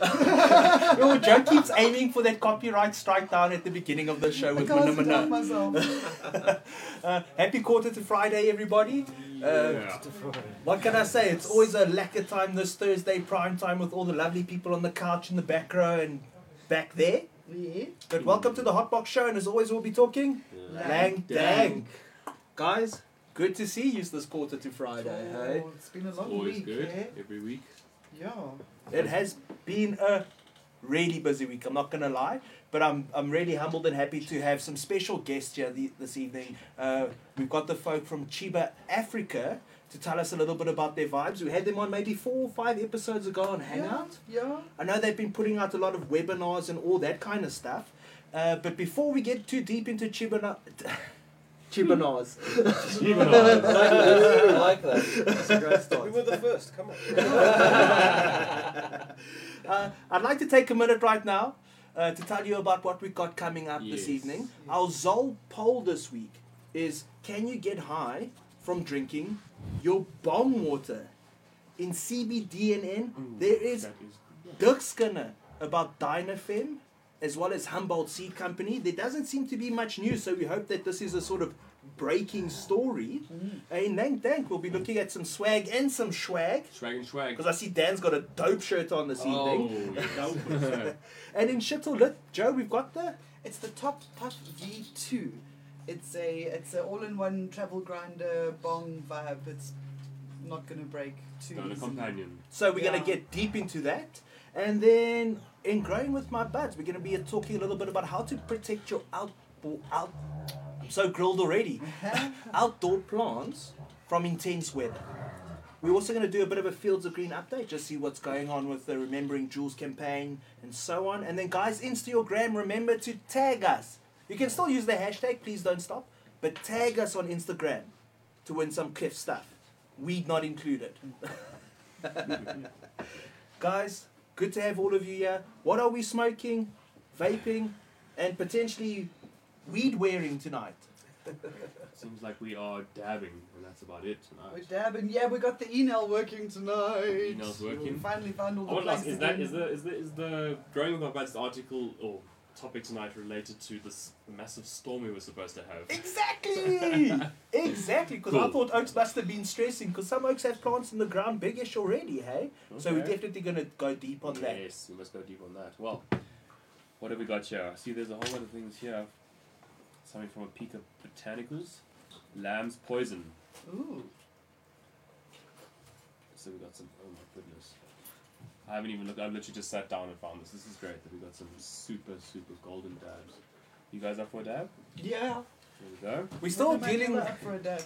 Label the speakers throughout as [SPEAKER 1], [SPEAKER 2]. [SPEAKER 1] Oh, Joe keeps aiming for that copyright strike down at the beginning of the show with Manamana. uh, happy quarter to Friday, everybody. Uh,
[SPEAKER 2] Yeah.
[SPEAKER 1] what can I say? It's always a lacquer time this Thursday, prime time with all the lovely people on the couch in the back row and back there. But welcome to the Hotbox Show, and as always, we'll be talking Lang Dang. Guys, good to see you this quarter to Friday. Hey?
[SPEAKER 3] Oh, it's been a long
[SPEAKER 2] Always
[SPEAKER 3] week,
[SPEAKER 2] good.
[SPEAKER 3] eh?
[SPEAKER 2] Every week.
[SPEAKER 3] Yeah.
[SPEAKER 1] It has been a really busy week. I'm not gonna lie, but I'm I'm really humbled and happy to have some special guests here the, this evening. Uh, we've got the folk from Chiba, Africa, to tell us a little bit about their vibes. We had them on maybe four or five episodes ago on Hangout.
[SPEAKER 3] Yeah.
[SPEAKER 1] I know they've been putting out a lot of webinars and all that kind of stuff. Uh, but before we get too deep into Chibana, Chibanars,
[SPEAKER 2] Even though-
[SPEAKER 4] like that. That's a great start. We were the first. Come on.
[SPEAKER 1] Uh, I'd like to take a minute right now uh, to tell you about what we got coming up this
[SPEAKER 2] Yes.
[SPEAKER 1] evening. Our Zol poll this week is Can you get high from drinking your bomb water? In CBDNN, there is
[SPEAKER 2] That is-
[SPEAKER 1] Dirk Skinner about DynaFem as well as Humboldt Seed Company. There doesn't seem to be much news, so we hope that this is a sort of breaking story.
[SPEAKER 2] Mm.
[SPEAKER 1] Uh, in Lang Dank, we'll be looking at some swag and some swag.
[SPEAKER 2] Swag and swag.
[SPEAKER 1] Because I see Dan's got a dope shirt on this
[SPEAKER 2] Oh,
[SPEAKER 1] evening.
[SPEAKER 2] yes.
[SPEAKER 1] And in Shittle Lit, Joe, we've got the.
[SPEAKER 3] It's the Top Puff V2. It's a it's a all-in-one travel grinder bong vibe. It's not gonna break too
[SPEAKER 2] Not a
[SPEAKER 3] easily.
[SPEAKER 2] companion.
[SPEAKER 1] So we're going
[SPEAKER 3] Yeah.
[SPEAKER 1] to get deep into that. And then in Growing with My Buds, we're going to be talking a little bit about how to protect your outdoor. Out, I'm so grilled already. outdoor plants from intense weather. We're also going to do a bit of a Fields of Green update, just see what's going on with the Remembering Jules campaign and so on. And then, guys, Insta your gram, remember to tag us. You can still use the hashtag, please don't stop, but tag us on Instagram to win some cliff stuff. Weed not included. guys, good to have all of you here. What are we smoking, vaping, and potentially weed wearing tonight?
[SPEAKER 2] Seems like we are dabbing, and that's about it
[SPEAKER 3] We're
[SPEAKER 2] tonight.
[SPEAKER 3] dabbing. Yeah, we got the email working tonight.
[SPEAKER 2] Email's working.
[SPEAKER 3] We finally found all
[SPEAKER 2] I
[SPEAKER 3] the
[SPEAKER 2] want to ask:
[SPEAKER 3] places.
[SPEAKER 2] Is that is the is the is the growing with my buds article or topic tonight related to this massive storm we were supposed to have?
[SPEAKER 1] Exactly! exactly, because I
[SPEAKER 2] Cool.
[SPEAKER 1] thought oaks must have been stressing, because some oaks have plants in the ground biggish already, hey? So we're
[SPEAKER 2] Okay.
[SPEAKER 1] definitely going to go deep on that.
[SPEAKER 2] Yes, we must go deep on that. Well, what have we got here? See, there's a whole lot of things here. Something from a peak of botanicals, lamb's poison.
[SPEAKER 3] Ooh.
[SPEAKER 2] So we got some. Oh my goodness. I haven't even looked. I've literally just sat down and found this. This is great. That we got some super super golden dabs. You guys up for a dab?
[SPEAKER 3] Yeah.
[SPEAKER 2] There we go.
[SPEAKER 1] We're still
[SPEAKER 3] Am I
[SPEAKER 1] dealing
[SPEAKER 3] never up for a dab.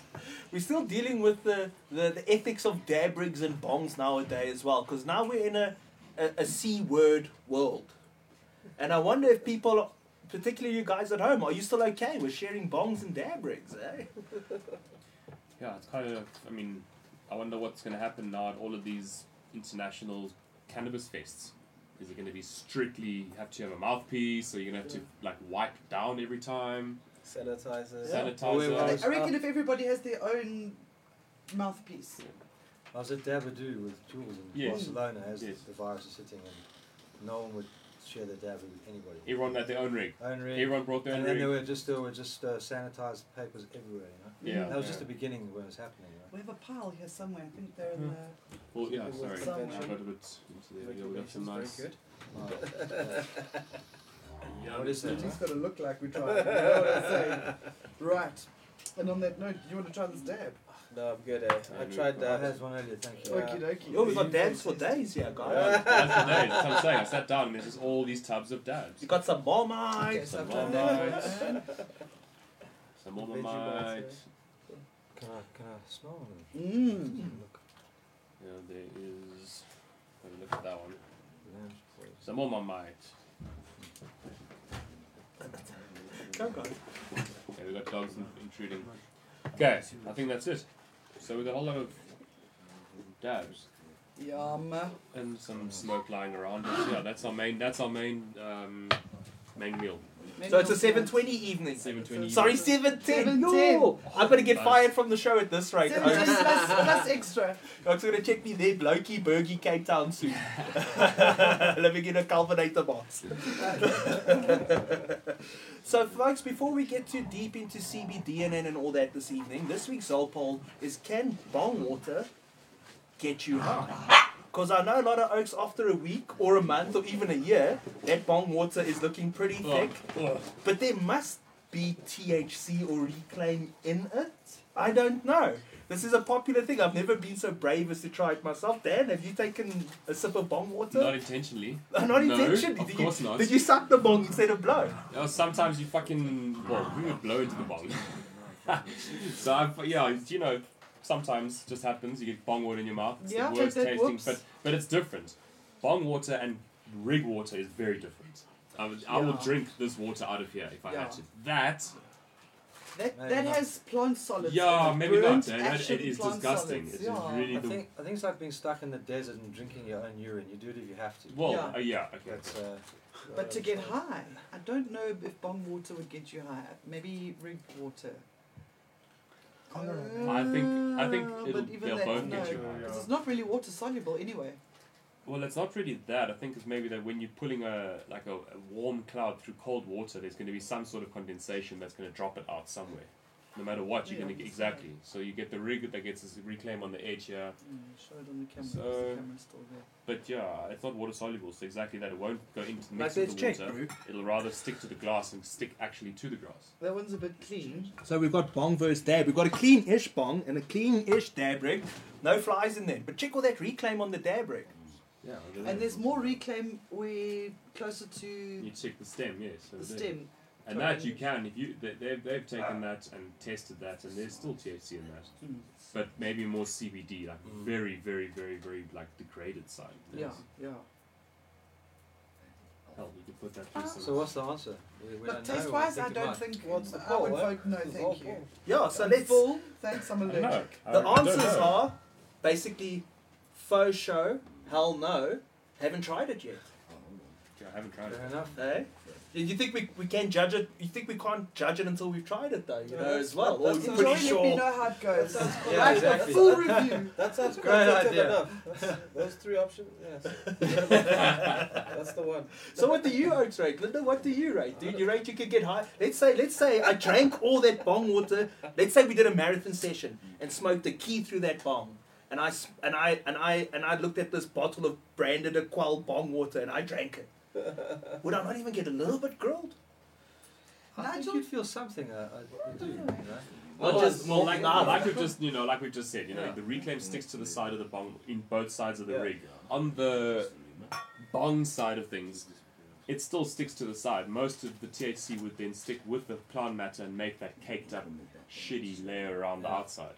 [SPEAKER 1] we're still dealing with the, the, the ethics of dab rigs and bongs nowadays as well, because now we're in a, a, a C word world. And I wonder if people particularly you guys at home, are you still okay with sharing bongs and dab rigs, eh?
[SPEAKER 2] Yeah, it's kind of. I mean, I wonder what's going to happen now at all of these international cannabis fests. Is it going to be strictly have to have a mouthpiece, or you're going to have to like wipe down every time?
[SPEAKER 4] Sanitizer.
[SPEAKER 2] Yeah. Sanitizer.
[SPEAKER 4] Wait,
[SPEAKER 3] I,
[SPEAKER 4] I was-
[SPEAKER 3] I reckon
[SPEAKER 4] uh,
[SPEAKER 3] if everybody has their own mouthpiece,
[SPEAKER 4] I was at Dabadoo with Jules in
[SPEAKER 2] Yes.
[SPEAKER 4] Barcelona as
[SPEAKER 2] Yes.
[SPEAKER 4] the virus was sitting and no one would share the Dabadoo with anybody.
[SPEAKER 2] Everyone had their own rig.
[SPEAKER 4] Own rig.
[SPEAKER 2] Everyone brought their own
[SPEAKER 4] and then
[SPEAKER 2] rig.
[SPEAKER 4] there were just there were just uh, sanitized papers everywhere, you know.
[SPEAKER 2] Yeah.
[SPEAKER 4] That was
[SPEAKER 2] yeah.
[SPEAKER 4] just the beginning when it was happening, right?
[SPEAKER 3] we have a pile here somewhere. I think they're in
[SPEAKER 4] Hmm.
[SPEAKER 3] the.
[SPEAKER 2] Well, yeah,
[SPEAKER 4] It was
[SPEAKER 2] sorry,
[SPEAKER 3] somewhere.
[SPEAKER 2] I got a bit. There we go. We got some nice.
[SPEAKER 4] Very good.
[SPEAKER 2] Yeah,
[SPEAKER 4] What is that?
[SPEAKER 3] It's got to look like we tried. You know what I'm saying? Right. And on that note, do you want to try this dab?
[SPEAKER 5] No, I'm good. Eh? I tried
[SPEAKER 4] I
[SPEAKER 5] that.
[SPEAKER 4] had one earlier, thank you.
[SPEAKER 5] Yeah.
[SPEAKER 3] Okie dokie.
[SPEAKER 1] Yo, we got dabs for days here, guys.
[SPEAKER 2] That's the day. That's what I'm saying. I sat down and there's just all these tubs of dabs.
[SPEAKER 1] You got some
[SPEAKER 3] Okay,
[SPEAKER 1] Marmite.
[SPEAKER 3] so I've
[SPEAKER 2] Some
[SPEAKER 3] done that.
[SPEAKER 2] Marmite.
[SPEAKER 3] one.
[SPEAKER 2] Some more
[SPEAKER 5] Veggie
[SPEAKER 2] might.
[SPEAKER 5] bites,
[SPEAKER 4] Can I can I smell one?
[SPEAKER 3] Mm.
[SPEAKER 4] Look,
[SPEAKER 2] Yeah, there is. let me Look at that one.
[SPEAKER 4] lamb's
[SPEAKER 2] Some more might.
[SPEAKER 1] Go, guys.
[SPEAKER 2] Okay, we got dogs in- intruding. Okay, I think that's it. So we got a whole lot of dabs
[SPEAKER 3] Yum.
[SPEAKER 2] and some smoke lying around. us. yeah, that's our main. That's our main. Um, main meal.
[SPEAKER 1] So it's a 720 evening.
[SPEAKER 2] Seven twenty.
[SPEAKER 1] Sorry, 710.
[SPEAKER 3] 7:10.
[SPEAKER 1] No, I'm going to get
[SPEAKER 2] Buzz.
[SPEAKER 1] fired from the show at this rate.
[SPEAKER 3] Seven ten
[SPEAKER 1] folks.
[SPEAKER 3] plus, plus extra.
[SPEAKER 1] Folks are going to check me there, blokey, burgy, Cape Town soon. Living in a carbonator box. so, folks, before we get too deep into CBDNN and all that this evening, this week's Zol poll is can bong water get you high? Because I know a lot of oaks after a week or a month or even a year, that bong water is looking pretty
[SPEAKER 2] Oh.
[SPEAKER 1] thick. But there must be THC or reclaim in it. I don't know. This is a popular thing. I've never been so brave as to try it myself. Dan, have you taken a sip of bong
[SPEAKER 2] oh, Not
[SPEAKER 1] water?
[SPEAKER 2] intentionally.
[SPEAKER 1] Not,
[SPEAKER 2] No,
[SPEAKER 1] intentionally.
[SPEAKER 2] Of
[SPEAKER 1] did
[SPEAKER 2] course
[SPEAKER 1] you,
[SPEAKER 2] not.
[SPEAKER 1] Did you suck the bong instead of blow?
[SPEAKER 2] Oh, sometimes you fucking well, we would blow into the bong. so I, yeah, it's, you know, sometimes just happens. You get bong water in your mouth. It's
[SPEAKER 3] Yeah,
[SPEAKER 2] the worst
[SPEAKER 3] that- that
[SPEAKER 2] tasting,
[SPEAKER 3] whoops.
[SPEAKER 2] but but it's different. Bong water and rig water is very different. I, would, I will
[SPEAKER 3] Yeah.
[SPEAKER 2] drink this water out of here if I
[SPEAKER 3] Yeah.
[SPEAKER 2] had to. That
[SPEAKER 3] That,
[SPEAKER 4] Maybe
[SPEAKER 3] that
[SPEAKER 4] not.
[SPEAKER 3] has plant solids.
[SPEAKER 2] yeah,
[SPEAKER 3] in it.
[SPEAKER 2] maybe not.
[SPEAKER 3] Burnt
[SPEAKER 2] Dan. It,
[SPEAKER 3] ashen
[SPEAKER 2] it is
[SPEAKER 3] plant
[SPEAKER 2] disgusting.
[SPEAKER 3] solids,
[SPEAKER 2] It is
[SPEAKER 3] yeah.
[SPEAKER 2] really
[SPEAKER 4] I
[SPEAKER 2] the
[SPEAKER 4] think I think it's like being stuck in the desert and drinking your own urine. You do it if you have to.
[SPEAKER 2] well.
[SPEAKER 3] Yeah.
[SPEAKER 2] Yeah, yeah okay.
[SPEAKER 4] That's, uh,
[SPEAKER 3] But to
[SPEAKER 4] uh,
[SPEAKER 3] get high, I don't know if bong water would get you high. Maybe rig water.
[SPEAKER 2] I think I think
[SPEAKER 3] Uh,
[SPEAKER 2] it'll,
[SPEAKER 3] but even
[SPEAKER 2] they'll
[SPEAKER 3] that's
[SPEAKER 2] both get
[SPEAKER 3] no.
[SPEAKER 2] you high.
[SPEAKER 3] 'Cause It's not really water soluble anyway.
[SPEAKER 2] Well, it's not really that. I think it's maybe that when you're pulling a like a, a warm cloud through cold water, there's going to be some sort of condensation that's going to drop it out somewhere. No matter what, you're
[SPEAKER 3] Yeah,
[SPEAKER 2] going to get
[SPEAKER 3] that's right.
[SPEAKER 2] exactly. So you get the rig that gets this reclaim on the edge here.
[SPEAKER 3] Mm, show it on the camera. 'cause
[SPEAKER 2] So-
[SPEAKER 3] the camera's still there.
[SPEAKER 2] But yeah, it's not water soluble, so exactly that it won't go into the mix
[SPEAKER 1] Like let's
[SPEAKER 2] of the
[SPEAKER 1] check,
[SPEAKER 2] water.
[SPEAKER 1] bro.
[SPEAKER 2] It'll rather stick to the glass and stick actually to the glass.
[SPEAKER 3] That one's a bit clean.
[SPEAKER 1] So we've got bong versus dab. We've got a clean-ish bong and a clean-ish dab rig. No flies in there. But check all that reclaim on the dab rig.
[SPEAKER 2] Yeah.
[SPEAKER 3] And there's more reclaim way closer to
[SPEAKER 2] You check the stem, yes. over
[SPEAKER 3] the
[SPEAKER 2] there.
[SPEAKER 3] stem.
[SPEAKER 2] And that you can if you they, they've they've taken that and tested that, and there's still THC in that.
[SPEAKER 3] Mm.
[SPEAKER 2] but maybe more CBD, like
[SPEAKER 4] Mm.
[SPEAKER 2] very, very, very, very like degraded side.
[SPEAKER 3] Yeah, yeah.
[SPEAKER 2] Hell, we could put that through some.
[SPEAKER 4] So what's the answer? We, we
[SPEAKER 3] Look,
[SPEAKER 4] don't know.
[SPEAKER 3] taste wise,
[SPEAKER 4] We'll
[SPEAKER 3] I
[SPEAKER 4] think
[SPEAKER 3] don't
[SPEAKER 4] about it.
[SPEAKER 3] think
[SPEAKER 5] What's the
[SPEAKER 3] I
[SPEAKER 5] poll,
[SPEAKER 3] would
[SPEAKER 5] eh?
[SPEAKER 3] vote no,
[SPEAKER 5] Who's all
[SPEAKER 3] thank you.
[SPEAKER 5] poll?
[SPEAKER 1] Yeah, so
[SPEAKER 3] I'm
[SPEAKER 1] let's...
[SPEAKER 3] full. Thanks, I'm
[SPEAKER 2] I don't know.
[SPEAKER 3] allergic.
[SPEAKER 2] I
[SPEAKER 1] The
[SPEAKER 2] don't
[SPEAKER 1] answers
[SPEAKER 2] know.
[SPEAKER 1] are basically faux show, hell no, haven't tried it yet.
[SPEAKER 2] Yeah, I haven't tried it.
[SPEAKER 4] Fair enough.
[SPEAKER 1] Eh? You you think we, we can judge it? You think we can't judge it until we've tried it though, you
[SPEAKER 4] Yeah,
[SPEAKER 1] know,
[SPEAKER 4] that's-
[SPEAKER 1] as well.
[SPEAKER 4] that-
[SPEAKER 1] Or
[SPEAKER 4] that
[SPEAKER 1] you're
[SPEAKER 4] sounds-
[SPEAKER 1] pretty
[SPEAKER 3] Enjoy, let me
[SPEAKER 1] sure.
[SPEAKER 3] know how it goes.
[SPEAKER 4] That sounds
[SPEAKER 3] Right,
[SPEAKER 4] cool.
[SPEAKER 3] a
[SPEAKER 4] Yeah,
[SPEAKER 3] full
[SPEAKER 4] exactly.
[SPEAKER 3] review.
[SPEAKER 5] That sounds
[SPEAKER 4] Great
[SPEAKER 5] complicated
[SPEAKER 4] idea.
[SPEAKER 5] enough. That's- Those three options, yes. That's the one.
[SPEAKER 1] So what do you oaks rate, Linda? What do you rate? Dude, you rate you could get high. Let's say let's say I drank all that bong water. Let's say we did a marathon session and smoked a key through that bong. And I s- and I and I and I looked at this bottle of branded Aqual bong water and I drank it. Would I not even get a little bit grilled?
[SPEAKER 4] I
[SPEAKER 3] Nigel?
[SPEAKER 4] think you'd feel something. I, I do. You know?
[SPEAKER 2] Well,
[SPEAKER 1] Well,
[SPEAKER 2] just,
[SPEAKER 1] it's-
[SPEAKER 2] well like,
[SPEAKER 1] nah.
[SPEAKER 2] like we've just, you know, like we've just said, you know,
[SPEAKER 4] Yeah.
[SPEAKER 2] the reclaim sticks to the side of the bong in both sides of the
[SPEAKER 4] Yeah.
[SPEAKER 2] rig. On the bong side of things, it still sticks to the side. Most of the THC would then stick with the plant matter and make that caked up, shitty layer around the
[SPEAKER 4] Yeah.
[SPEAKER 2] outside.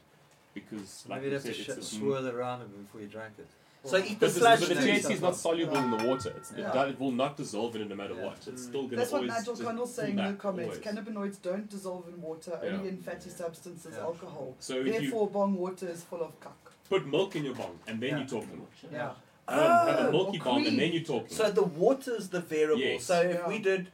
[SPEAKER 2] Because, like
[SPEAKER 4] Maybe
[SPEAKER 2] we
[SPEAKER 4] you'd have
[SPEAKER 2] said,
[SPEAKER 4] to
[SPEAKER 2] it's,
[SPEAKER 4] sh-
[SPEAKER 2] it's
[SPEAKER 4] swirl around it before you drank it.
[SPEAKER 1] So eat the
[SPEAKER 2] But,
[SPEAKER 1] slash.
[SPEAKER 2] this, but the
[SPEAKER 1] too.
[SPEAKER 2] THC is not soluble in the water. It's, it,
[SPEAKER 3] Yeah.
[SPEAKER 2] does, it will not dissolve in it no matter
[SPEAKER 5] Yeah.
[SPEAKER 2] what. It's
[SPEAKER 4] Mm.
[SPEAKER 2] still going
[SPEAKER 3] That's
[SPEAKER 2] to
[SPEAKER 3] what
[SPEAKER 2] always.
[SPEAKER 3] Nigel
[SPEAKER 2] just
[SPEAKER 3] Connell's
[SPEAKER 2] pull
[SPEAKER 3] saying in the
[SPEAKER 2] back,
[SPEAKER 3] comments.
[SPEAKER 2] always.
[SPEAKER 3] Cannabinoids don't dissolve in water, only in fatty substances,
[SPEAKER 4] Yeah.
[SPEAKER 3] alcohol.
[SPEAKER 2] So if you
[SPEAKER 3] Therefore, bong water is full of cuck.
[SPEAKER 2] put milk in your bong and then
[SPEAKER 4] Yeah.
[SPEAKER 2] you talk them.
[SPEAKER 3] Yeah.
[SPEAKER 2] Um, have
[SPEAKER 1] Oh,
[SPEAKER 2] a milky
[SPEAKER 3] or
[SPEAKER 2] bong
[SPEAKER 3] cream.
[SPEAKER 2] and then you talk them.
[SPEAKER 1] So the water's the variable.
[SPEAKER 2] Yes.
[SPEAKER 1] So if
[SPEAKER 3] Yeah.
[SPEAKER 1] we did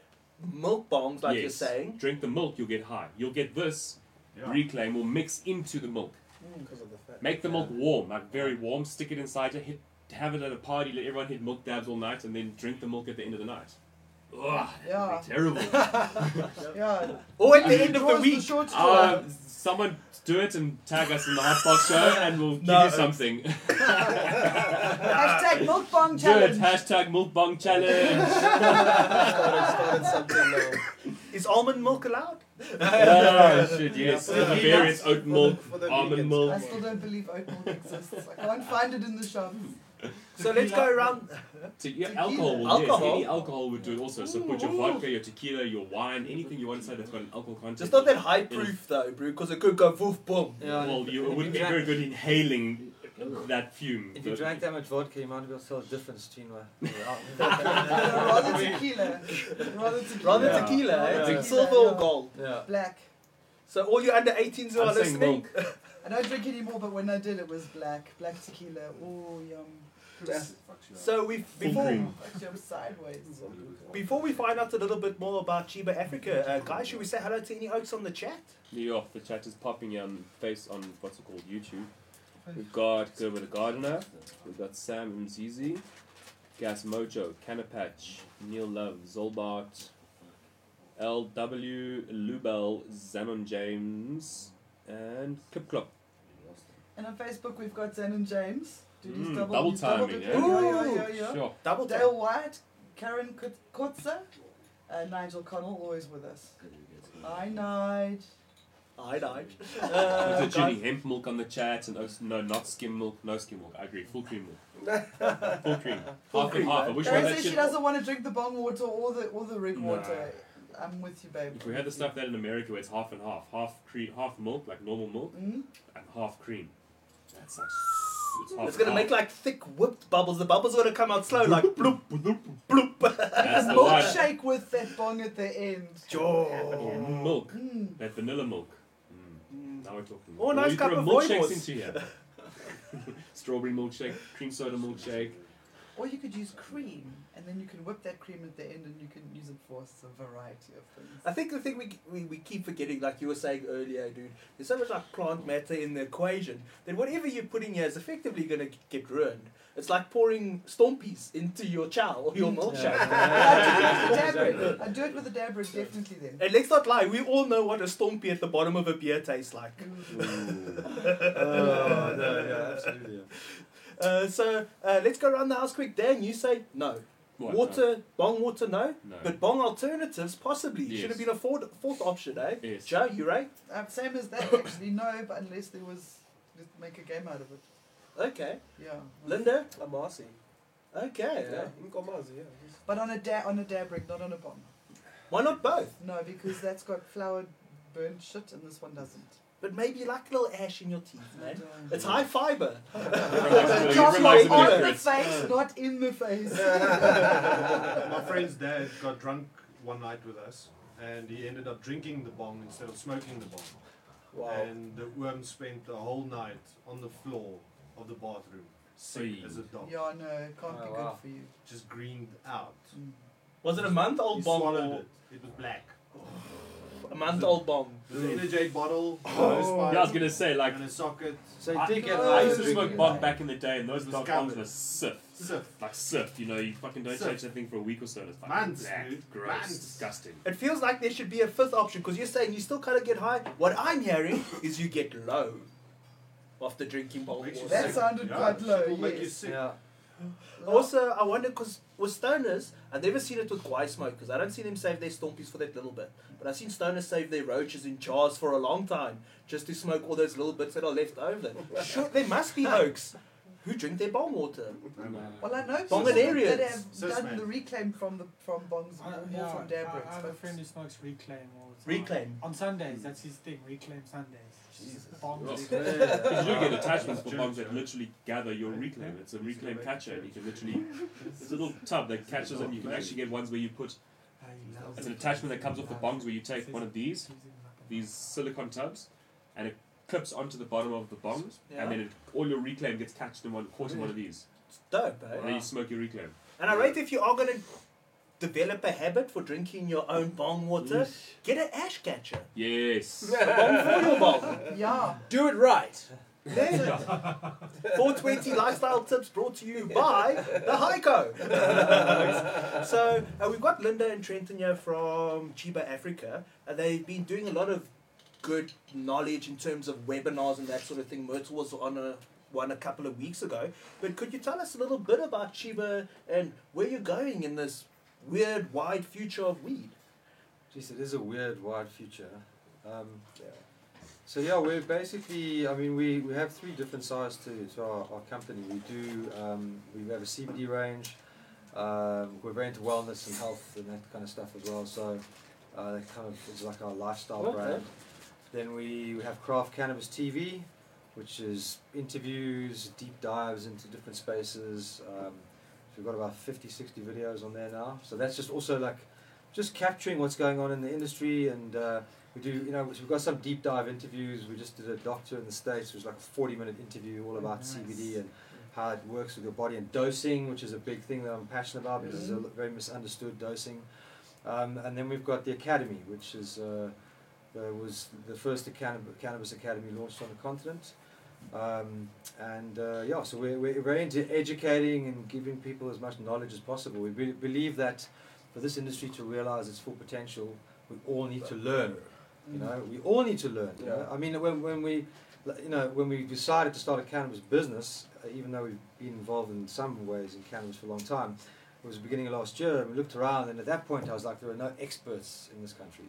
[SPEAKER 1] milk bombs, like you're
[SPEAKER 2] Yes.
[SPEAKER 1] saying,
[SPEAKER 2] Drink the milk, you'll get high. You'll get this reclaim or mix into the milk.
[SPEAKER 5] Because Mm, of the fat.
[SPEAKER 2] Make the milk warm, like very warm. Stick it inside you. Hit, have it at a party. Let everyone hit milk dabs all night, and then drink the milk at the end of the night. Ugh,
[SPEAKER 3] Yeah.
[SPEAKER 2] that'd be terrible.
[SPEAKER 3] Yeah.
[SPEAKER 1] or at the
[SPEAKER 3] Who
[SPEAKER 1] end of the
[SPEAKER 3] draws
[SPEAKER 1] week.
[SPEAKER 3] short straw?
[SPEAKER 2] Uh, someone do it and tag us in the hot box show, and we'll
[SPEAKER 1] No.
[SPEAKER 5] uh,
[SPEAKER 2] give you something. do
[SPEAKER 3] Hashtag milk bong
[SPEAKER 2] it.
[SPEAKER 3] challenge.
[SPEAKER 2] Hashtag milk bong challenge.
[SPEAKER 5] started, started something now.
[SPEAKER 1] Is almond milk allowed?
[SPEAKER 2] oh, shit, yes.
[SPEAKER 5] Yeah,
[SPEAKER 2] And the
[SPEAKER 5] for the
[SPEAKER 2] various
[SPEAKER 5] vegans,
[SPEAKER 2] oat
[SPEAKER 5] for
[SPEAKER 2] milk,
[SPEAKER 5] the- for the
[SPEAKER 2] almond
[SPEAKER 5] vegans.
[SPEAKER 3] I
[SPEAKER 2] milk.
[SPEAKER 3] still don't believe oat milk exists. I can't find it in the shops.
[SPEAKER 1] So let's go around.
[SPEAKER 2] Te- yeah, alcohol, will,
[SPEAKER 1] Alcohol?
[SPEAKER 2] yes. Any alcohol would do it also. So put your vodka, your tequila, your wine, anything you want inside that's got an alcohol content.
[SPEAKER 1] Just not that high proof though, bro, because it could go woof boom.
[SPEAKER 4] Yeah, and
[SPEAKER 2] Well,
[SPEAKER 4] if-
[SPEAKER 2] you,
[SPEAKER 4] if
[SPEAKER 2] it
[SPEAKER 4] you
[SPEAKER 2] wouldn't be
[SPEAKER 4] drank-
[SPEAKER 2] very good inhaling that fume.
[SPEAKER 4] If you
[SPEAKER 2] but-
[SPEAKER 4] drank that much vodka, you might be able to tell the difference between what.
[SPEAKER 3] rather tequila. Rather tequila.
[SPEAKER 1] Rather
[SPEAKER 4] Yeah.
[SPEAKER 1] tequila, eh?
[SPEAKER 4] Yeah.
[SPEAKER 1] silver or gold.
[SPEAKER 4] yeah.
[SPEAKER 3] Black.
[SPEAKER 1] So all you under 18s who
[SPEAKER 2] I'm
[SPEAKER 1] are
[SPEAKER 2] saying
[SPEAKER 1] listening,
[SPEAKER 3] I don't drink anymore, but when I did, it was black. Black tequila. Oh, yum.
[SPEAKER 1] Just- So we
[SPEAKER 2] Full
[SPEAKER 1] before
[SPEAKER 2] cream.
[SPEAKER 3] I jumped sideways.
[SPEAKER 1] before we find out a little bit more about Chiba Africa, uh, guys, should we say hello to any oaks on the chat?
[SPEAKER 2] New York, the chat is popping um, face on what's it called, YouTube. We've got Gerber the Gardener, we've got Sam Mzizi, Gas Mojo, Canapatch, Neil Love, Zolbart, LW, Lubel, Zanon James, and Clip Clop.
[SPEAKER 3] And on Facebook, we've got Zen and James. Duties
[SPEAKER 2] Mm,
[SPEAKER 3] double,
[SPEAKER 2] double
[SPEAKER 3] duties
[SPEAKER 2] timing, eh?
[SPEAKER 3] dip-
[SPEAKER 1] yeah.
[SPEAKER 3] yeah, yeah,
[SPEAKER 1] Ooh,
[SPEAKER 3] yeah, yeah.
[SPEAKER 2] Sure.
[SPEAKER 1] Double tap.
[SPEAKER 3] Dale White, Karen Kut- Kutzer, uh, Nigel Connell, always with us. Hi, Nige.
[SPEAKER 1] I died.
[SPEAKER 2] There's
[SPEAKER 1] Oh, Uh,
[SPEAKER 2] a Jenny
[SPEAKER 1] guys,
[SPEAKER 2] Hemp Milk on the chat, and oats- no, not skim milk, no skim milk. I agree, full cream milk. full cream.
[SPEAKER 1] Full
[SPEAKER 2] half
[SPEAKER 1] cream,
[SPEAKER 2] and half. I
[SPEAKER 1] man.
[SPEAKER 2] wish we
[SPEAKER 3] Karen
[SPEAKER 2] had that
[SPEAKER 3] says she
[SPEAKER 2] shit.
[SPEAKER 3] doesn't want to drink the bong water or the or the rig
[SPEAKER 2] Nah.
[SPEAKER 3] water. I'm with you, babe.
[SPEAKER 2] If we had the stuff that in America where it's half and half, half cream, half milk, like normal milk,
[SPEAKER 3] Mm?
[SPEAKER 2] and half cream. That's like it's, half
[SPEAKER 1] it's gonna
[SPEAKER 2] and
[SPEAKER 1] make
[SPEAKER 2] half.
[SPEAKER 1] like thick whipped bubbles. The bubbles are gonna come out slow, like bloop bloop bloop.
[SPEAKER 2] That's
[SPEAKER 3] a
[SPEAKER 2] the one.
[SPEAKER 3] milkshake with that bong at the end.
[SPEAKER 1] Joe.
[SPEAKER 2] Or milk.
[SPEAKER 3] Mm.
[SPEAKER 2] That vanilla milk. Hmm. Now we're talking.
[SPEAKER 1] Or a Oh, nice
[SPEAKER 2] you
[SPEAKER 1] cup
[SPEAKER 2] throw
[SPEAKER 1] of
[SPEAKER 2] milkshakes
[SPEAKER 1] rooibos.
[SPEAKER 2] into here. Strawberry milkshake, cream soda milkshake.
[SPEAKER 3] Or you could use cream, and then you can whip that cream at the end, and you can use it for s- a variety of things.
[SPEAKER 1] I think the thing we, we, we keep forgetting, like you were saying earlier, dude, there's so much like plant matter in the equation that whatever you put in here is effectively going to get ruined. It's like pouring stompies into your chow or your milkshake.
[SPEAKER 3] I do it with a
[SPEAKER 4] Exactly.
[SPEAKER 3] dab rig. I do it with a dab rig, definitely then.
[SPEAKER 1] And let's not lie, we all know what a stompie at the bottom of a beer tastes like.
[SPEAKER 4] Oh, no, yeah, absolutely. Yeah.
[SPEAKER 1] Uh, so uh, let's go around the house quick. Dan, you say no.
[SPEAKER 2] What?
[SPEAKER 1] water, bong water, no.
[SPEAKER 2] No. no.
[SPEAKER 1] But bong alternatives, possibly.
[SPEAKER 2] Yes.
[SPEAKER 1] Should have been a fourth, fourth option, eh?
[SPEAKER 2] Yes.
[SPEAKER 1] Joe, you right?
[SPEAKER 3] Uh, same as that, actually. No, but unless there was, let's make a game out of it.
[SPEAKER 1] Okay.
[SPEAKER 3] Yeah.
[SPEAKER 1] Linda?
[SPEAKER 5] Amasi.
[SPEAKER 1] Okay.
[SPEAKER 5] Yeah. Nkomasi, yeah. He's-
[SPEAKER 3] But on a da- on a dab rig, not on a bomb.
[SPEAKER 1] Why not both?
[SPEAKER 3] No, because that's got flour burnt shit, and this one doesn't. uh,
[SPEAKER 1] But maybe like a little ash in your teeth, man.
[SPEAKER 3] No.
[SPEAKER 1] It's high fiber.
[SPEAKER 3] Chocolate
[SPEAKER 1] realize
[SPEAKER 3] on
[SPEAKER 1] it
[SPEAKER 3] the
[SPEAKER 2] Chris.
[SPEAKER 3] face, not in the face.
[SPEAKER 6] My friend's dad got drunk one night with us, and he ended up drinking the bong instead of smoking the bong.
[SPEAKER 5] Wow.
[SPEAKER 6] And the worm spent the whole night on the floor of the bathroom, sick
[SPEAKER 2] Hey.
[SPEAKER 6] as a dog,
[SPEAKER 3] Yeah, no, it can't
[SPEAKER 4] Oh,
[SPEAKER 3] be good
[SPEAKER 4] wow.
[SPEAKER 3] for you.
[SPEAKER 6] just greened out.
[SPEAKER 3] Mm.
[SPEAKER 1] Was it a month
[SPEAKER 6] he
[SPEAKER 1] old bomb?
[SPEAKER 6] swallowed
[SPEAKER 1] Or
[SPEAKER 6] it. It was black.
[SPEAKER 1] a month old bomb.
[SPEAKER 6] It was an energy bottle,
[SPEAKER 2] Yeah,
[SPEAKER 6] oh.
[SPEAKER 2] I was gonna say like.
[SPEAKER 6] and a socket.
[SPEAKER 4] So you
[SPEAKER 2] I,
[SPEAKER 4] did get
[SPEAKER 3] No.
[SPEAKER 2] I
[SPEAKER 4] high
[SPEAKER 2] used to
[SPEAKER 4] drinking
[SPEAKER 2] smoke
[SPEAKER 4] that.
[SPEAKER 2] bong back in the day, and those
[SPEAKER 6] It was
[SPEAKER 2] bong bombs
[SPEAKER 6] covered.
[SPEAKER 2] were sift.
[SPEAKER 6] Sift.
[SPEAKER 2] Like sift, you know, you fucking don't
[SPEAKER 6] Sift.
[SPEAKER 2] touch that thing for a week or so. and It's fucking
[SPEAKER 6] Months,
[SPEAKER 2] black,
[SPEAKER 6] dude.
[SPEAKER 2] gross,
[SPEAKER 6] Months.
[SPEAKER 2] disgusting.
[SPEAKER 1] It feels like there should be a fifth option because you're saying you still kind of get high. What I'm hearing is you get low after drinking bong
[SPEAKER 6] Makes you
[SPEAKER 1] water.
[SPEAKER 3] That
[SPEAKER 6] sick.
[SPEAKER 3] sounded
[SPEAKER 6] yeah,
[SPEAKER 3] quite
[SPEAKER 6] shit
[SPEAKER 3] low,
[SPEAKER 6] will make you
[SPEAKER 3] yes.
[SPEAKER 6] sick.
[SPEAKER 4] Yeah.
[SPEAKER 1] Also, I wonder because with stoners, I've never seen it with guy smokers. I don't see them save their stompies for that little bit. But I've seen stoners save their roaches in jars for a long time just to smoke all those little bits that are left over. Sure, there must be oaks who drink their bong water.
[SPEAKER 3] Well, I know people
[SPEAKER 1] Bongadarians.
[SPEAKER 3] that have
[SPEAKER 6] Cis
[SPEAKER 3] done
[SPEAKER 6] men.
[SPEAKER 3] the reclaim from the from bongs
[SPEAKER 7] I-
[SPEAKER 3] more
[SPEAKER 7] yeah,
[SPEAKER 3] from
[SPEAKER 7] I, I
[SPEAKER 3] Dabricks,
[SPEAKER 7] have a
[SPEAKER 3] but
[SPEAKER 7] friend who smokes reclaim all the time.
[SPEAKER 1] Reclaim.
[SPEAKER 7] On Sundays, that's his thing. Reclaim Sundays.
[SPEAKER 4] Jesus.
[SPEAKER 7] Bomb
[SPEAKER 2] Well,
[SPEAKER 7] reclaim.
[SPEAKER 2] Because you get
[SPEAKER 6] Yeah.
[SPEAKER 2] attachments for
[SPEAKER 6] Jerk,
[SPEAKER 2] bombs that
[SPEAKER 6] yeah.
[SPEAKER 2] literally gather your reclaim. It's a reclaim catcher. and You can literally, it's a little tub that catches it. You can actually get ones where you put, it's an attachment that comes off the bongs where you take one of these, these silicone tubs, and it clips onto the bottom of the bong,
[SPEAKER 1] Yeah.
[SPEAKER 2] and then it, all your reclaim gets catched in one, caught in one of these.
[SPEAKER 1] It's dope, eh?
[SPEAKER 2] And then you smoke your reclaim.
[SPEAKER 1] And I rate if you are going to develop a habit for drinking your own bong water, get an ash catcher.
[SPEAKER 2] Yes.
[SPEAKER 1] Bong for your bong.
[SPEAKER 3] yeah,
[SPEAKER 4] Do it right.
[SPEAKER 1] Then, 420 lifestyle tips brought to you by the Heiko. so uh, we've got Linda and Trenton here from Chiba Africa. Uh, they've been doing a lot of good knowledge in terms of webinars and that sort of thing. Myrtle was on a one a couple of weeks ago. But could you tell us a little bit about Chiba and where you're going in this weird wide future of weed?
[SPEAKER 4] Jeez, it is a weird, wide future. Um, So yeah, we're basically. I mean, we, we have three different sides to, to our, our company. We do. Um, we have a CBD range. Um, we're very into wellness and health and that kind of stuff as well. So uh, that kind of is like our lifestyle
[SPEAKER 1] Okay.
[SPEAKER 4] brand. Then we have Craft Cannabis TV, which is interviews, deep dives into different spaces. Um, we've got about 50, 60 videos on there now. So that's just also like just capturing what's going on in the industry and. Uh, we do, you know, we've got some deep dive interviews. We just did a doctor in the States, it was like a 40 minute interview all about
[SPEAKER 7] Nice.
[SPEAKER 4] CBD and how it works with your body and dosing, which is a big thing that I'm passionate about because it's a l- very misunderstood dosing. Um, and then we've got the Academy, which is uh, uh, was the first cannab- cannabis academy launched on the continent. Um, and uh, yeah, so we're, we're very into educating and giving people as much knowledge as possible. We be- believe that for this industry to realize its full potential, we all need to learn. You know, we all need to learn. You know? I mean, when, when we, you know, when we decided to start a cannabis business, uh, even though we've been involved in some ways in cannabis for a long time, it was the beginning of last year, and we looked around, and at that point, I was like, there are no experts in this country.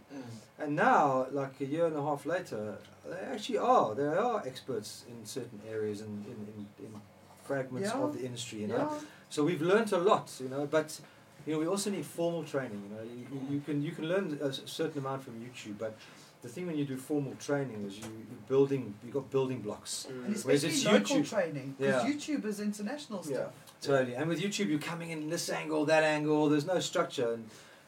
[SPEAKER 4] And now, like a year and a half later, they actually are. They are experts in certain areas and in, in, in fragments
[SPEAKER 3] Yeah.
[SPEAKER 4] of the industry. You know,
[SPEAKER 3] yeah.
[SPEAKER 4] so we've learnt a lot, you know, but you know we also need formal training. You know, you, you- you can you can learn a s- certain amount from YouTube, but the thing when you do formal training is you you're building you got building blocks
[SPEAKER 3] And
[SPEAKER 4] Whereas
[SPEAKER 3] especially
[SPEAKER 4] it's
[SPEAKER 3] local
[SPEAKER 4] YouTube.
[SPEAKER 3] training
[SPEAKER 4] Yeah.
[SPEAKER 3] because YouTube is international
[SPEAKER 4] Yeah.
[SPEAKER 3] stuff.
[SPEAKER 4] totally. And with YouTube, you're coming in this angle, that angle. There's no structure, and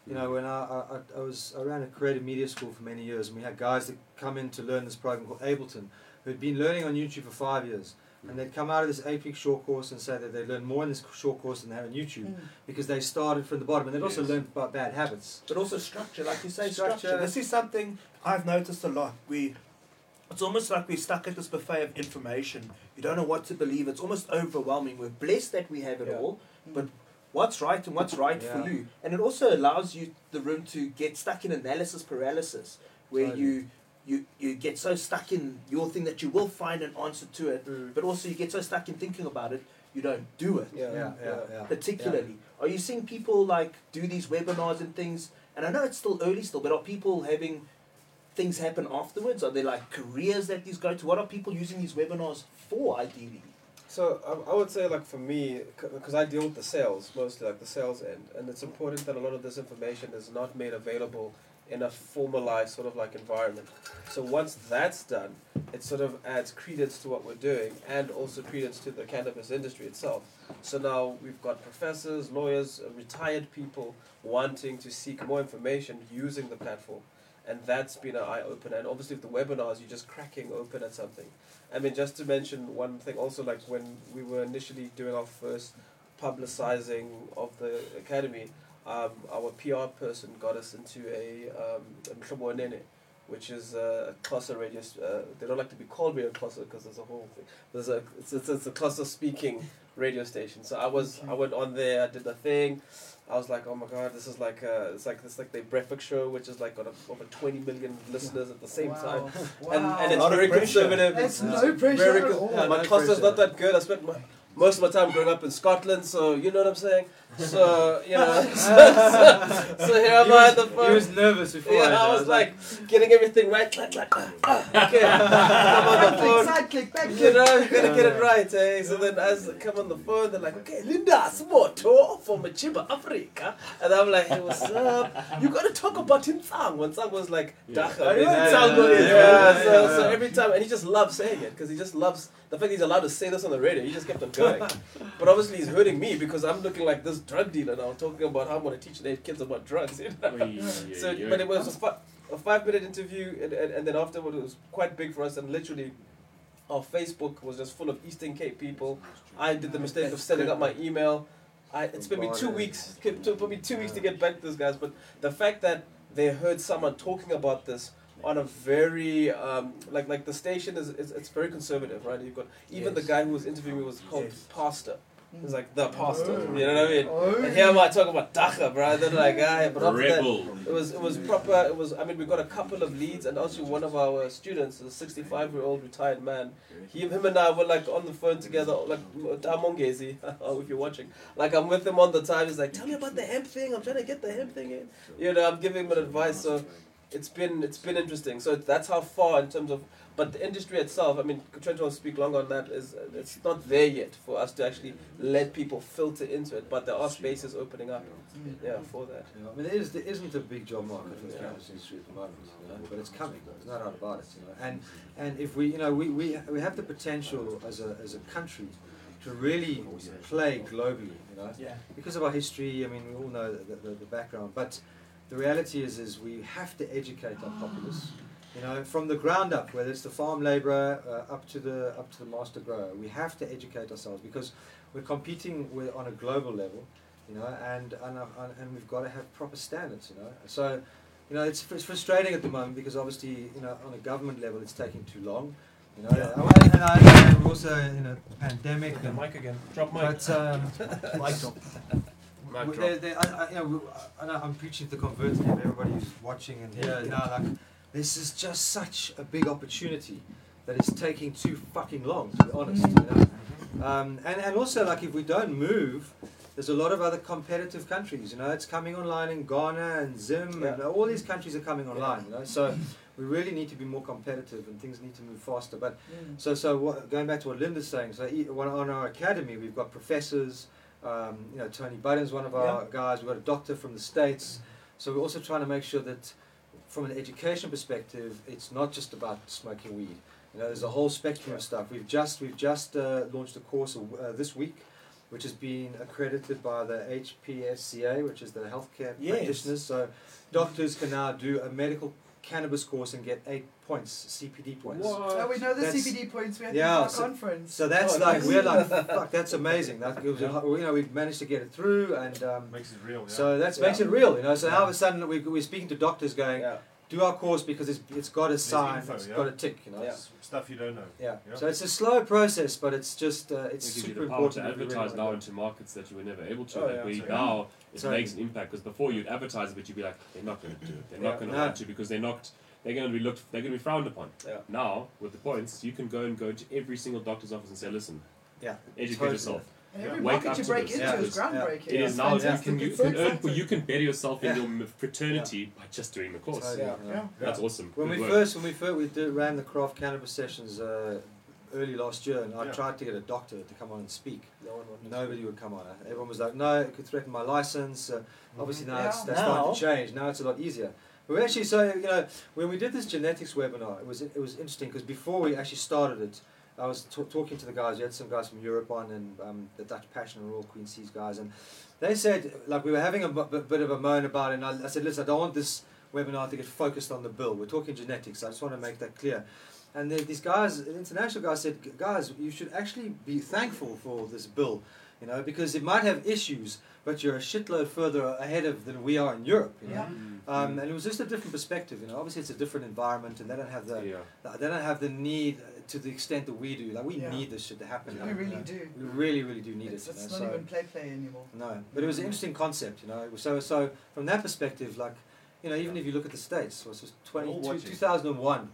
[SPEAKER 4] you know when I I, I- I was I ran a creative media school for many years, and we had guys that come in to learn this program called Ableton, who'd been learning on YouTube for five years. And they'd come out of this eight-week short course and say that they learned more in this short course than they had on YouTube.
[SPEAKER 3] Mm.
[SPEAKER 4] because they started from the bottom and they've also
[SPEAKER 2] Yes.
[SPEAKER 4] learned about bad habits.
[SPEAKER 1] But also structure, like you say, structure.
[SPEAKER 4] Structure.
[SPEAKER 1] This is something I've noticed a lot. We, it's almost like we're stuck at this buffet of information. You don't know what to believe. It's almost overwhelming. We're blessed that we have it
[SPEAKER 4] Yeah.
[SPEAKER 1] all, but what's right and what's right for
[SPEAKER 4] Yeah.
[SPEAKER 1] you? And it also allows you the room to get stuck in analysis paralysis, where
[SPEAKER 4] Totally.
[SPEAKER 1] you. You, you get so stuck in your thing that you will find an answer to it,
[SPEAKER 5] Mm.
[SPEAKER 1] but also you get so stuck in thinking about it, you don't do it
[SPEAKER 4] Yeah, yeah, yeah. yeah.
[SPEAKER 1] particularly? Are you seeing people like do these webinars and things? And I know it's still early still, but are people having things happen afterwards? Are there like careers that these go to? What are people using these webinars for ideally?
[SPEAKER 5] So I, I would say, like for me, because I deal with the sales mostly, like the sales end, and it's important that a lot of this information is not made available in a formalized sort of like environment. So once that's done, it sort of adds credence to what we're doing and also credence to the cannabis industry itself. So now we've got professors, lawyers, uh, retired people wanting to seek more information using the platform. And that's been an eye opener. And obviously, with the webinars, you're just cracking open at something. I mean, just to mention one thing also, like when we were initially doing our first publicizing of the academy, um, our PR person got us into a um, Mhlobo Nene, which is a Xhosa radio. s- Uh, they don't like to be called radio Xhosa because there's a whole thing. There's a it's, it's, it's a Xhosa speaking radio station. So I was I went on there. I did the thing. I was like, oh my god, this is like uh it's like it's like their breakfast show, which is like got a, over twenty million listeners at the same
[SPEAKER 3] wow.
[SPEAKER 5] time.
[SPEAKER 3] Mm. Wow.
[SPEAKER 5] And, and
[SPEAKER 1] A
[SPEAKER 5] it's
[SPEAKER 1] lot of
[SPEAKER 5] very
[SPEAKER 1] pressure.
[SPEAKER 5] conservative.
[SPEAKER 3] That's
[SPEAKER 5] it's
[SPEAKER 3] no pressure
[SPEAKER 5] very
[SPEAKER 3] at
[SPEAKER 5] co-
[SPEAKER 3] all.
[SPEAKER 5] yeah, my
[SPEAKER 4] No
[SPEAKER 5] cost is
[SPEAKER 4] pressure.
[SPEAKER 5] not that good. I spent my most of my time growing up in Scotland, so you know what I'm saying. So you know, so, so, so here am
[SPEAKER 4] he,
[SPEAKER 5] I
[SPEAKER 4] was,
[SPEAKER 5] at the
[SPEAKER 4] he
[SPEAKER 5] phone.
[SPEAKER 4] was nervous before.
[SPEAKER 5] yeah, I was like getting everything right. Like, like, ah, ah, okay, I'm on the phone.
[SPEAKER 3] Click, side click, back
[SPEAKER 5] You
[SPEAKER 3] click.
[SPEAKER 5] know, you uh, gotta get it right, eh? So then as I come on the phone, they're like, okay, Linda Smoto from Machiba, Africa. And I'm like, hey, what's up? You gotta talk about Intsang. When Tsang was like,
[SPEAKER 2] Yeah.
[SPEAKER 5] Dacha. Yeah.
[SPEAKER 4] Yeah, yeah,
[SPEAKER 5] Intsang
[SPEAKER 4] yeah,
[SPEAKER 5] is. Yeah,
[SPEAKER 4] yeah, yeah,
[SPEAKER 5] so,
[SPEAKER 4] yeah.
[SPEAKER 5] so every time, and he just loves saying it because he just loves the fact he's allowed to say this on the radio. He just kept on going. but obviously, he's hurting me because I'm looking like this drug dealer now, talking about how I'm gonna teach their kids about drugs. You know? So, but it was a, fi- a five-minute interview, and, and, and then afterward it was quite big for us, and literally, our Facebook was just full of Eastern Cape people. I did the mistake of sending out my email. I, it's been me two weeks. It took me two weeks to get back to those guys, but the fact that they heard someone talking about this on a very um, like like the station is, is it's very conservative, right? You've got even the
[SPEAKER 4] Yes.
[SPEAKER 5] guy who was interviewing me was called
[SPEAKER 4] Yes.
[SPEAKER 5] pastor.
[SPEAKER 3] Mm.
[SPEAKER 5] He's like the pastor.
[SPEAKER 3] Oh.
[SPEAKER 5] You know what I mean?
[SPEAKER 3] Oh.
[SPEAKER 5] And here am I talking about Dacha, bro. They're like, ah, but after that,
[SPEAKER 2] Rebel.
[SPEAKER 5] it was it was proper. It was. I mean, we got a couple of leads, and also one of our students, a sixty-five-year-old retired man. He, him, and I were like on the phone together, like Tamongezi, oh, if you're watching. Like I'm with him on the time. He's like, "Tell me about the hemp thing. I'm trying to get the hemp thing in." You know, I'm giving him advice. So it's been it's been interesting. So that's how far in terms of. But the industry itself, I mean, trying to speak longer on that is it's not there yet for us to actually let people filter into it. But there are spaces opening up,
[SPEAKER 3] Mm.
[SPEAKER 5] yeah, for that.
[SPEAKER 4] You know, I mean, there, is, there isn't a big job market for the
[SPEAKER 5] Yeah.
[SPEAKER 4] cannabis industry at the moment, you know, but it's coming. There's no doubt about it. You know, and and if we, you know, we, we, we have the potential as a as a country to really play globally. You know,
[SPEAKER 7] Yeah.
[SPEAKER 4] because of our history. I mean, we all know the, the, the background, but the reality is, is we have to educate our populace. You know, from the ground up, whether it's the farm labourer uh, up to the up to the master grower, we have to educate ourselves because we're competing with, on a global level. You know, and and, uh, and- and we've got to have proper standards. You know, so. You know, it's, fr- it's frustrating at the moment because obviously, you know, on a government level, it's taking too long. You know, and, I understand we're also in a pandemic.
[SPEAKER 7] The
[SPEAKER 4] and-
[SPEAKER 7] mic again. Drop mic.
[SPEAKER 4] but um, it's-
[SPEAKER 5] Mic
[SPEAKER 4] we-
[SPEAKER 5] drop.
[SPEAKER 4] there- there- I, I, you know, we- I- I know I'm preaching to the converted here, but everybody who's watching and here now, like, this is just such a big opportunity that it's taking too fucking long, to be honest. You
[SPEAKER 5] Mm-hmm.
[SPEAKER 4] know? um, and, and also, like, if we don't move, there's a lot of other competitive countries. You know, it's coming online in Ghana and Zim, and
[SPEAKER 5] Yeah.
[SPEAKER 4] all these countries are coming online. You know, so we really need to be more competitive, and things need to move faster. But
[SPEAKER 3] Mm.
[SPEAKER 4] so, so what, going back to what Linda's saying, so e- well, on our academy, we've got professors. Um, you know, Tony Budden's one of our guys. We've got a doctor from the states. So we're also trying to make sure that, from an education perspective, it's not just about smoking weed. You know, there's a whole spectrum of stuff. We've just we've just uh, launched a course uh, this week, which has been accredited by the HPSCA, which is the healthcare
[SPEAKER 1] Yes.
[SPEAKER 4] practitioners. So doctors can now do a medical cannabis course and get eight points, CPD points.
[SPEAKER 3] Oh, we know the
[SPEAKER 4] That's-
[SPEAKER 3] CBD points we had
[SPEAKER 4] Yeah,
[SPEAKER 3] at our
[SPEAKER 4] so-
[SPEAKER 3] conference.
[SPEAKER 4] So that's
[SPEAKER 5] Oh,
[SPEAKER 4] like
[SPEAKER 5] nice.
[SPEAKER 4] we're like fuck. That's amazing. That gives us- you know we've managed to get it through, and um,
[SPEAKER 6] Makes it real. Yeah.
[SPEAKER 4] so that makes
[SPEAKER 5] Yeah.
[SPEAKER 4] it real. You know, so now all
[SPEAKER 5] Yeah.
[SPEAKER 4] of a sudden we, we're speaking to doctors going,
[SPEAKER 5] Yeah.
[SPEAKER 4] do our course because it's it's got a sign,
[SPEAKER 6] info,
[SPEAKER 4] it's
[SPEAKER 6] yeah.
[SPEAKER 4] got a tick. You know,
[SPEAKER 5] Yeah.
[SPEAKER 6] S- stuff you don't know.
[SPEAKER 4] Yeah.
[SPEAKER 6] Yeah.
[SPEAKER 4] So it's a slow process, but it's just uh,
[SPEAKER 2] It
[SPEAKER 4] it's
[SPEAKER 2] gives you
[SPEAKER 4] super
[SPEAKER 2] the power to
[SPEAKER 4] important. that we
[SPEAKER 2] advertise
[SPEAKER 4] really
[SPEAKER 2] now
[SPEAKER 4] want
[SPEAKER 2] into markets that you were never able to.
[SPEAKER 5] Oh,
[SPEAKER 2] that
[SPEAKER 5] yeah.
[SPEAKER 2] way
[SPEAKER 6] Sorry.
[SPEAKER 2] now it
[SPEAKER 4] Sorry.
[SPEAKER 2] makes an impact because before you'd advertise, but you'd be like, they're not going to do it. They're
[SPEAKER 5] Yeah.
[SPEAKER 2] not going to
[SPEAKER 4] No.
[SPEAKER 2] want to because they're not. They're going to be looked. They're going to be frowned upon.
[SPEAKER 5] Yeah.
[SPEAKER 2] Now with the points, you can go and go to every single doctor's office and say, listen,
[SPEAKER 4] Yeah.
[SPEAKER 2] educate
[SPEAKER 4] Totally.
[SPEAKER 2] yourself.
[SPEAKER 3] and every
[SPEAKER 2] Yeah. Wake
[SPEAKER 3] market
[SPEAKER 2] up
[SPEAKER 3] you
[SPEAKER 2] to
[SPEAKER 3] break
[SPEAKER 2] this.
[SPEAKER 3] into
[SPEAKER 4] Yeah.
[SPEAKER 3] is groundbreaking.
[SPEAKER 2] It
[SPEAKER 3] It's
[SPEAKER 2] is now that you
[SPEAKER 3] fantastic.
[SPEAKER 2] can you
[SPEAKER 3] It's so
[SPEAKER 2] can earn
[SPEAKER 3] exciting.
[SPEAKER 2] you can better yourself
[SPEAKER 4] Yeah.
[SPEAKER 2] in your m- fraternity by just doing the
[SPEAKER 4] to do.
[SPEAKER 2] course.
[SPEAKER 4] Totally,
[SPEAKER 5] Yeah.
[SPEAKER 4] you know.
[SPEAKER 3] Yeah.
[SPEAKER 2] That's awesome.
[SPEAKER 4] When
[SPEAKER 2] Good
[SPEAKER 4] we
[SPEAKER 2] work.
[SPEAKER 4] first when we first we did, ran the craft cannabis sessions uh, early last year, and I
[SPEAKER 6] Yeah.
[SPEAKER 4] tried to get a doctor to come on and speak.
[SPEAKER 5] No one wanted
[SPEAKER 4] Nobody would come on. it. Everyone was like, no, it could threaten my license. Uh, obviously, now it's,
[SPEAKER 3] Yeah.
[SPEAKER 4] that's starting to change. Now it's a lot easier. But we actually, so, you know, when we did this genetics webinar, it was, it was interesting because before we actually started it, I was t- talking to the guys. We had some guys from Europe on and um, the Dutch Passion and Royal Queen Seas guys. And they said, like, we were having a bu- bu- bit of a moan about it. And I, I said, listen, I don't want this webinar to get focused on the bill. We're talking genetics. I just want to make that clear. And then these guys, the international guys, said, guys, you should actually be thankful for this bill, you know, because it might have issues, but you're a shitload further ahead of than we are in Europe, you know.
[SPEAKER 2] Mm.
[SPEAKER 3] Yeah.
[SPEAKER 4] Um, and it was just a different perspective, you know. Obviously, it's a different environment, and they don't have the
[SPEAKER 2] yeah.
[SPEAKER 4] they don't have the need uh, to the extent that we do. Like we
[SPEAKER 3] Yeah.
[SPEAKER 4] need this shit to happen.
[SPEAKER 3] We
[SPEAKER 4] like, you
[SPEAKER 3] really
[SPEAKER 4] know.
[SPEAKER 3] do.
[SPEAKER 4] We really, really do need
[SPEAKER 3] It's,
[SPEAKER 4] it. you
[SPEAKER 3] it's
[SPEAKER 4] know,
[SPEAKER 3] not
[SPEAKER 4] so-
[SPEAKER 3] even play play anymore.
[SPEAKER 4] no, but it was an interesting concept, you know. It was So, so from that perspective, like, you know, even if you look at the states, was just 20,
[SPEAKER 6] We're all
[SPEAKER 4] two-
[SPEAKER 6] watching.
[SPEAKER 4] 2001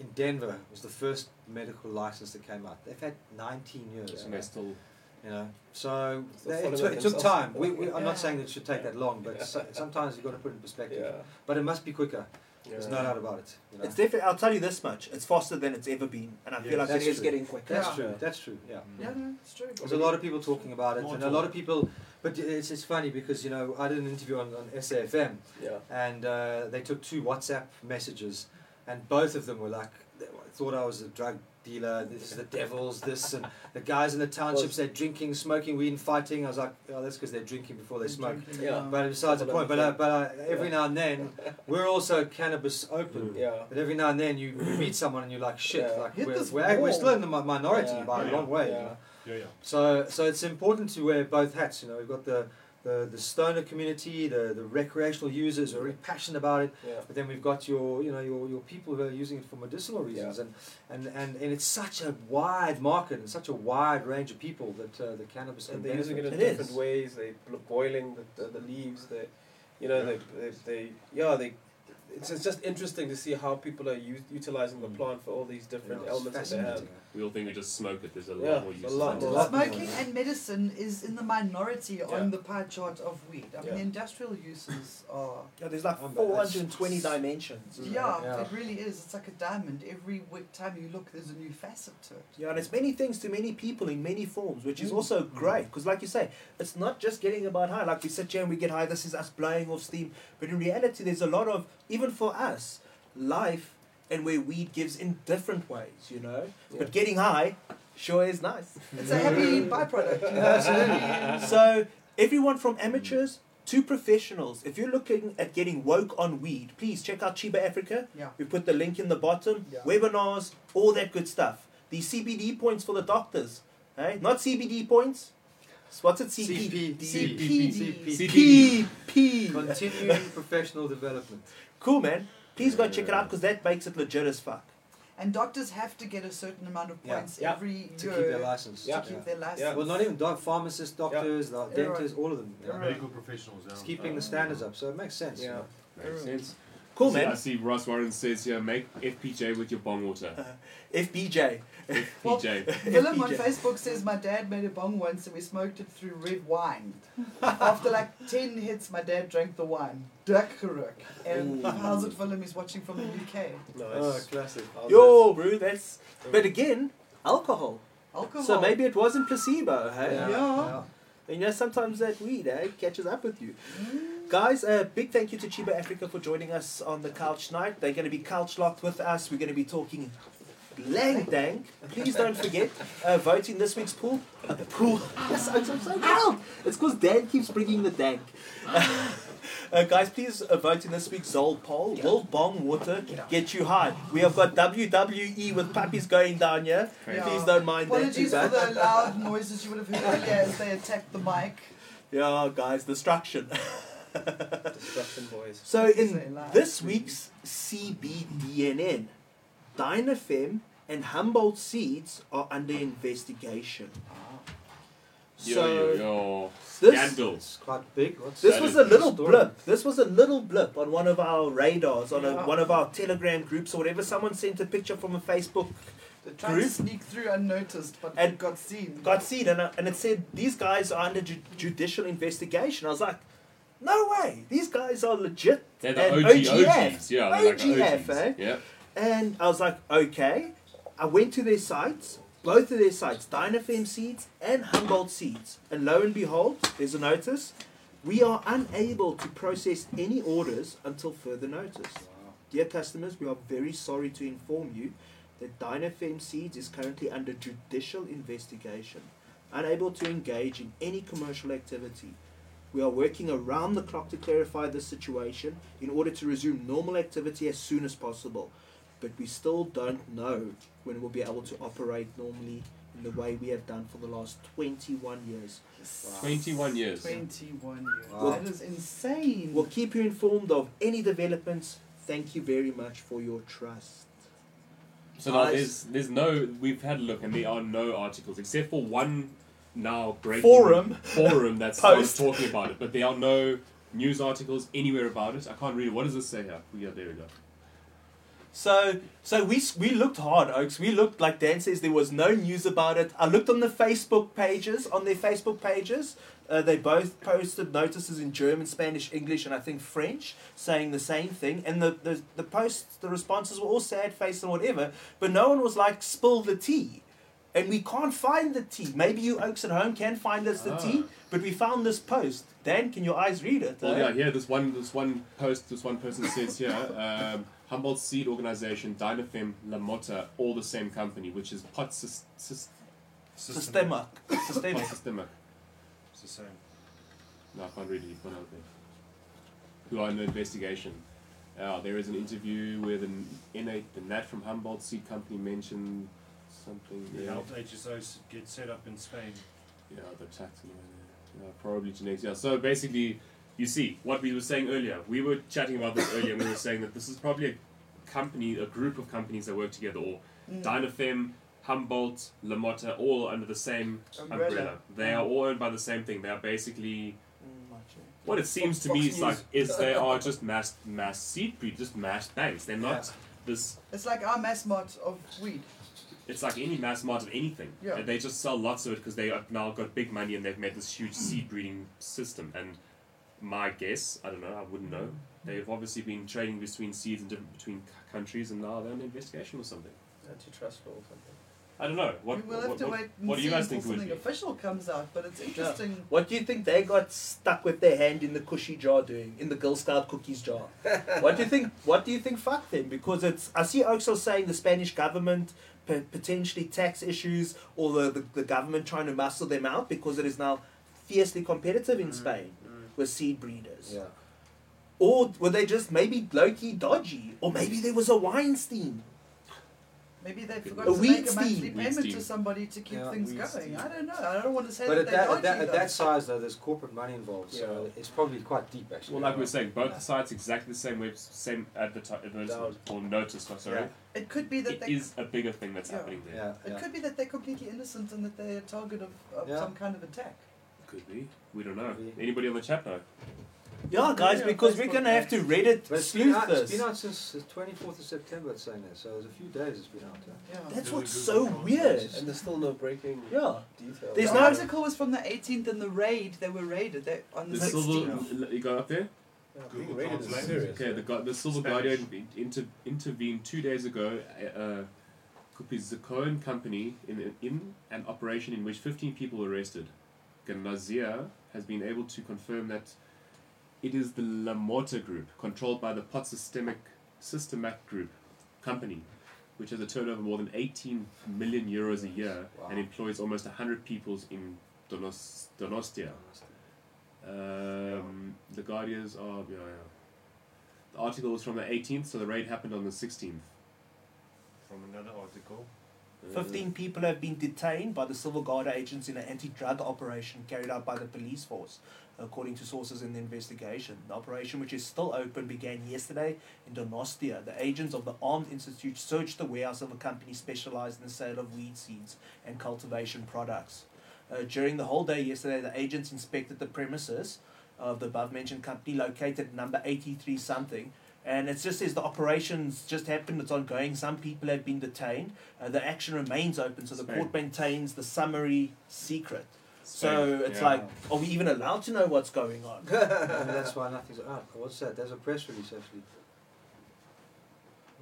[SPEAKER 4] in Denver was the first medical license that came out. They've had 19 years.
[SPEAKER 2] So
[SPEAKER 4] you know.
[SPEAKER 2] they're still
[SPEAKER 4] You know, so
[SPEAKER 5] So
[SPEAKER 4] they- it,
[SPEAKER 5] follow
[SPEAKER 4] took,
[SPEAKER 5] it
[SPEAKER 4] it took
[SPEAKER 5] themselves.
[SPEAKER 4] time. We, we, I'm
[SPEAKER 3] Yeah.
[SPEAKER 4] not saying it should take that long, but so, sometimes you've got to put it in perspective. But it must be quicker. There's no doubt about it. you know.
[SPEAKER 1] It's definitely. I'll tell you this much. It's faster than it's ever been, and I feel
[SPEAKER 6] Yeah,
[SPEAKER 1] like it
[SPEAKER 4] that's
[SPEAKER 1] is
[SPEAKER 4] true.
[SPEAKER 1] getting quicker.
[SPEAKER 4] That's
[SPEAKER 3] Yeah.
[SPEAKER 4] true. That's true. Yeah.
[SPEAKER 3] Yeah, no, it's true.
[SPEAKER 4] There's a lot of people talking about it,
[SPEAKER 6] More
[SPEAKER 4] and a lot of people. But it's, it's funny because you know I did an interview on, on SAFM,
[SPEAKER 5] Yeah.
[SPEAKER 4] and uh, they took two WhatsApp messages, and both of them were like, they thought I was a drug dealer. This is the devil's. This and the guys in the townships they're drinking, smoking weed, and fighting. I was like, oh, that's because they're drinking before they smoke.
[SPEAKER 5] Yeah.
[SPEAKER 4] But besides the point, but uh, but uh, every
[SPEAKER 5] Yeah.
[SPEAKER 4] now and then we're also cannabis open.
[SPEAKER 5] Yeah. yeah.
[SPEAKER 4] But every now and then you you meet someone and you're like, shit,
[SPEAKER 5] Yeah.
[SPEAKER 4] like
[SPEAKER 3] Hit
[SPEAKER 4] we're,
[SPEAKER 3] this
[SPEAKER 4] we're, we're
[SPEAKER 3] wall.
[SPEAKER 4] still in the mi- minority
[SPEAKER 5] Yeah.
[SPEAKER 4] by a
[SPEAKER 6] Yeah.
[SPEAKER 4] long way.
[SPEAKER 5] Yeah.
[SPEAKER 4] You know?
[SPEAKER 6] Yeah, yeah.
[SPEAKER 4] So so it's important to wear both hats. You know, we've got the the, the stoner community, the, the recreational users who are really passionate about it,
[SPEAKER 5] yeah.
[SPEAKER 4] but then we've got your you know your, your people who are using it for medicinal reasons, and, and, and, and it's such a wide market and such a wide range of people that uh, the cannabis can
[SPEAKER 5] And they're using it
[SPEAKER 4] benefit.
[SPEAKER 5] in
[SPEAKER 1] It
[SPEAKER 5] different
[SPEAKER 1] is.
[SPEAKER 5] ways. They bl- boiling the, the, the leaves. They, you know, they, they, they yeah they. It's, it's just interesting to see how people are u- utilizing the
[SPEAKER 2] Mm.
[SPEAKER 5] plant for all these different
[SPEAKER 4] You know, it's
[SPEAKER 5] elements that they have.
[SPEAKER 4] fascinating.
[SPEAKER 2] We all think we just smoke it. There's a
[SPEAKER 5] Yeah,
[SPEAKER 2] lot more
[SPEAKER 5] a
[SPEAKER 2] uses.
[SPEAKER 5] lot
[SPEAKER 2] than
[SPEAKER 5] more.
[SPEAKER 2] that.
[SPEAKER 3] Smoking and medicine is in the minority
[SPEAKER 5] Yeah.
[SPEAKER 3] on the pie chart of weed. I mean,
[SPEAKER 5] Yeah.
[SPEAKER 3] the industrial uses are.
[SPEAKER 1] Yeah, there's like
[SPEAKER 4] Oh, but
[SPEAKER 1] 420 dimensions.
[SPEAKER 5] Mm.
[SPEAKER 1] isn't
[SPEAKER 3] Yeah,
[SPEAKER 1] there?
[SPEAKER 4] Yeah.
[SPEAKER 3] it really is. It's like a diamond. Every wi- time you look, there's a new facet to it.
[SPEAKER 1] Yeah, and it's many things to many people in many forms, which is
[SPEAKER 4] Mm.
[SPEAKER 1] also great. Because, like you say, it's not just getting about high. Like we sit here and we get high, this is us blowing off steam. But in reality, there's a lot of, even for us, life and where weed gives in different ways, you know?
[SPEAKER 5] Yeah.
[SPEAKER 1] But getting high sure is nice.
[SPEAKER 3] It's a happy byproduct. you know?
[SPEAKER 1] Absolutely. so everyone from amateurs to professionals, if you're looking at getting woke on weed, please check out Chiba Africa.
[SPEAKER 3] Yeah.
[SPEAKER 1] We put the link in the bottom.
[SPEAKER 3] Yeah.
[SPEAKER 1] Webinars, all that good stuff. The CBD points for the doctors. Hey, not CBD points. What's it? CP.
[SPEAKER 4] CPD.
[SPEAKER 3] CPD.
[SPEAKER 1] P. P.
[SPEAKER 4] Continuing professional development.
[SPEAKER 1] Cool, man. Please go check it out because that makes it legit as fuck.
[SPEAKER 3] And doctors have to get a certain amount of
[SPEAKER 4] Yeah.
[SPEAKER 3] points
[SPEAKER 5] Yeah.
[SPEAKER 3] every
[SPEAKER 4] To
[SPEAKER 3] year
[SPEAKER 4] keep their license.
[SPEAKER 3] to
[SPEAKER 5] Yeah.
[SPEAKER 3] keep their license.
[SPEAKER 5] Yeah.
[SPEAKER 4] Well, not even doc- pharmacists, doctors, the
[SPEAKER 3] You're right.
[SPEAKER 4] dentists, all of them. you know.
[SPEAKER 3] You're right.
[SPEAKER 6] Medical professionals now.
[SPEAKER 4] It's keeping the standards up, so it makes sense. you
[SPEAKER 5] Yeah.
[SPEAKER 4] know.
[SPEAKER 2] Makes sense.
[SPEAKER 1] Cool,
[SPEAKER 2] See, I
[SPEAKER 1] man.
[SPEAKER 2] see Ross Warren says here, make FPJ with your bong water.
[SPEAKER 1] FBJ.
[SPEAKER 3] Uh, Well-
[SPEAKER 2] FPJ.
[SPEAKER 3] Willem on
[SPEAKER 1] FBJ.
[SPEAKER 3] Facebook says my dad made a bong once and we smoked it through red wine. After like ten hits, my dad drank the wine. Duckeruk. And
[SPEAKER 1] Ooh.
[SPEAKER 3] how's it Willem is watching from the UK?
[SPEAKER 4] Oh,
[SPEAKER 5] Nice.
[SPEAKER 4] classic.
[SPEAKER 5] How's
[SPEAKER 1] Yo, bro, that's. But again, alcohol.
[SPEAKER 3] Alcohol.
[SPEAKER 1] So maybe it wasn't placebo, hey?
[SPEAKER 3] Yeah.
[SPEAKER 1] You know, sometimes that weed, eh, catches up with you.
[SPEAKER 3] Mm.
[SPEAKER 1] Guys, a uh, big thank you to Chiba Africa for joining us on the couch night. They're going to be couch locked with us. We're going to be talking lang dang. Please don't forget, uh, vote in this week's pool. Uh, pool. Yes, I'm so, so proud. It's because Dan keeps bringing the dank. Uh, guys, please uh, vote in this week's Zol poll. Will bong water get you high? We have got WWE with puppies going down here.
[SPEAKER 3] Yeah.
[SPEAKER 1] Please don't mind that. too
[SPEAKER 3] Apologies for
[SPEAKER 1] bad.
[SPEAKER 3] the loud noises you would have heard earlier as they attacked the mic.
[SPEAKER 1] Yeah, guys, destruction.
[SPEAKER 5] that? Destruction boys.
[SPEAKER 1] So
[SPEAKER 3] Say
[SPEAKER 1] in
[SPEAKER 3] live.
[SPEAKER 1] this week's CBDNN, Dynafem and Humboldt Seeds are under investigation.
[SPEAKER 3] Ah.
[SPEAKER 2] Yo,
[SPEAKER 1] So
[SPEAKER 2] yo, yo.
[SPEAKER 1] this-
[SPEAKER 2] Scandals.
[SPEAKER 4] It's quite big. What's
[SPEAKER 1] this
[SPEAKER 2] That
[SPEAKER 1] was
[SPEAKER 2] is
[SPEAKER 1] a little
[SPEAKER 4] story.
[SPEAKER 1] blip. This was a little blip on one of our radars, on
[SPEAKER 3] Yeah.
[SPEAKER 1] a, one of our Telegram groups or whatever. Someone sent a picture from a Facebook,
[SPEAKER 3] They tried to
[SPEAKER 1] Group?
[SPEAKER 3] sneak through unnoticed, but
[SPEAKER 1] And-
[SPEAKER 3] got seen.
[SPEAKER 1] got seen, and, I, and it said these guys are under ju- judicial investigation. I was like, no way, these guys are legit.
[SPEAKER 2] They're the
[SPEAKER 1] and
[SPEAKER 2] OG
[SPEAKER 1] OGF.
[SPEAKER 2] OGs. Yeah, they're like the
[SPEAKER 1] OGF,
[SPEAKER 2] OGs.
[SPEAKER 1] eh?
[SPEAKER 2] Yeah.
[SPEAKER 1] And I was like, okay. I went to their sites, both of their sites, Dynafem Seeds and Humboldt Seeds. And lo and behold, there's a notice. We are unable to process any orders until further notice. Dear customers, we are very sorry to inform you that Dynafem Seeds is currently under judicial investigation, unable to engage in any commercial activity. We are working around the clock to clarify this situation in order to resume normal activity as soon as possible but we still don't know when we'll be able to operate normally in the way we have done for the last 21 years.
[SPEAKER 2] 21 years.
[SPEAKER 3] 21 years.
[SPEAKER 4] Wow.
[SPEAKER 3] That is insane.
[SPEAKER 1] We'll keep you informed of any developments. Thank you very much for your trust.
[SPEAKER 2] So now
[SPEAKER 1] Nice.
[SPEAKER 2] there's there's no we've had a look and there are no articles except for one now breaking
[SPEAKER 1] Forum.
[SPEAKER 2] forum that's
[SPEAKER 1] Post.
[SPEAKER 2] still talking about it, but there are no news articles anywhere about it. I can't read it. What does this say here? Yeah, there we go.
[SPEAKER 1] So, so we s- we looked hard, Oaks. We looked like Dan says there was no news about it. I looked on the Facebook pages, on their Facebook pages. Uh, they both posted notices in German, Spanish, English, and I think French, saying the same thing. And the, the the posts, the responses were all sad face and whatever. But no one was like, spill the tea. And we can't find the tea. Maybe you Oaks at home can find us the
[SPEAKER 2] Ah.
[SPEAKER 1] tea. But we found this post. Dan, can your eyes read it?
[SPEAKER 2] Well,
[SPEAKER 1] eh?
[SPEAKER 2] yeah, here this one, this one post, this one person says here, um, Humboldt Seed Organization, Dynafem, La Motta, all the same company, which is Pot Sys- Sys-
[SPEAKER 1] Systemic.
[SPEAKER 2] Pot
[SPEAKER 1] Systemic.
[SPEAKER 2] Systemic.
[SPEAKER 6] It's the same.
[SPEAKER 2] No, I can't read it. It's one other thing. Who are in the investigation? Uh, there is an interview where the NA, the Nat from Humboldt Seed Company mentioned something.
[SPEAKER 6] The
[SPEAKER 2] yeah.
[SPEAKER 6] health HSOs get set up in Spain.
[SPEAKER 2] Yeah, the tax and all that. yeah, probably genetics. Yeah. So basically, you see what we were saying earlier. We were chatting about this earlier. and We were saying that this is probably a company, a group of companies that work together, or Dynafem, Humboldt, Lamotta, all under the same umbrella.
[SPEAKER 3] Umbrella.
[SPEAKER 2] They are all owned by the same thing. They are basically
[SPEAKER 3] Mm,
[SPEAKER 2] what it seems to me is like is they are just mass mass seed breed, just mass banks. They're not this.
[SPEAKER 3] It's like our mass mart of weed.
[SPEAKER 2] It's like any mass market of anything.
[SPEAKER 3] Yeah.
[SPEAKER 2] They just sell lots of it because they have now got big money and they've made this
[SPEAKER 3] Mm.
[SPEAKER 2] huge seed breeding system. And my guess, I don't know, I wouldn't know. They've obviously been trading between seeds and different, between c- countries, and now they're on investigation or something.
[SPEAKER 5] Antitrust law or something.
[SPEAKER 2] I don't know. What
[SPEAKER 3] we will
[SPEAKER 2] what,
[SPEAKER 3] have
[SPEAKER 2] what,
[SPEAKER 3] to
[SPEAKER 2] what-
[SPEAKER 3] wait and
[SPEAKER 2] what do
[SPEAKER 3] see
[SPEAKER 2] you guys
[SPEAKER 3] until
[SPEAKER 2] think would
[SPEAKER 3] something
[SPEAKER 2] be?
[SPEAKER 3] official comes out, but it's interesting.
[SPEAKER 1] What do you think they got stuck with their hand in the cushy jar doing in the Girl Scout cookies jar? what do you think? What do you think? Fuck them because it's. I see Oxel saying the Spanish government p- potentially tax issues or the, the the government trying to muscle them out because it is now fiercely competitive
[SPEAKER 5] Mm,
[SPEAKER 1] in Spain with seed breeders.
[SPEAKER 4] Yeah.
[SPEAKER 1] Or were they just maybe low key dodgy? Or maybe there was a Weinstein.
[SPEAKER 3] Maybe they forgot
[SPEAKER 1] A
[SPEAKER 3] to
[SPEAKER 1] weed
[SPEAKER 3] make a monthly
[SPEAKER 1] steam.
[SPEAKER 2] Weed
[SPEAKER 3] payment
[SPEAKER 2] steam.
[SPEAKER 3] to somebody to keep
[SPEAKER 4] Yeah,
[SPEAKER 3] things
[SPEAKER 4] weed
[SPEAKER 3] going.
[SPEAKER 4] steam.
[SPEAKER 3] I don't know. I don't want to say
[SPEAKER 4] But at
[SPEAKER 3] that
[SPEAKER 4] that,
[SPEAKER 3] they
[SPEAKER 4] at that,
[SPEAKER 3] dodgy,
[SPEAKER 4] at that
[SPEAKER 3] though.
[SPEAKER 4] size though, there's corporate money involved, so
[SPEAKER 5] Yeah.
[SPEAKER 4] it's probably quite deep actually.
[SPEAKER 2] Well, like we were saying, both sides exactly the same web, same adverti- advertisement or notice. I'm Sorry,
[SPEAKER 3] It could be that
[SPEAKER 2] it
[SPEAKER 3] they.
[SPEAKER 2] is a bigger thing that's
[SPEAKER 3] Yeah.
[SPEAKER 2] happening there.
[SPEAKER 4] Yeah,
[SPEAKER 3] It
[SPEAKER 4] yeah.
[SPEAKER 3] could be that they're completely innocent and that they're a target of, of
[SPEAKER 4] Yeah.
[SPEAKER 3] some kind of attack.
[SPEAKER 2] Could be. We don't know.
[SPEAKER 4] Could be.
[SPEAKER 2] Anybody on the chat know?
[SPEAKER 1] Yeah, guys, because we're gonna have to Reddit
[SPEAKER 4] But it's been,
[SPEAKER 1] sleuth
[SPEAKER 4] out, it's
[SPEAKER 1] this.
[SPEAKER 4] been out since the 24th of September, it's saying that, so there's a few days it's been out. Yeah.
[SPEAKER 3] Yeah.
[SPEAKER 1] That's what's so weird.
[SPEAKER 5] And there's still no breaking
[SPEAKER 1] Yeah.
[SPEAKER 5] details.
[SPEAKER 1] There's
[SPEAKER 3] the
[SPEAKER 1] no-
[SPEAKER 3] article was from the 18th and the raid. They were raided they, on the
[SPEAKER 2] The silver,
[SPEAKER 3] 16th.
[SPEAKER 2] you got up there.
[SPEAKER 5] Yeah,
[SPEAKER 6] Google
[SPEAKER 5] being rated is
[SPEAKER 6] Translate.
[SPEAKER 5] serious.
[SPEAKER 2] Okay, the, gu- the Silver
[SPEAKER 6] Spanish.
[SPEAKER 2] Guardian inter- intervened two days ago. uh, Uh, Kupizakoan company in, in an operation in which 15 people were arrested. Ganazia has been able to confirm that it is the Lamorta Group, controlled by the Pot Systemic Systemac Group company, which has a turnover of more than 18 million euros a year
[SPEAKER 4] Wow.
[SPEAKER 2] and employs almost 100 people in Donos- Donostia. Um, the Guardians are yeah, yeah. The article was from the 18th, so the raid happened on the 16th.
[SPEAKER 6] From another article.
[SPEAKER 2] Uh,
[SPEAKER 1] 15 people have been detained by the Civil Guard agents in an anti drug operation carried out by the police force, according to sources in the investigation. The operation, which is still open, began yesterday in Donostia. The agents of the Armed Institute searched the warehouse of a company specialized in the sale of weed seeds and cultivation products. Uh, during the whole day yesterday, the agents inspected the premises of the above mentioned company located at number 83 something. And it just says the operations just happened, it's ongoing. Some people have been detained. Uh, the action remains open, so the
[SPEAKER 2] Spain.
[SPEAKER 1] court maintains the summary secret.
[SPEAKER 2] Spain,
[SPEAKER 1] so it's
[SPEAKER 2] yeah.
[SPEAKER 1] like, are we even allowed to know what's going on?
[SPEAKER 4] Maybe that's why nothing's out. What's that? There's a press release actually.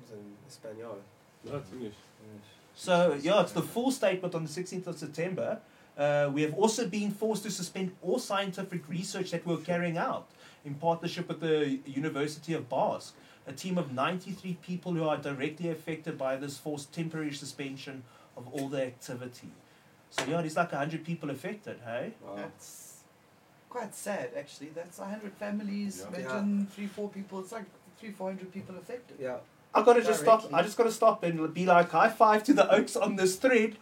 [SPEAKER 5] It's in Espanol.
[SPEAKER 2] No, it's English.
[SPEAKER 4] Yes.
[SPEAKER 1] So yeah, it's the full statement on the 16th of September. Uh, we have also been forced to suspend all scientific research that we were carrying out in partnership with the University of Basque, a team of 93 people who are directly affected by this forced temporary suspension of all their activity. So yeah, there's like 100 people affected, hey?
[SPEAKER 4] Wow.
[SPEAKER 3] That's quite sad, actually. That's 100 families,
[SPEAKER 6] Yeah.
[SPEAKER 3] imagine three, four people. It's like three, 400 people affected.
[SPEAKER 4] Yeah.
[SPEAKER 1] I gotta just stop.
[SPEAKER 3] Directly.
[SPEAKER 1] I just gotta stop and be like, high five to the Oaks on this thread.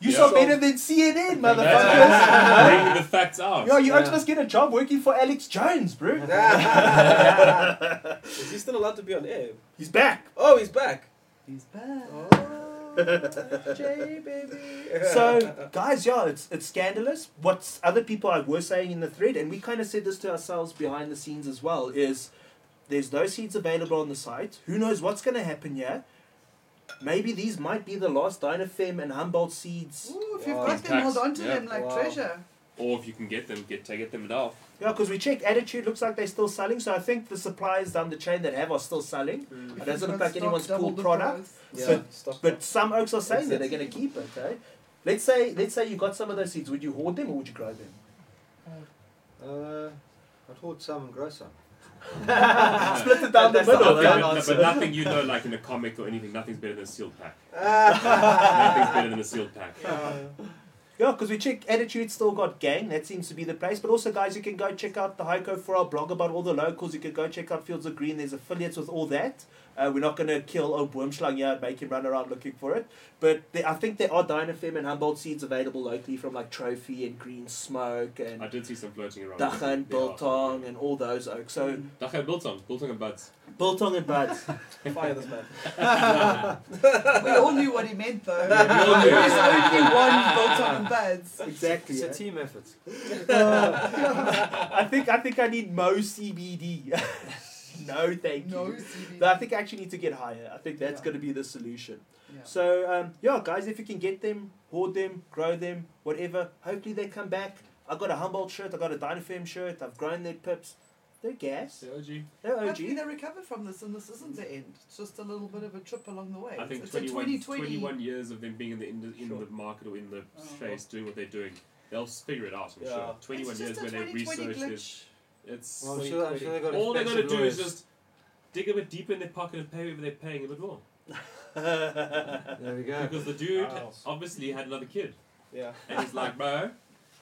[SPEAKER 1] You
[SPEAKER 2] Yeah.
[SPEAKER 1] saw better than CNN, motherfuckers.
[SPEAKER 2] That's- Bring the facts out.
[SPEAKER 1] Yo, you
[SPEAKER 4] Yeah.
[SPEAKER 1] Oaks must get a job working for Alex Jones, bro.
[SPEAKER 5] Is he still allowed to be on air?
[SPEAKER 1] He's back.
[SPEAKER 5] Oh, he's back.
[SPEAKER 3] He's back.
[SPEAKER 4] Oh,
[SPEAKER 5] Jay, baby.
[SPEAKER 1] So, guys, yeah, it's it's scandalous. What other people are, were saying in the thread, and we kind of said this to ourselves behind the scenes as well, is there's no seats available on the site. Who knows what's going to happen here? maybe these might be the last Dynafem and Humboldt seeds.
[SPEAKER 3] Ooh, if you've
[SPEAKER 4] Wow.
[SPEAKER 3] got them, hold on to
[SPEAKER 2] Yeah.
[SPEAKER 3] them like
[SPEAKER 4] Wow.
[SPEAKER 3] treasure.
[SPEAKER 2] Or if you can get them, get get them now.
[SPEAKER 1] Yeah, because we checked Attitude, looks like they're still selling, so I think the suppliers down the chain that have are still selling.
[SPEAKER 5] Mm.
[SPEAKER 1] It doesn't
[SPEAKER 3] If
[SPEAKER 1] look
[SPEAKER 3] you've
[SPEAKER 1] like
[SPEAKER 3] got
[SPEAKER 1] anyone's
[SPEAKER 3] stock, double
[SPEAKER 1] pulled
[SPEAKER 3] the
[SPEAKER 1] product.
[SPEAKER 3] price.
[SPEAKER 5] Yeah,
[SPEAKER 1] But-
[SPEAKER 5] stop
[SPEAKER 1] But some oaks are saying that they're
[SPEAKER 5] Exactly.
[SPEAKER 1] going to keep it, eh? Let's say, let's say you got some of those seeds. Would you hoard them or would you grow them?
[SPEAKER 4] Uh, I'd hoard some and grow some.
[SPEAKER 1] Split it down the
[SPEAKER 4] That's the
[SPEAKER 1] middle.
[SPEAKER 4] other
[SPEAKER 1] eh?
[SPEAKER 4] one.
[SPEAKER 2] but,
[SPEAKER 4] answer.
[SPEAKER 2] but nothing you know, like in a comic or anything, nothing's better than a sealed pack. nothing's
[SPEAKER 5] that.
[SPEAKER 2] better than a sealed pack.
[SPEAKER 1] Yeah, because we check Attitude still got gang. That seems to be the place. But also, guys, you can go check out the Heiko for our blog about all the locals. You can go check out Fields of Green. There's affiliates with all that. Uh, we're not going to kill old Wormschlang here and make him run around looking for it. But there, I think there are Dynafem and Humboldt seeds available locally from like Trophy and Green Smoke
[SPEAKER 2] I
[SPEAKER 1] and
[SPEAKER 2] did see some floating around.
[SPEAKER 1] Dacha and
[SPEAKER 2] They are.
[SPEAKER 1] Biltong and all those oaks. So,
[SPEAKER 2] Dacha and Biltong. Biltong and Buds.
[SPEAKER 1] Biltong and Buds.
[SPEAKER 5] Fire this man.
[SPEAKER 3] we all knew what he meant though.
[SPEAKER 2] we all knew.
[SPEAKER 3] There's only one built on buds.
[SPEAKER 1] exactly.
[SPEAKER 4] It's
[SPEAKER 1] eh?
[SPEAKER 4] a team effort.
[SPEAKER 1] Uh, I think I think I need Mo CBD. no, thank
[SPEAKER 3] No
[SPEAKER 1] you.
[SPEAKER 3] CBD.
[SPEAKER 1] But I think I actually need to get higher. I think that's
[SPEAKER 3] Yeah.
[SPEAKER 1] going to be the solution.
[SPEAKER 3] Yeah.
[SPEAKER 1] So um, yeah, guys, if you can get them, hoard them, grow them, whatever. Hopefully they come back. I got a Humboldt shirt. I got a Dynafirm shirt. I've grown their pips. They're gas. They're
[SPEAKER 3] Hopefully
[SPEAKER 1] OG.
[SPEAKER 3] they recover from this, and this isn't the end. It's just a little bit of a trip along the way.
[SPEAKER 2] I think
[SPEAKER 3] it's
[SPEAKER 2] 21,
[SPEAKER 3] a 2020.
[SPEAKER 2] 21 years of them being in the in, the, in
[SPEAKER 5] Sure.
[SPEAKER 2] the market or in the
[SPEAKER 3] Oh.
[SPEAKER 2] space doing what they're doing, they'll figure it out. I'm
[SPEAKER 5] Yeah.
[SPEAKER 2] sure.
[SPEAKER 5] It's
[SPEAKER 3] It's
[SPEAKER 2] 21 years
[SPEAKER 3] just a
[SPEAKER 2] where they
[SPEAKER 3] 2020
[SPEAKER 2] research this.
[SPEAKER 3] glitch.
[SPEAKER 2] It's
[SPEAKER 4] Well, I'm sure, I'm sure they got
[SPEAKER 2] all they're gonna
[SPEAKER 4] expensive
[SPEAKER 2] do is
[SPEAKER 4] lawyers.
[SPEAKER 2] just dig a bit deeper in their pocket and pay whatever they're paying a bit more.
[SPEAKER 4] There we go.
[SPEAKER 2] Because the dude
[SPEAKER 6] Nice.
[SPEAKER 2] obviously had another kid,
[SPEAKER 5] Yeah.
[SPEAKER 2] and he's like, bro,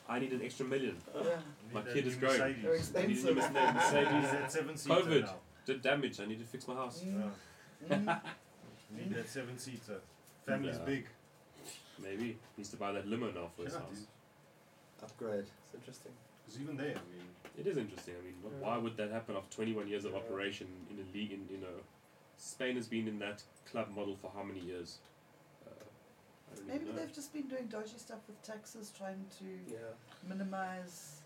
[SPEAKER 2] I need an extra million.
[SPEAKER 3] Yeah.
[SPEAKER 2] My
[SPEAKER 6] Need a
[SPEAKER 2] kid
[SPEAKER 6] new
[SPEAKER 2] is growing.
[SPEAKER 6] Mercedes.
[SPEAKER 3] They're
[SPEAKER 2] I need a new Mercedes.
[SPEAKER 3] expensive.
[SPEAKER 6] Mercedes
[SPEAKER 2] Mercedes.
[SPEAKER 6] that seven seater
[SPEAKER 2] COVID.
[SPEAKER 6] now.
[SPEAKER 2] Did damage. I need to fix my house.
[SPEAKER 3] Mm,
[SPEAKER 6] Yeah.
[SPEAKER 3] mm.
[SPEAKER 6] Need that seven seater. Family's
[SPEAKER 2] Yeah.
[SPEAKER 6] big.
[SPEAKER 2] Maybe needs to buy that limo now for his
[SPEAKER 6] Yeah,
[SPEAKER 2] house.
[SPEAKER 6] dude.
[SPEAKER 4] Upgrade.
[SPEAKER 5] It's interesting.
[SPEAKER 6] Because even there, I mean,
[SPEAKER 2] It is interesting. I mean, wh- why would that happen after 21 years of
[SPEAKER 5] Yeah.
[SPEAKER 2] operation in a league? In you know, Spain has been in that club model for how many years? Uh, I don't
[SPEAKER 3] Maybe
[SPEAKER 2] even know.
[SPEAKER 3] they've just been doing dodgy stuff with taxes, trying to
[SPEAKER 5] Yeah.
[SPEAKER 3] minimize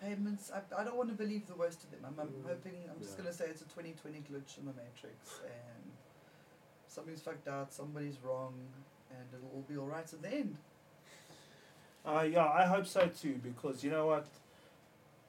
[SPEAKER 3] payments. I, I don't want to believe the worst of them. I'm, I'm
[SPEAKER 5] Mm.
[SPEAKER 3] hoping, I'm just
[SPEAKER 4] Yeah.
[SPEAKER 3] going to say it's a 2020 glitch in the Matrix and somebody's fucked out, somebody's wrong, and it'll all be alright at the end.
[SPEAKER 1] Uh, yeah, I hope so too because you know what?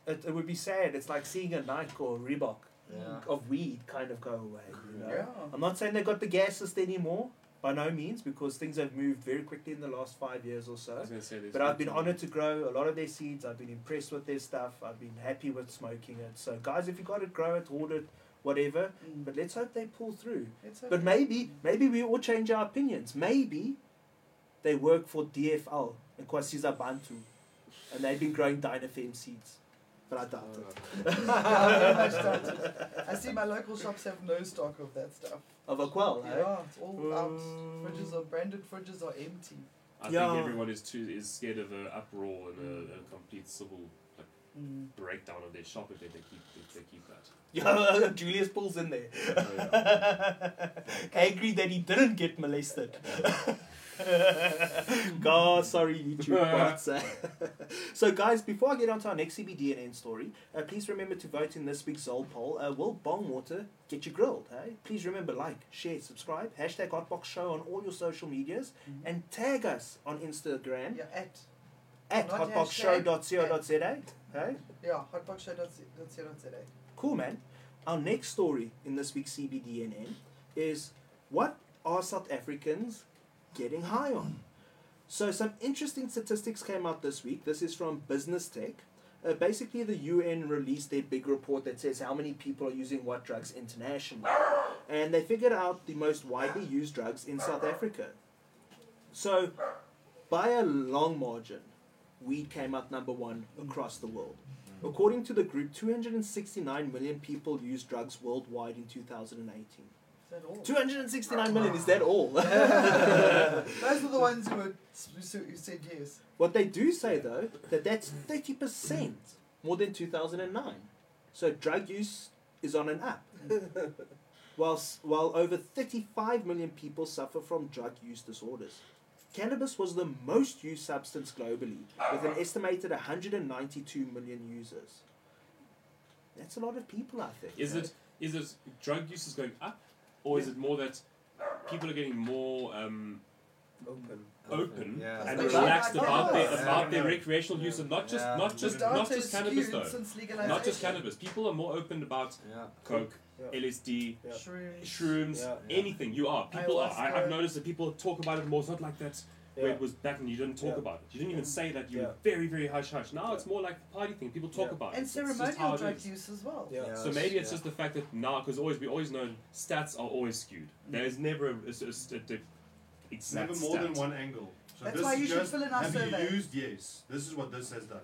[SPEAKER 1] It, it would be sad. It's like seeing a Nike or Reebok
[SPEAKER 4] Yeah.
[SPEAKER 1] of weed kind of go away. You know?
[SPEAKER 3] Yeah.
[SPEAKER 1] I'm not saying they got the gas list anymore, by no means, because things have moved very quickly in the last five years or
[SPEAKER 2] I
[SPEAKER 1] so.
[SPEAKER 2] was gonna say there's
[SPEAKER 1] But I've been
[SPEAKER 2] 14
[SPEAKER 1] honoured to grow a lot of their seeds. I've been impressed with their stuff. I've been happy with smoking it. So guys, if you got it, grow it, hoard it, whatever.
[SPEAKER 3] Mm.
[SPEAKER 1] But let's hope they pull through.
[SPEAKER 3] Let's hope
[SPEAKER 1] But
[SPEAKER 3] it-
[SPEAKER 1] maybe, maybe we all change our opinions. Maybe they work for DFL and Kwasiza Bantu, and they've been growing Dynafem seeds. But I doubt it.
[SPEAKER 3] Yeah, I very much doubt it. I see my local shops have no stock of that stuff.
[SPEAKER 1] Of a quell, eh?
[SPEAKER 3] Yeah, it's all out.
[SPEAKER 1] Mm.
[SPEAKER 3] Fridges are branded, fridges are empty.
[SPEAKER 2] I
[SPEAKER 1] Yeah.
[SPEAKER 2] think everyone is too is scared of an uproar and a, a complete civil like
[SPEAKER 3] Mm.
[SPEAKER 2] breakdown of their shop if they, they keep if they keep that.
[SPEAKER 1] Yeah, Julius pulls in there. Angry that he didn't get molested. God, sorry, YouTube bots. so, guys, before I get on to our next CBDNN story, uh, please remember to vote in this week's Zoll poll. Uh, will Bongwater get you grilled? Hey? Please remember, like, share, subscribe, hashtag Hotbox Show on all your social medias,
[SPEAKER 3] Mhm.
[SPEAKER 1] and tag us on Instagram
[SPEAKER 3] Yeah, at
[SPEAKER 1] at
[SPEAKER 3] Not
[SPEAKER 1] hotboxshow.co.za. Hey?
[SPEAKER 3] yeah, hotboxshow.co.za.
[SPEAKER 1] Cool, man. Our next story in this week's CBDNN is what are South Africans getting high on? So, some interesting statistics came out this week. This is from Business Tech. Uh, basically, the UN released their big report that says how many people are using what drugs internationally. And they figured out the most widely used drugs in South Africa. So, by a long margin, weed came out number one across the world. According to the group, 269 million people used drugs worldwide in 2018.
[SPEAKER 3] Is that all?
[SPEAKER 1] 269 million, is that all?
[SPEAKER 3] Those were the ones who, were, who s- who said yes.
[SPEAKER 1] what they do say though, that that's 30% more than 2009. So drug use is on an up. Whilst, while over 35 million people suffer from drug use disorders. Cannabis was the most used substance globally, with an estimated 192 million users. That's a lot of people, I think.
[SPEAKER 2] Is
[SPEAKER 1] right?
[SPEAKER 2] it is it drug use is going up, or is it more that people are getting more um,
[SPEAKER 5] Open.
[SPEAKER 2] open
[SPEAKER 4] Yeah.
[SPEAKER 2] and
[SPEAKER 3] Especially
[SPEAKER 2] relaxed
[SPEAKER 3] like
[SPEAKER 2] about their
[SPEAKER 4] cannabis.
[SPEAKER 2] about their
[SPEAKER 6] Yeah.
[SPEAKER 2] recreational use and not just
[SPEAKER 4] Yeah.
[SPEAKER 2] not
[SPEAKER 3] The
[SPEAKER 2] just
[SPEAKER 3] data
[SPEAKER 2] not
[SPEAKER 3] is
[SPEAKER 2] just cannabis
[SPEAKER 3] skewed
[SPEAKER 2] though.
[SPEAKER 3] since legalization.
[SPEAKER 2] Not just cannabis. People are more open about
[SPEAKER 4] Yeah.
[SPEAKER 2] coke,
[SPEAKER 5] Yeah.
[SPEAKER 2] LSD,
[SPEAKER 5] Yeah.
[SPEAKER 3] Shrooms.
[SPEAKER 2] shrooms,
[SPEAKER 5] Yeah.
[SPEAKER 2] anything. You are people are. I, I've
[SPEAKER 3] Ayahuasca.
[SPEAKER 2] noticed that people talk about it more. It's not like that where
[SPEAKER 5] Yeah.
[SPEAKER 2] it was back when you didn't talk
[SPEAKER 5] Yeah.
[SPEAKER 2] about it. You didn't even say that. You
[SPEAKER 5] Yeah.
[SPEAKER 2] were very very hush hush. Now
[SPEAKER 5] Yeah.
[SPEAKER 2] it's more like the party thing. People talk
[SPEAKER 5] Yeah.
[SPEAKER 2] about it.
[SPEAKER 3] And
[SPEAKER 2] It's just how
[SPEAKER 3] ceremonial
[SPEAKER 2] it
[SPEAKER 3] drug
[SPEAKER 2] is.
[SPEAKER 3] use as well.
[SPEAKER 5] Yeah.
[SPEAKER 4] Yeah.
[SPEAKER 2] So maybe it's
[SPEAKER 4] Yeah.
[SPEAKER 2] just the fact that now, because always we always know stats are always skewed. There is never a, a, a, a, a
[SPEAKER 6] It's
[SPEAKER 2] exact
[SPEAKER 6] never more
[SPEAKER 2] stat.
[SPEAKER 6] than one angle. So
[SPEAKER 3] That's
[SPEAKER 6] this
[SPEAKER 3] why
[SPEAKER 6] is
[SPEAKER 3] you should
[SPEAKER 6] just,
[SPEAKER 3] fill in our
[SPEAKER 6] have
[SPEAKER 3] survey.
[SPEAKER 6] you used yes? This is what this has done.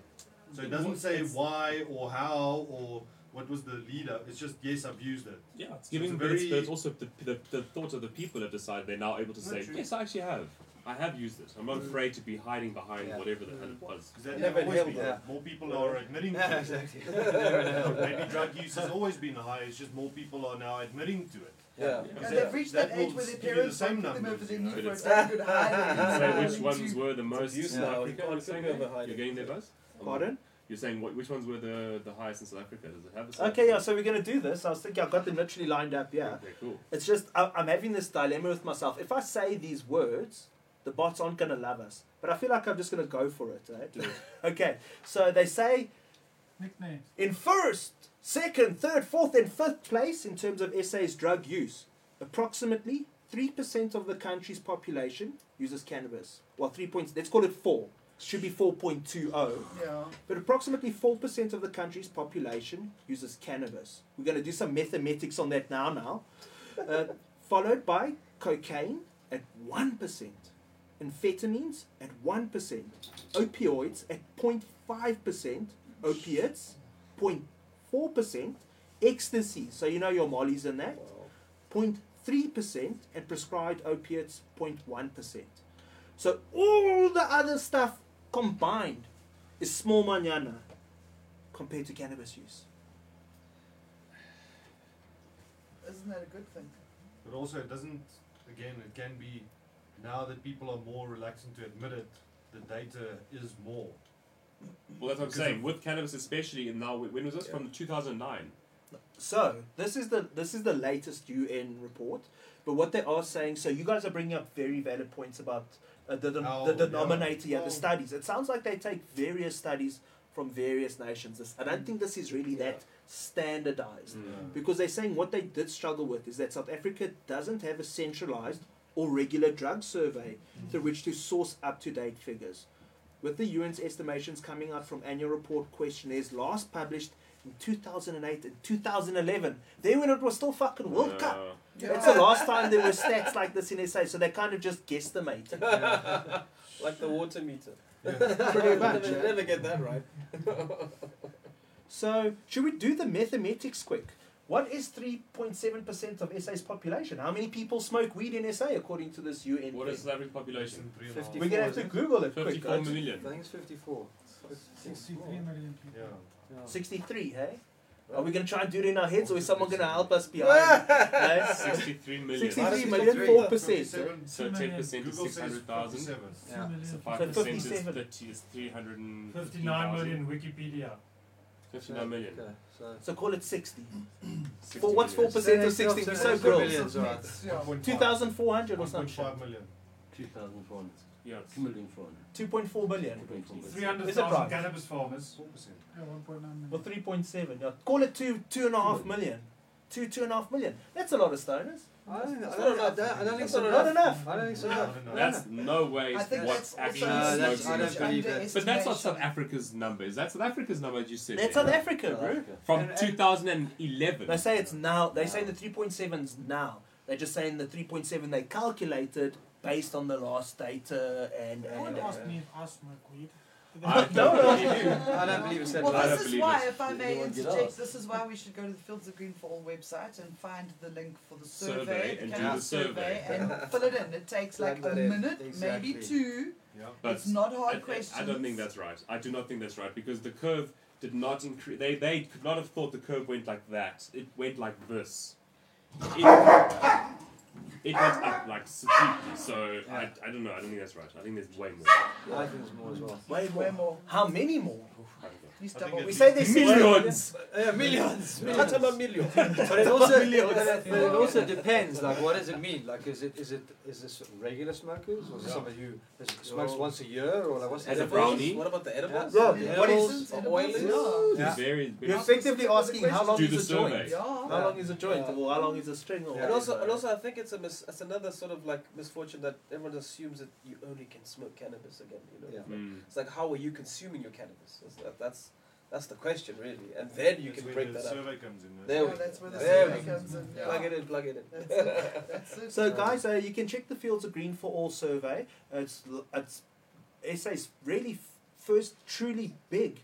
[SPEAKER 6] So it
[SPEAKER 2] It
[SPEAKER 6] doesn't
[SPEAKER 2] was-
[SPEAKER 6] say
[SPEAKER 2] it's-
[SPEAKER 6] why or how or what was the leader. It's just yes, I've used it.
[SPEAKER 2] Yeah, it's
[SPEAKER 6] So it's
[SPEAKER 2] giving
[SPEAKER 6] a
[SPEAKER 2] but it's-
[SPEAKER 6] very-
[SPEAKER 2] but it's also the, the, the thought of the people that decide they're now able to
[SPEAKER 6] Not
[SPEAKER 2] say,
[SPEAKER 6] true.
[SPEAKER 2] yes, I actually have. I have used it. I'm not afraid to be hiding behind
[SPEAKER 4] Yeah.
[SPEAKER 2] whatever the hell it was.
[SPEAKER 6] Because that
[SPEAKER 5] Yeah,
[SPEAKER 6] never
[SPEAKER 5] but
[SPEAKER 6] always
[SPEAKER 5] yeah,
[SPEAKER 6] been.
[SPEAKER 4] yeah.
[SPEAKER 6] More people are admitting to
[SPEAKER 4] Yeah,
[SPEAKER 6] it.
[SPEAKER 4] exactly.
[SPEAKER 6] Maybe drug use has always been high. It's just more people are now admitting to it.
[SPEAKER 5] Yeah.
[SPEAKER 2] Yeah.
[SPEAKER 3] And they've reached that,
[SPEAKER 6] That
[SPEAKER 3] age
[SPEAKER 6] will
[SPEAKER 3] where their
[SPEAKER 6] give you the
[SPEAKER 3] parents
[SPEAKER 6] same
[SPEAKER 3] don't put them
[SPEAKER 6] numbers,
[SPEAKER 3] over their
[SPEAKER 6] you
[SPEAKER 3] knee
[SPEAKER 6] know,
[SPEAKER 3] for a
[SPEAKER 2] it's-
[SPEAKER 3] damn good hiding.
[SPEAKER 2] Say
[SPEAKER 5] Yeah.
[SPEAKER 2] which ones were the most
[SPEAKER 5] abuse
[SPEAKER 2] in South
[SPEAKER 5] now, you
[SPEAKER 2] Africa
[SPEAKER 5] can't
[SPEAKER 2] the same
[SPEAKER 5] think of
[SPEAKER 2] way?
[SPEAKER 5] a hiding.
[SPEAKER 2] You're getting their buzz?
[SPEAKER 1] Pardon?
[SPEAKER 2] Um, You're saying what, which ones were the, the highest in South Africa? Does it have a South
[SPEAKER 1] Okay, yeah,
[SPEAKER 2] Africa?
[SPEAKER 1] so we're going to do this. I was thinking, I've got them literally lined up, yeah.
[SPEAKER 2] Okay, cool.
[SPEAKER 1] It's just, I, I'm having this dilemma with myself. If I say these words, the bots aren't going to love us. But I feel like I'm just going to go for it,
[SPEAKER 2] Do
[SPEAKER 1] right?
[SPEAKER 2] it.
[SPEAKER 1] okay, so they say
[SPEAKER 7] Nicknames.
[SPEAKER 1] in first, second, third, fourth, and fifth place in terms of SA's drug use. Approximately 3% of the country's population uses cannabis. Well, 3 points, let's call it 4. Should be 4.20.
[SPEAKER 3] Yeah.
[SPEAKER 1] But approximately 4% of the country's population uses cannabis. We're going to do some mathematics on that now, now. Uh, followed by cocaine at 1%, amphetamines at 1%, opioids at 0.5%, opiates 0.4%, ecstasy, so you know your mollies and that, 0.3%, and prescribed opiates 0.1%. So all the other stuff combined is small manana compared to cannabis use.
[SPEAKER 3] Isn't that a good thing?
[SPEAKER 6] But also, it doesn't. Again, it can be now that people are more reluctant to admit it. The data is more.
[SPEAKER 2] Well, that's what I'm
[SPEAKER 6] Because
[SPEAKER 2] saying. With cannabis, especially in now, when was this?
[SPEAKER 5] Yeah.
[SPEAKER 2] From 2009.
[SPEAKER 1] So this is the this is the latest UN report, but what they are saying. So you guys are bringing up very valid points about uh, the, the,
[SPEAKER 6] Oh,
[SPEAKER 1] the
[SPEAKER 6] yeah.
[SPEAKER 1] denominator, yeah,
[SPEAKER 6] Oh.
[SPEAKER 1] the studies. It sounds like they take various studies from various nations. This, I don't think this is really that standardized
[SPEAKER 6] Uh,
[SPEAKER 1] because they're saying what they did struggle with is that South Africa doesn't have a centralized or regular drug survey through which to source up to date figures. With the UN's estimations coming out from annual report questionnaires last published in 2008 and 2011, then when it was still fucking World Cup.
[SPEAKER 2] Uh,
[SPEAKER 1] That's the last time there were stats like this in SA, so they kind of just guesstimate.
[SPEAKER 5] Like the water meter.
[SPEAKER 1] Pretty much.
[SPEAKER 5] never,
[SPEAKER 1] yeah.
[SPEAKER 5] never get that right.
[SPEAKER 1] So, should we do the mathematics quick? What is 3.7% of SA's population? How many people smoke weed in SA according to this UN?
[SPEAKER 2] what
[SPEAKER 1] thing?
[SPEAKER 2] is South African population?
[SPEAKER 6] Three and a half.
[SPEAKER 1] We're gonna have to Google it quick.
[SPEAKER 2] 54
[SPEAKER 1] guys.
[SPEAKER 4] I
[SPEAKER 2] million.
[SPEAKER 4] think it's 54.
[SPEAKER 7] 63 million people.
[SPEAKER 6] Yeah.
[SPEAKER 4] Yeah.
[SPEAKER 1] 63, hey? Are we gonna try and do it in our heads, or is someone gonna help us behind? Hey?
[SPEAKER 2] 63 million.
[SPEAKER 1] 63
[SPEAKER 5] 63.
[SPEAKER 1] million, four percent.
[SPEAKER 6] 57.
[SPEAKER 2] So 10% is
[SPEAKER 6] Google says
[SPEAKER 2] 600,000.
[SPEAKER 6] 57.
[SPEAKER 7] Two
[SPEAKER 4] Yeah.
[SPEAKER 7] million
[SPEAKER 2] So
[SPEAKER 7] people.
[SPEAKER 2] 5% is
[SPEAKER 1] 57.
[SPEAKER 2] 30, is 359
[SPEAKER 8] 59 million Wikipedia.
[SPEAKER 2] 59 million.
[SPEAKER 4] Okay, so.
[SPEAKER 1] So call it 60.
[SPEAKER 2] 60
[SPEAKER 1] For what's
[SPEAKER 2] million.
[SPEAKER 1] 4% of 60? We're so gross.
[SPEAKER 4] Millions, all right.
[SPEAKER 3] Yeah.
[SPEAKER 1] 2,400 or something.
[SPEAKER 6] 1.5 million.
[SPEAKER 8] 2,400.
[SPEAKER 2] Yeah.
[SPEAKER 8] 2 million 400.
[SPEAKER 1] 2.4 billion.
[SPEAKER 8] 300,000
[SPEAKER 1] price?
[SPEAKER 8] cannabis farmers.
[SPEAKER 6] 4%.
[SPEAKER 7] Yeah, 1.9 million.
[SPEAKER 1] Or 3.7. Yeah. Call it 2, 2.5 million. 2, 2.5 million. That's a lot of stoners.
[SPEAKER 4] I don't,
[SPEAKER 5] That's not
[SPEAKER 4] I don't, I
[SPEAKER 5] enough.
[SPEAKER 4] don't, I don't think
[SPEAKER 5] That's
[SPEAKER 4] so.
[SPEAKER 5] not
[SPEAKER 1] Not
[SPEAKER 4] enough.
[SPEAKER 1] enough.
[SPEAKER 4] I don't think so.
[SPEAKER 6] No,
[SPEAKER 4] enough.
[SPEAKER 6] no, no.
[SPEAKER 2] That's no way
[SPEAKER 3] I think
[SPEAKER 2] what's
[SPEAKER 3] that's
[SPEAKER 2] actually
[SPEAKER 3] also
[SPEAKER 4] No,
[SPEAKER 2] smoked
[SPEAKER 4] that's-
[SPEAKER 2] in
[SPEAKER 4] I
[SPEAKER 2] this
[SPEAKER 4] don't
[SPEAKER 2] country.
[SPEAKER 4] believe that.
[SPEAKER 2] But that's not South Africa's numbers. That's South Africa's number you said.
[SPEAKER 1] That's
[SPEAKER 2] there.
[SPEAKER 1] South Africa, bro.
[SPEAKER 2] From
[SPEAKER 4] And- and-
[SPEAKER 2] 2011.
[SPEAKER 1] They say it's now. They're saying the 3.7's now. They're just saying the 3.7 they calculated based underestimated based on the last data and. uh,
[SPEAKER 7] No one
[SPEAKER 1] and
[SPEAKER 7] asked me if I smoke weed.
[SPEAKER 2] I
[SPEAKER 1] No, no.
[SPEAKER 2] don't believe you.
[SPEAKER 4] I don't believe it's that
[SPEAKER 3] Well,
[SPEAKER 2] I don't
[SPEAKER 4] low.
[SPEAKER 3] this is
[SPEAKER 2] believe
[SPEAKER 3] why,
[SPEAKER 2] it.
[SPEAKER 3] if I
[SPEAKER 8] You
[SPEAKER 3] may
[SPEAKER 8] won't get
[SPEAKER 3] interject,
[SPEAKER 8] asked.
[SPEAKER 3] this is why we should go to the Fields of Green for All website and find the link for the survey,
[SPEAKER 2] Survey
[SPEAKER 3] the
[SPEAKER 2] and do
[SPEAKER 3] Canada
[SPEAKER 2] the survey.
[SPEAKER 3] and fill it in. It takes like
[SPEAKER 4] Plug
[SPEAKER 3] a
[SPEAKER 4] that in.
[SPEAKER 3] minute,
[SPEAKER 4] Exactly.
[SPEAKER 3] maybe two.
[SPEAKER 6] Yeah.
[SPEAKER 2] But
[SPEAKER 3] it's not
[SPEAKER 2] I,
[SPEAKER 3] hard questions.
[SPEAKER 2] I- I don't think that's right. I do not think that's right because the curve did not increase. They, they could not have thought the curve went like that. It went like this. It, it went up like steeply. So I, I don't know. I don't think that's right. I think there's way more.
[SPEAKER 4] I think it's more as well.
[SPEAKER 1] way
[SPEAKER 3] way more.
[SPEAKER 1] How many more?
[SPEAKER 2] I don't know.
[SPEAKER 3] least
[SPEAKER 9] I
[SPEAKER 3] double.
[SPEAKER 9] think
[SPEAKER 3] We
[SPEAKER 9] it's-
[SPEAKER 3] say they
[SPEAKER 8] Millions!
[SPEAKER 4] Yeah, millions.
[SPEAKER 5] Touch on a million.
[SPEAKER 4] But it also, but it also depends. Like, what does it mean? Like, is it is it is this regular smokers or is it somebody who is- smokes once a year or like what's the
[SPEAKER 8] As a
[SPEAKER 4] difference?
[SPEAKER 8] brownie?
[SPEAKER 5] What about the edibles?
[SPEAKER 4] Yeah.
[SPEAKER 3] Yeah.
[SPEAKER 4] What
[SPEAKER 5] Edibles,
[SPEAKER 4] is
[SPEAKER 3] Edibles,
[SPEAKER 5] oil
[SPEAKER 3] edibles,
[SPEAKER 5] is-
[SPEAKER 1] Yeah.
[SPEAKER 8] Very
[SPEAKER 1] You're
[SPEAKER 8] big.
[SPEAKER 1] effectively asking how long
[SPEAKER 8] Do
[SPEAKER 1] is
[SPEAKER 8] the
[SPEAKER 1] a joint?
[SPEAKER 8] survey.
[SPEAKER 3] Yeah.
[SPEAKER 1] How long is a joint?
[SPEAKER 3] Yeah.
[SPEAKER 1] Or how long is a string? Or
[SPEAKER 4] Yeah.
[SPEAKER 5] And also,
[SPEAKER 1] whatever.
[SPEAKER 5] and also, I think it's a mis- it's another sort of like misfortune that everyone assumes that you only can smoke cannabis again. You know,
[SPEAKER 4] Yeah.
[SPEAKER 8] Mm.
[SPEAKER 5] it's like how are you consuming your cannabis? That's that, that's, that's the question really, and then you
[SPEAKER 9] That's
[SPEAKER 5] can
[SPEAKER 9] where
[SPEAKER 5] break
[SPEAKER 9] the
[SPEAKER 5] that up.
[SPEAKER 9] survey comes in.
[SPEAKER 5] There
[SPEAKER 3] Yeah,
[SPEAKER 5] we go.
[SPEAKER 3] that's where the
[SPEAKER 5] There
[SPEAKER 3] survey
[SPEAKER 5] we go.
[SPEAKER 3] comes in. Yeah.
[SPEAKER 5] Plug it in, plug it in.
[SPEAKER 3] That's it. That's it.
[SPEAKER 1] So, guys, uh, you can check the Fields of Green for All survey. Uh, It's l- it's SA's really f- first truly big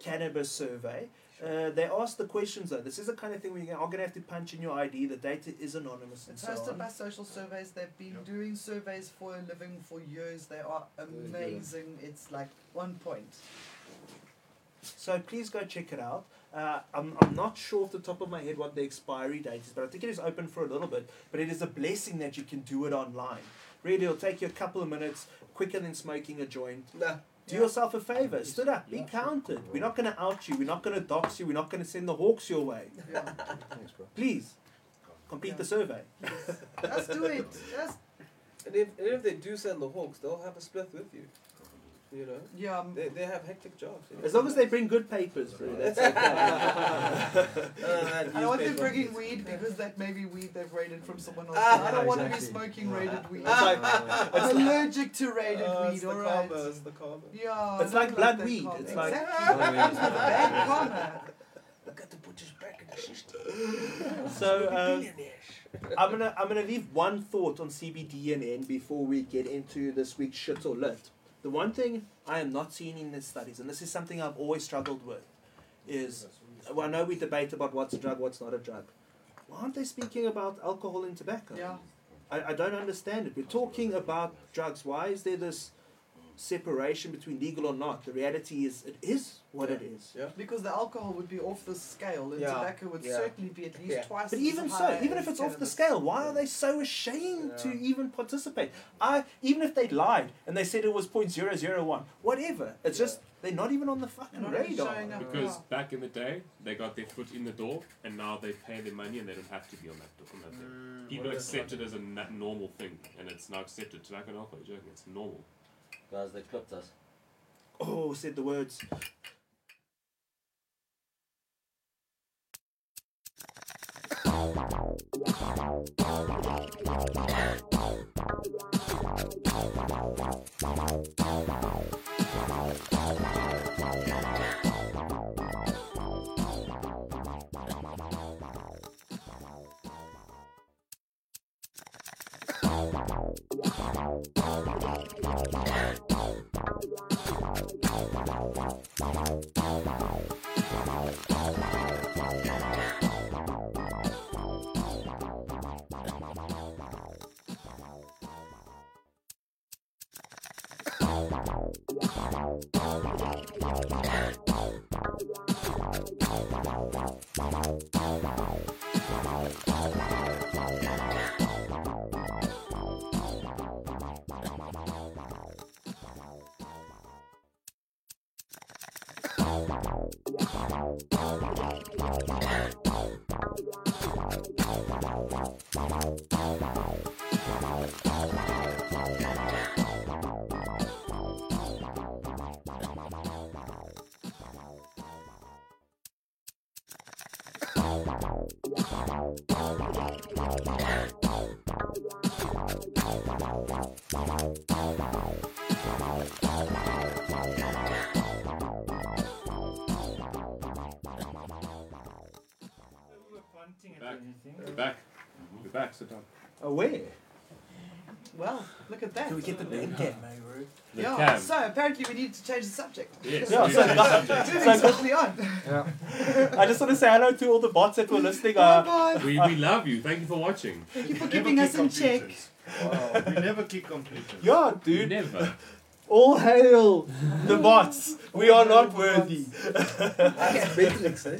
[SPEAKER 1] cannabis survey. Uh, they asked the questions though. This is the kind of thing where you are going to have to punch in your ID. The data is anonymous and
[SPEAKER 3] It's
[SPEAKER 1] so
[SPEAKER 3] hosted
[SPEAKER 1] on.
[SPEAKER 3] by Social Surveys. They've been
[SPEAKER 9] Yep.
[SPEAKER 3] doing surveys for a living for years. They are
[SPEAKER 4] good.
[SPEAKER 3] amazing. It's like one point.
[SPEAKER 1] So please go check it out. Uh, I'm, I'm not sure off the top of my head what the expiry date is, but I think it is open for a little bit. But it is a blessing that you can do it online. Really, it'll take you a couple of minutes, quicker than smoking a joint.
[SPEAKER 5] Nah,
[SPEAKER 1] Do
[SPEAKER 3] Yeah.
[SPEAKER 1] yourself a favor. Stood up. Be counted. We're not going to out you. We're not going to dox you. We're not going to send the hawks your way.
[SPEAKER 3] Yeah.
[SPEAKER 4] Thanks, bro.
[SPEAKER 1] Please complete the survey.
[SPEAKER 3] Let's do it. Let's,
[SPEAKER 5] and if and if they do send the hawks, they'll have a spliff with you. You know,
[SPEAKER 3] yeah. um,
[SPEAKER 5] they they have hectic jobs. you know.
[SPEAKER 1] As long as they bring good papers through, that's okay.
[SPEAKER 5] Uh, that
[SPEAKER 3] I don't want them
[SPEAKER 5] newspaper.
[SPEAKER 3] bringing weed because that may be weed they've raided from someone else.
[SPEAKER 5] Ah,
[SPEAKER 3] I don't want to be
[SPEAKER 4] exactly.
[SPEAKER 3] smoking raided weed.
[SPEAKER 4] It's like-
[SPEAKER 3] I'm allergic to raided
[SPEAKER 5] Uh, it's
[SPEAKER 3] weed,
[SPEAKER 5] the
[SPEAKER 3] alright.
[SPEAKER 5] karma, it's the karma.
[SPEAKER 3] Yeah.
[SPEAKER 1] It's
[SPEAKER 3] I
[SPEAKER 1] like
[SPEAKER 3] don't
[SPEAKER 1] blood
[SPEAKER 3] that
[SPEAKER 1] weed,
[SPEAKER 3] karma.
[SPEAKER 1] it's like-
[SPEAKER 3] exactly.
[SPEAKER 4] Blood weed.
[SPEAKER 3] Bad karma.
[SPEAKER 5] Look at the butcher's back in the system.
[SPEAKER 1] so um, I'm gonna I'm gonna leave one thought on CBD and N before we get into this week's shit or lit. The one thing I am not seeing in the studies, and this is something I've always struggled with, is well, I know we debate about what's a drug, what's not a drug. Why aren't they speaking about alcohol and tobacco?
[SPEAKER 3] Yeah.
[SPEAKER 1] I, I don't understand it. We're talking about drugs. Why is there this separation between legal or not? The reality is it is what it is.
[SPEAKER 3] Because the alcohol would be off the scale, and
[SPEAKER 5] Yeah.
[SPEAKER 3] tobacco would
[SPEAKER 5] Yeah.
[SPEAKER 3] certainly be at least
[SPEAKER 5] Yeah.
[SPEAKER 3] twice.
[SPEAKER 1] But
[SPEAKER 3] as
[SPEAKER 1] even so,
[SPEAKER 3] high
[SPEAKER 1] even if
[SPEAKER 3] as
[SPEAKER 1] it's off the
[SPEAKER 3] cannabis.
[SPEAKER 1] scale, why are they so ashamed to even participate? I even if they lied and they said it was point zero zero one, whatever. It's just they're not even on the fucking
[SPEAKER 3] Not even
[SPEAKER 1] radar.
[SPEAKER 3] showing up.
[SPEAKER 8] Because
[SPEAKER 3] Yeah.
[SPEAKER 8] back in the day, they got their foot in the door, and now they pay their money, and they don't have to be on that door. On that thing. People accept it as a na- normal thing, and it's now accepted. Tobacco and alcohol, you're joking, it's normal.
[SPEAKER 2] Guys, they clipped us.
[SPEAKER 1] Oh, said the words.
[SPEAKER 8] Back, we're back, we're back. Sit down.
[SPEAKER 1] Aware.
[SPEAKER 3] Well, look at that.
[SPEAKER 1] Can we get the band
[SPEAKER 8] The
[SPEAKER 3] yeah.
[SPEAKER 8] cam.
[SPEAKER 3] So apparently we need to change the subject.
[SPEAKER 8] Yes.
[SPEAKER 1] Yeah,
[SPEAKER 8] we
[SPEAKER 1] so- uh,
[SPEAKER 8] have a subject.
[SPEAKER 3] Moving swiftly on.
[SPEAKER 4] Yeah.
[SPEAKER 1] I just want to say hello to all the bots that were listening.
[SPEAKER 3] Bye
[SPEAKER 1] Uh,
[SPEAKER 3] bye.
[SPEAKER 8] we, we love you. Thank you for watching.
[SPEAKER 3] Thank you for keeping us in check.
[SPEAKER 9] Wow. we never keep completers.
[SPEAKER 1] yeah, dude.
[SPEAKER 8] Never.
[SPEAKER 1] All hail the bots. We are not
[SPEAKER 3] the
[SPEAKER 1] worthy.
[SPEAKER 5] Matrix, eh?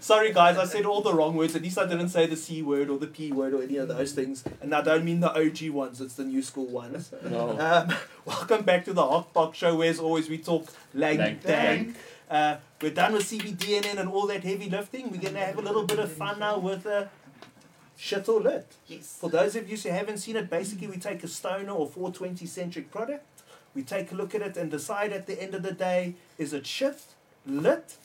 [SPEAKER 1] Sorry, guys, I said all the wrong words. At least I didn't say the C word or the P word or any of those things. And I don't mean the OG ones, it's the new school ones.
[SPEAKER 8] No.
[SPEAKER 1] Um, welcome back to the Hot Box Show, where as always we talk lang
[SPEAKER 8] Lang
[SPEAKER 1] dang.
[SPEAKER 3] Dang.
[SPEAKER 1] Uh, we're done with CBDNN and all that heavy lifting. We're going to have a little bit of fun now with uh, shit or lit.
[SPEAKER 3] Yes.
[SPEAKER 1] For those of you who haven't seen it, basically we take a stoner or 420 centric product, we take a look at it and decide at the end of the day is it shit, lit,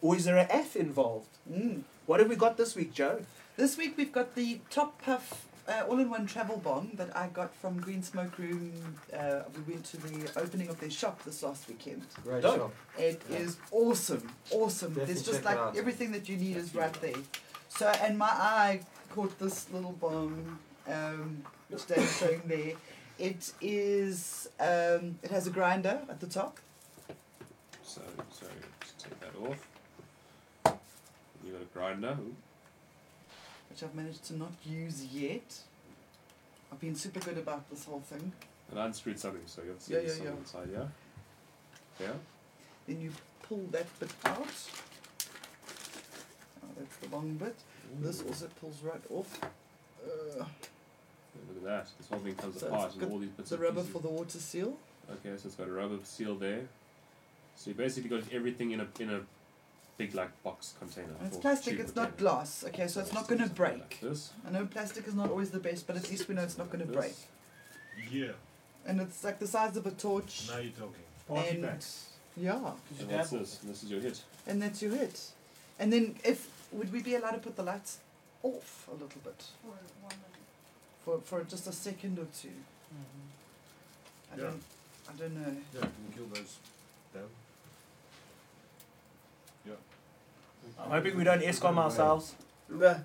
[SPEAKER 1] or is there an F involved?
[SPEAKER 3] Mm.
[SPEAKER 1] What have we got this week, Joe?
[SPEAKER 3] This week we've got the Top Puff uh, all-in-one travel bomb that I got from Green Smoke Room. Uh, we went to the opening of their shop this last weekend.
[SPEAKER 4] Great
[SPEAKER 1] Dope.
[SPEAKER 4] shop.
[SPEAKER 3] It is
[SPEAKER 4] Yeah.
[SPEAKER 3] awesome, awesome.
[SPEAKER 4] Definitely
[SPEAKER 3] There's just
[SPEAKER 4] check it
[SPEAKER 3] like
[SPEAKER 4] out.
[SPEAKER 3] everything that you need is right there. So, and my eye caught this little bomb, um, which Dave's showing there. It is. Um, it has a grinder at the top.
[SPEAKER 2] So, sorry, just take that off. You got a grinder. Ooh.
[SPEAKER 3] which I've managed to not use yet. I've been super good about this whole thing.
[SPEAKER 2] And I unscrewed something, so you obviously
[SPEAKER 3] Yeah,
[SPEAKER 2] there's
[SPEAKER 3] yeah,
[SPEAKER 2] something inside, yeah? Yeah?
[SPEAKER 3] Then you pull that bit out. Oh, that's the long bit. This
[SPEAKER 2] Ooh,
[SPEAKER 3] also pulls right off. Uh,
[SPEAKER 2] Look at that. This whole thing comes
[SPEAKER 3] So it's
[SPEAKER 2] apart and
[SPEAKER 3] got
[SPEAKER 2] all these bits
[SPEAKER 3] the
[SPEAKER 2] and
[SPEAKER 3] rubber
[SPEAKER 2] pieces.
[SPEAKER 3] for the water seal.
[SPEAKER 2] Okay, so it's got a rubber seal there. So you basically got everything in a in a big like box container.
[SPEAKER 3] And it's
[SPEAKER 2] or
[SPEAKER 3] plastic,
[SPEAKER 2] tube
[SPEAKER 3] it's not
[SPEAKER 2] container.
[SPEAKER 3] glass. Okay, so it's not going to
[SPEAKER 2] something
[SPEAKER 3] break.
[SPEAKER 2] Like this.
[SPEAKER 3] I know plastic is not always the best, but at least we know it's not going to
[SPEAKER 2] This.
[SPEAKER 3] break.
[SPEAKER 6] Yeah,
[SPEAKER 3] And it's like the size of a torch.
[SPEAKER 6] now you're talking.
[SPEAKER 7] Party
[SPEAKER 3] And-
[SPEAKER 7] packs.
[SPEAKER 3] Yeah.
[SPEAKER 7] Could you
[SPEAKER 2] And that's
[SPEAKER 7] dabble?
[SPEAKER 2] this. And this is your hit.
[SPEAKER 3] And that's your hit. And then if would we be allowed to put the lights off a little bit for for just a second or two?
[SPEAKER 7] Mhm.
[SPEAKER 2] Mm-hmm.
[SPEAKER 3] I
[SPEAKER 6] Yeah.
[SPEAKER 3] don't I don't know.
[SPEAKER 6] Yeah, you can kill those down.
[SPEAKER 1] I'm hoping we don't ESCOM ourselves.
[SPEAKER 5] Nah.
[SPEAKER 2] And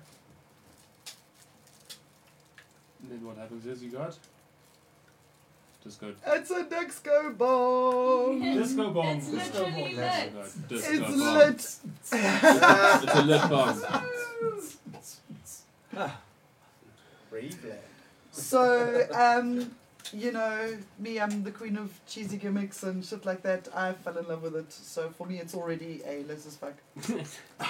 [SPEAKER 2] then what happens is you got just go
[SPEAKER 3] It's a Disco Bomb!
[SPEAKER 2] disco bomb.
[SPEAKER 10] It's
[SPEAKER 2] Disco
[SPEAKER 10] literally
[SPEAKER 2] bomb.
[SPEAKER 10] lit.
[SPEAKER 2] Disco
[SPEAKER 3] it's
[SPEAKER 2] bomb.
[SPEAKER 3] lit!
[SPEAKER 2] It's a lit bomb.
[SPEAKER 3] So, um, you know, me, I'm the queen of cheesy gimmicks and shit like that. I fell in love with it. So for me, it's already a lit as fuck.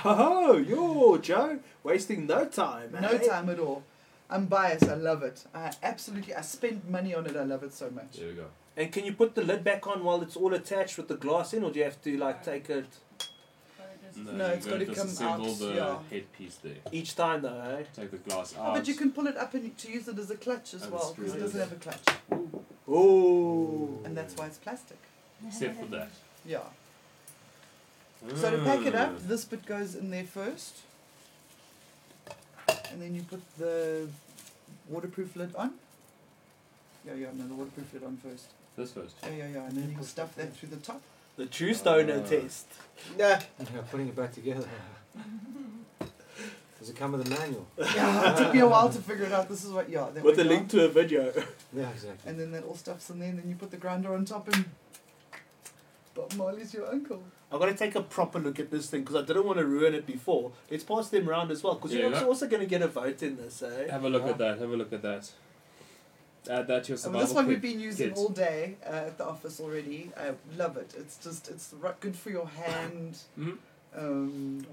[SPEAKER 1] Oh, yo, Joe, wasting no time.
[SPEAKER 3] No
[SPEAKER 1] eh?
[SPEAKER 3] time at all. I'm biased. I love it. I absolutely, I spend money on it. I love it so much.
[SPEAKER 2] There we go.
[SPEAKER 1] And can you put the lid back on while it's all attached with the glass in, or do you have to like take it
[SPEAKER 3] No,
[SPEAKER 2] you
[SPEAKER 3] it's
[SPEAKER 2] go
[SPEAKER 3] gotta
[SPEAKER 2] just
[SPEAKER 3] come
[SPEAKER 2] assemble
[SPEAKER 3] out,
[SPEAKER 2] the
[SPEAKER 3] yeah.
[SPEAKER 2] headpiece there.
[SPEAKER 1] each time though? Eh?
[SPEAKER 2] Take the glass out.
[SPEAKER 3] Oh, but you can pull it up and to use it as a clutch as
[SPEAKER 2] And
[SPEAKER 3] well
[SPEAKER 2] screw
[SPEAKER 3] because it
[SPEAKER 2] it
[SPEAKER 3] doesn't
[SPEAKER 2] in.
[SPEAKER 3] have a clutch,
[SPEAKER 1] eh? Oh,
[SPEAKER 3] and that's why it's plastic.
[SPEAKER 2] Except for that.
[SPEAKER 3] Yeah. So to pack it
[SPEAKER 2] Mm.
[SPEAKER 3] up, this bit goes in there first, and then you put the waterproof lid on. Yeah, yeah, no, the waterproof lid on first.
[SPEAKER 2] This first.
[SPEAKER 3] Yeah, yeah, yeah, and then you stuff that through the top.
[SPEAKER 1] the true stoner
[SPEAKER 2] Ah.
[SPEAKER 1] test.
[SPEAKER 5] Nah.
[SPEAKER 4] Yeah, putting it back together. Does it come with a manual?
[SPEAKER 3] Yeah, it took me a while to figure it out. This is what, yeah. There
[SPEAKER 1] With
[SPEAKER 3] we
[SPEAKER 1] a
[SPEAKER 3] go.
[SPEAKER 1] link to a video.
[SPEAKER 4] Yeah, exactly.
[SPEAKER 3] And then that all stuffs in there, and then you put the grinder on top, and Bob Marley's your uncle.
[SPEAKER 1] I'm gonna take a proper look at this thing because I didn't want to ruin it before. Let's pass them round as well because
[SPEAKER 2] Yeah,
[SPEAKER 1] you're also-
[SPEAKER 2] that-
[SPEAKER 1] also gonna get a vote in this, eh?
[SPEAKER 2] Have a look at that. Have a look at that. Add that to your
[SPEAKER 3] I
[SPEAKER 2] survival
[SPEAKER 3] mean, this one
[SPEAKER 2] kit.
[SPEAKER 3] we've been using
[SPEAKER 2] kit.
[SPEAKER 3] all day uh, at the office already. I love it. It's just it's ri- good for your hand.
[SPEAKER 2] Mhm.
[SPEAKER 3] Um,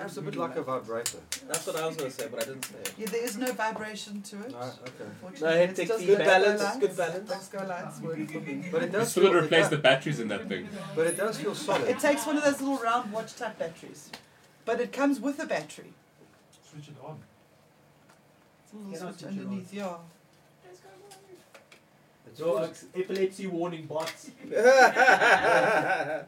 [SPEAKER 4] It's a bit like a vibrator.
[SPEAKER 5] That's what I was gonna say, but I didn't say it.
[SPEAKER 3] yeah, there is no vibration to it.
[SPEAKER 4] No, okay.
[SPEAKER 3] unfortunately.
[SPEAKER 1] No,
[SPEAKER 3] It's
[SPEAKER 1] haptic feedback.
[SPEAKER 3] just disco
[SPEAKER 5] Good balance,
[SPEAKER 3] lights.
[SPEAKER 5] good balance.
[SPEAKER 3] Disco lights work for me.
[SPEAKER 4] But it
[SPEAKER 2] You
[SPEAKER 4] does
[SPEAKER 2] still
[SPEAKER 4] feel
[SPEAKER 2] gotta replace
[SPEAKER 4] it
[SPEAKER 2] the
[SPEAKER 4] does,
[SPEAKER 2] batteries in that thing.
[SPEAKER 4] But it does feel solid.
[SPEAKER 3] It takes one of those little round watch type batteries, but it comes with a battery.
[SPEAKER 7] Switch it on.
[SPEAKER 3] It's a little
[SPEAKER 7] Yeah,
[SPEAKER 3] switch
[SPEAKER 7] switch it on.
[SPEAKER 3] underneath, yeah.
[SPEAKER 4] It's all
[SPEAKER 1] epilepsy warning bots.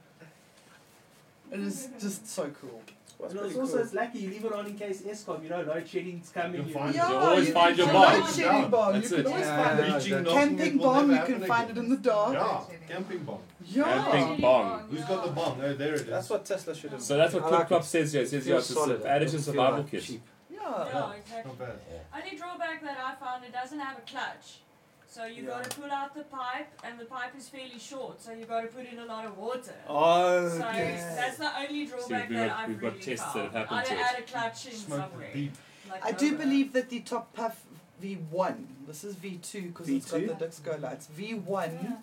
[SPEAKER 3] It is just so cool.
[SPEAKER 5] What's pretty cool.
[SPEAKER 1] lucky you leave it on in case ESCOM, you know, load shedding's
[SPEAKER 6] You'll find
[SPEAKER 3] Yeah,
[SPEAKER 2] You always
[SPEAKER 3] you
[SPEAKER 2] find
[SPEAKER 3] can
[SPEAKER 2] your
[SPEAKER 3] find
[SPEAKER 2] bomb.
[SPEAKER 3] a shading bomb.
[SPEAKER 2] That's
[SPEAKER 3] you
[SPEAKER 2] it.
[SPEAKER 3] can always
[SPEAKER 4] Yeah,
[SPEAKER 3] find
[SPEAKER 4] yeah,
[SPEAKER 3] it.
[SPEAKER 4] yeah.
[SPEAKER 6] Reaching
[SPEAKER 4] exactly.
[SPEAKER 6] knocking,
[SPEAKER 3] Camping
[SPEAKER 6] it will
[SPEAKER 3] bomb,
[SPEAKER 6] never
[SPEAKER 3] you
[SPEAKER 6] happen
[SPEAKER 3] can find it
[SPEAKER 6] again.
[SPEAKER 3] in the dark.
[SPEAKER 6] Yeah, camping bomb.
[SPEAKER 3] Yeah.
[SPEAKER 10] Oh.
[SPEAKER 2] Camping bomb.
[SPEAKER 6] Who's got the bomb? Oh, there it is.
[SPEAKER 5] That's what Tesla should have
[SPEAKER 2] So that's what
[SPEAKER 4] I
[SPEAKER 2] Cook
[SPEAKER 4] like
[SPEAKER 2] Club
[SPEAKER 4] it.
[SPEAKER 2] says here. It says
[SPEAKER 4] It
[SPEAKER 2] here
[SPEAKER 4] feels
[SPEAKER 2] it's
[SPEAKER 4] solid.
[SPEAKER 2] a- add it
[SPEAKER 4] It
[SPEAKER 2] to
[SPEAKER 4] doesn't feel
[SPEAKER 2] survival
[SPEAKER 4] like
[SPEAKER 2] kit.
[SPEAKER 4] cheap.
[SPEAKER 3] Yeah.
[SPEAKER 10] Yeah, exactly.
[SPEAKER 6] Not bad.
[SPEAKER 10] Only drawback that I found, it doesn't have a clutch. So you
[SPEAKER 1] Yeah.
[SPEAKER 10] gotta pull out the pipe, and the pipe is fairly short, so you gotta put in a lot of water.
[SPEAKER 1] Oh,
[SPEAKER 10] So
[SPEAKER 1] yes.
[SPEAKER 10] that's the only drawback
[SPEAKER 2] we've
[SPEAKER 10] that
[SPEAKER 2] got-
[SPEAKER 10] I've
[SPEAKER 2] we've got
[SPEAKER 10] really
[SPEAKER 2] tests that
[SPEAKER 10] found.
[SPEAKER 2] have happened
[SPEAKER 10] I'd
[SPEAKER 2] to
[SPEAKER 10] add a clutch in
[SPEAKER 6] Smoke
[SPEAKER 10] somewhere.
[SPEAKER 6] the deep.
[SPEAKER 10] Like
[SPEAKER 3] I do
[SPEAKER 10] nowhere.
[SPEAKER 3] believe that the top puff V1, this is V2 because it's got
[SPEAKER 1] V2?
[SPEAKER 3] the Dixco lights. V1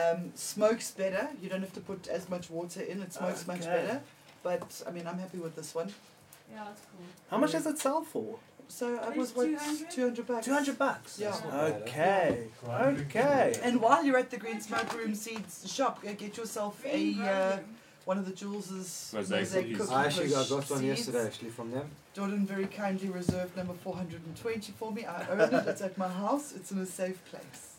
[SPEAKER 10] Yeah.
[SPEAKER 3] um, smokes better. You don't have to put as much water in, it smokes much
[SPEAKER 1] Okay.
[SPEAKER 3] better. But I mean, I'm happy with this one.
[SPEAKER 10] Yeah, it's cool.
[SPEAKER 1] How much does it sell for?
[SPEAKER 3] So I
[SPEAKER 10] It's
[SPEAKER 3] was what
[SPEAKER 10] 200?
[SPEAKER 3] 200 bucks.
[SPEAKER 1] Two hundred bucks.
[SPEAKER 3] Yeah.
[SPEAKER 1] Okay. Okay.
[SPEAKER 3] And while you're at the Green Smoke Room Seeds shop, go get yourself a
[SPEAKER 10] Green
[SPEAKER 3] uh,
[SPEAKER 10] room.
[SPEAKER 3] one of the Jules'
[SPEAKER 2] Mosaic cookies.
[SPEAKER 3] cookie
[SPEAKER 4] I actually got,
[SPEAKER 3] push
[SPEAKER 4] got one
[SPEAKER 3] seeds.
[SPEAKER 4] yesterday actually from them.
[SPEAKER 3] Jordan very kindly reserved number 420 for me. I own it. It's at my house. It's in a safe place.